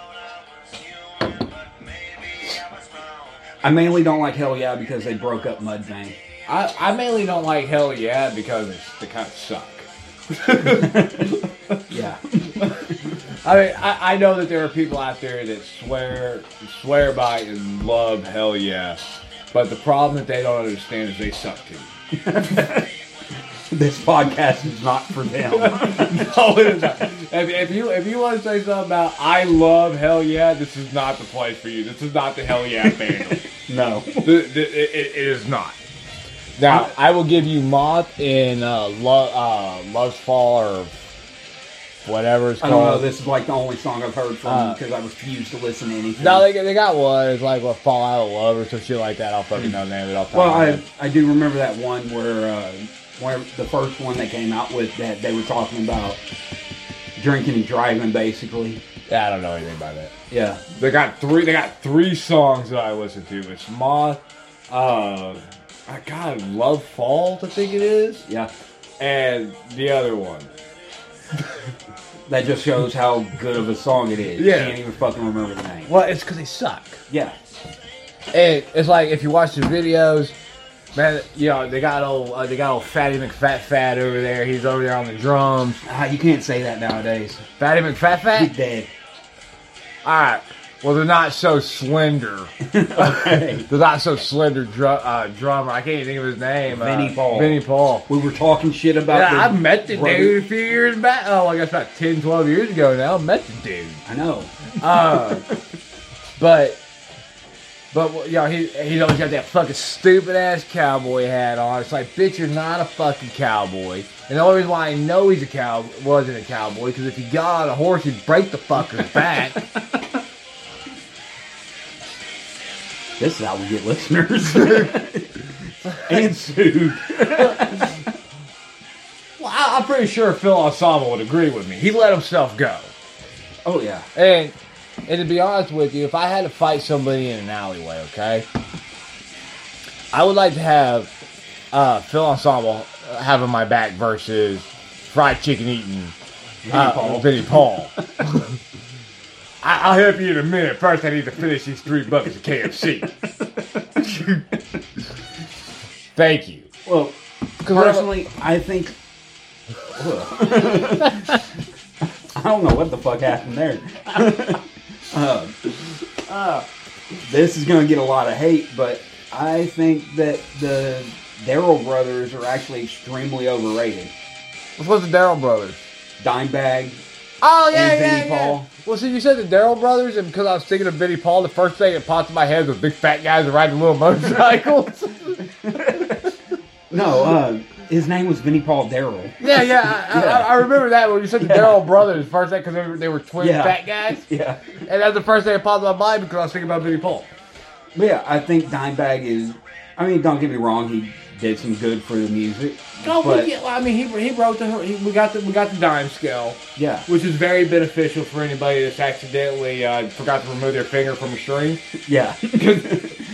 S2: I mainly don't like Hell Yeah because they broke up Mudvayne.
S4: I, I mainly don't like Hell Yeah because it's, they kind of suck.
S2: Yeah.
S4: I mean, I, I know that there are people out there that swear swear by and love Hell Yeah, but the problem that they don't understand is they suck too.
S2: this podcast is not for them.
S4: no, Oh, it is not. If, if you if you want to say something about I love Hell Yeah, this is not the place for you. This is not the Hell Yeah fandom.
S2: no.
S4: The- the- it- it- it is not. Now I will give you Moth in uh, Love uh, Love's Fall or whatever it's
S2: I
S4: called.
S2: don't know. This is like the only song I've heard from
S4: Uh,
S2: because I refuse to listen to anything.
S4: no, they, they got one. It's like what Fall Out of Love or some shit like that. I'll fucking know the name of it off the top
S2: well,
S4: of my
S2: I
S4: head.
S2: I do remember that one where uh, where the first one they came out with that they were talking about drinking and driving, basically.
S4: Yeah, I don't know anything about that.
S2: Yeah.
S4: They got three. They got three songs that I listen to. It's Moth. Uh, I God, Love Fall. I think it is,
S2: Yeah.
S4: and the other one.
S2: That just shows how good of a song it is.
S4: Yeah.
S2: Can't even fucking remember the name.
S4: Well, it's because they suck.
S2: Yeah.
S4: And it's like if you watch the videos, man. You know they got old. Uh, they got old Fatty McFat Fat over there. He's over there on the drums.
S2: Ah, you can't say that nowadays.
S4: Fatty McFat Fat.
S2: He's dead.
S4: All right. Well, they're not so slender. they're not so slender dr- uh, drummer. I can't even think of his name.
S2: Vinnie
S4: uh,
S2: Paul.
S4: Vinnie Paul.
S2: We were talking shit about.
S4: Yeah,
S2: the
S4: I met the
S2: brother-
S4: dude a few years back. Oh, I guess about 10, 12 years ago now. Met the dude.
S2: I know.
S4: Uh, but, but well, y'all, he he's always got that fucking stupid ass cowboy hat on. It's like, bitch, you're not a fucking cowboy. And the only reason why I know he's a cow wasn't a cowboy because if he got on a horse, he'd break the fucker's back.
S2: This is how we get listeners. and sued.
S4: well, I, I'm pretty sure Phil Osama would agree with me. He let himself go.
S2: Oh yeah.
S4: And and to be honest with you, if I had to fight somebody in an alleyway, okay, I would like to have uh, Phil Ensemble having my back versus fried chicken eating uh, Vinnie Paul. I, I'll help you in a minute. First, I need to finish these three buckets of KFC. Thank you.
S2: Well, personally, I think. I don't know what the fuck happened there. Um, uh, this is gonna get a lot of hate, but I think that the Daryl brothers are actually extremely overrated.
S4: Which was the Daryl brothers?
S2: Dimebag.
S4: Oh yeah,
S2: And
S4: yeah,
S2: Vinnie
S4: yeah.
S2: Paul.
S4: Well, see, you said the Daryl brothers, and because I was thinking of Vinnie Paul, the first thing that popped in my head was big fat guys riding little motorcycles.
S2: No, uh, his name was Vinnie Paul Daryl.
S4: yeah, yeah, I, I, I remember that when you said the Daryl brothers first thing because they, were- they were twin
S2: Yeah.
S4: fat guys,
S2: Yeah.
S4: and that's the first thing that popped in my mind because I was thinking about Vinnie Paul.
S2: But yeah, I think Dimebag is. I mean, don't get me wrong, he did some good for the music.
S4: No,
S2: but
S4: but, yeah, well, I mean, he, he wrote the he, we got the we got the dime scale,
S2: yeah,
S4: which is very beneficial for anybody that's accidentally uh, forgot to remove their finger from a string.
S2: yeah.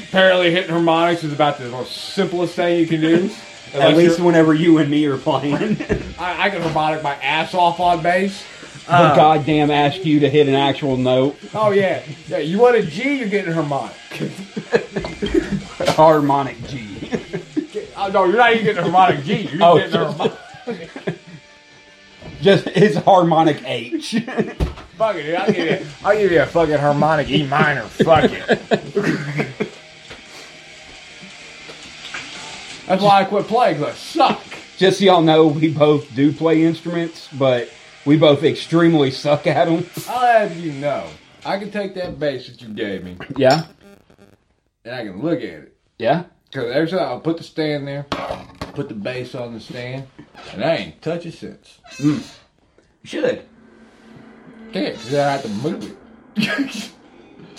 S4: Apparently, hitting harmonics is about the most simplest thing you can do.
S2: At
S4: Unless
S2: least
S4: you're-
S2: whenever you and me are playing.
S4: I, I can harmonic my ass off on bass.
S2: Uh,
S1: But goddamn ask you to hit an actual note.
S4: Oh yeah, yeah. You want a G? You're getting harmonic.
S2: Harmonic G.
S4: Oh, no, you're not even getting a harmonic G. You're
S1: Oh,
S4: getting a
S1: just-
S4: harmonic.
S1: Just his harmonic H.
S4: Fuck it, dude. I'll give you. I'll give you a fucking harmonic E minor. Fuck it. That's why I quit playing. 'cause I suck.
S1: Just so y'all know, we both do play instruments, but we both extremely suck at them.
S4: I'll have you know, I can take that bass that you gave me
S1: Yeah,
S4: and I can look at it.
S1: yeah.
S4: Cause every time I put the stand there, put the bass on the stand, and I ain't touch it since.
S2: Should.
S4: Can't, cause I have to move it.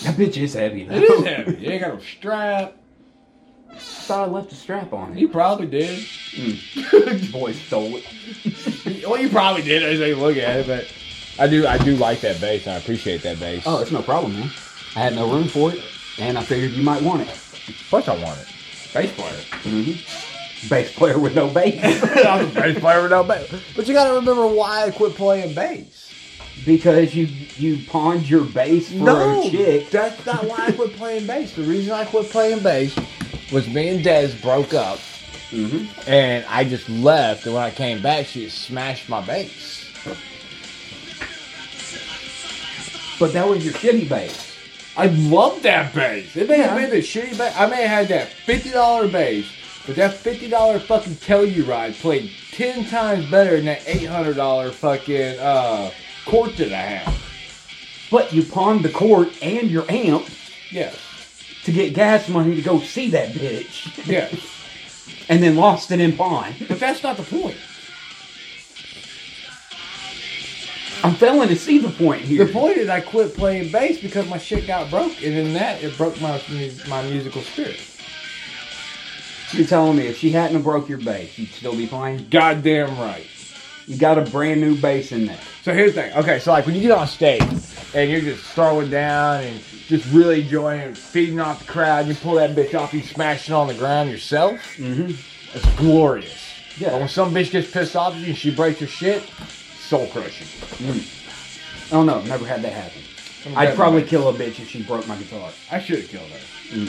S2: That bitch is heavy though.
S4: It is heavy. You ain't got no strap.
S2: Thought I left a strap on
S4: You probably did.
S2: it. Boy stole it.
S4: Well, you probably did as they look at it, but
S27: I do, I do like that bass. and I appreciate that bass.
S2: Oh, it's no problem, man. I had no room for it, and I figured you might want it.
S27: Plus, I want it. Bass player.
S2: Mm-hmm. Bass player with no bass.
S4: I'm a bass player without bass. But you gotta remember why I quit playing bass.
S2: because you you pawned your bass for a chick.
S4: that's not why I quit playing bass. The reason I quit playing bass was me and Dez broke up, and I just left. And when I came back, she smashed my bass.
S2: But that was your shitty bass.
S4: I love that bass. It may have been the shitty bass. I may have had that fifty dollar bass, but that fifty dollar fucking Telluride played ten times better than that eight hundred dollar fucking uh court that I have.
S2: But you pawned the court and your amp
S4: Yeah,
S2: to get gas money to go see that bitch,
S4: yeah.
S2: and then lost it in pawn.
S4: but that's not the point.
S2: I'm failing to see the point here.
S4: The point is, I quit playing bass because my shit got broke, and in that, it broke my mu- my musical spirit.
S2: You're telling me if she hadn't have broke your bass, you'd still be playing.
S4: Goddamn Ah, right.
S2: You got a brand new bass in there.
S4: So here's the thing. Okay, so like when you get on stage and you're just throwing down and just really enjoying it, feeding off the crowd, you pull that bitch off, you smash it on the ground yourself.
S2: Mhm.
S4: It's glorious.
S2: Yeah.
S4: But when some bitch gets pissed off at you and she breaks her shit, soul crushing.
S2: Oh no, never had that happen. I'd probably kill a bitch if she broke my guitar,
S4: I should have killed her.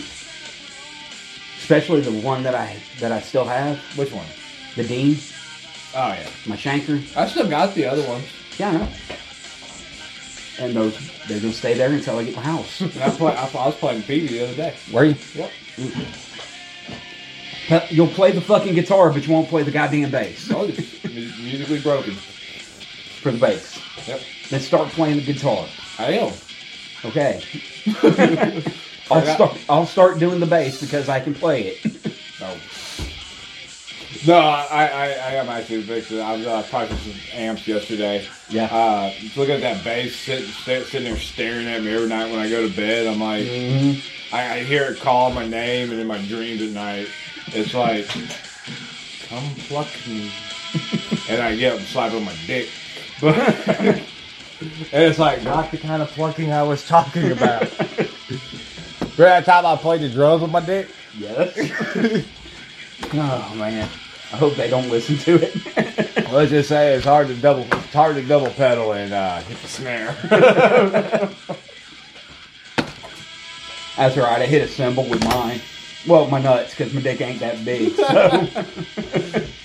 S2: especially the one that I that I still have,
S4: Which one?
S2: the Dean,
S4: Oh yeah.
S2: my Shanker.
S4: I still got the other one.
S2: Yeah, I know. And those they're gonna stay there until I get my house.
S4: And I, play, I, I was playing Peavy the other day.
S1: Where you?
S4: Yep.
S2: But You'll play the fucking guitar, but you won't play the goddamn bass
S4: I was just mu- Oh, musically broken.
S2: for the bass.
S4: Yep.
S2: Then start playing the guitar.
S4: I am.
S2: Okay. I'll start. I'll start doing the bass because I can play it.
S4: No. No, I, I, I am actually fixing it. I was uh, practicing amps yesterday.
S2: Yeah.
S4: Uh, just looking at that bass sitting, sta- sitting there staring at me every night when I go to bed. I'm like, I, I hear it call my name and in my dreams at night. It's like, come pluck me. and I get up and slap on my dick. But and it's like, not the kind of plucking I was talking about. Remember that time I played the drums with my dick?
S2: Yes. oh man. I hope they don't listen to it.
S4: Let's just say it's hard to double, it's hard to double pedal and uh, hit the snare.
S2: That's right. I hit a cymbal with mine. Well, my nuts, because my dick ain't that big. So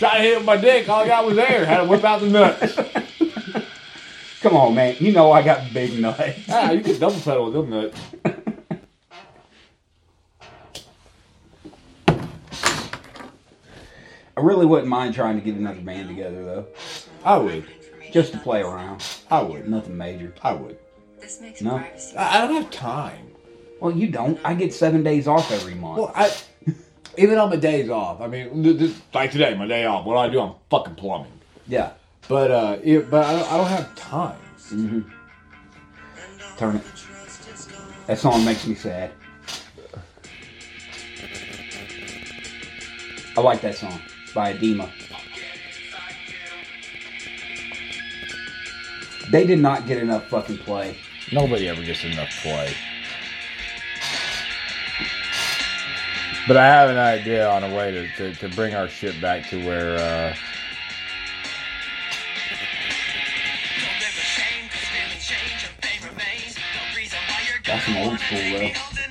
S4: Try to hit with my dick, all I got was air. Had to whip out the nuts.
S2: come on, man. You know I got big nuts.
S4: ah, you can double pedal with them nuts.
S2: really wouldn't mind trying to get another band together though.
S4: I would.
S2: Just to play around.
S4: I would.
S2: Nothing major.
S4: I would.
S17: This makes
S2: No.
S17: privacy.
S4: I, I don't have time.
S2: Well, you don't. I get seven days off every month.
S4: Well, I even on my days off. I mean, th- th- like today, my day off. What do I do? I'm fucking plumbing.
S2: yeah.
S4: But uh, it, but I don't, I don't have time.
S2: hmm Turn it. That song makes me sad. I like that song by Edema. They did not get enough fucking play.
S28: Nobody ever gets enough play. But I have an idea on a way to, to, to bring our shit back to where uh,
S2: That's some old school though.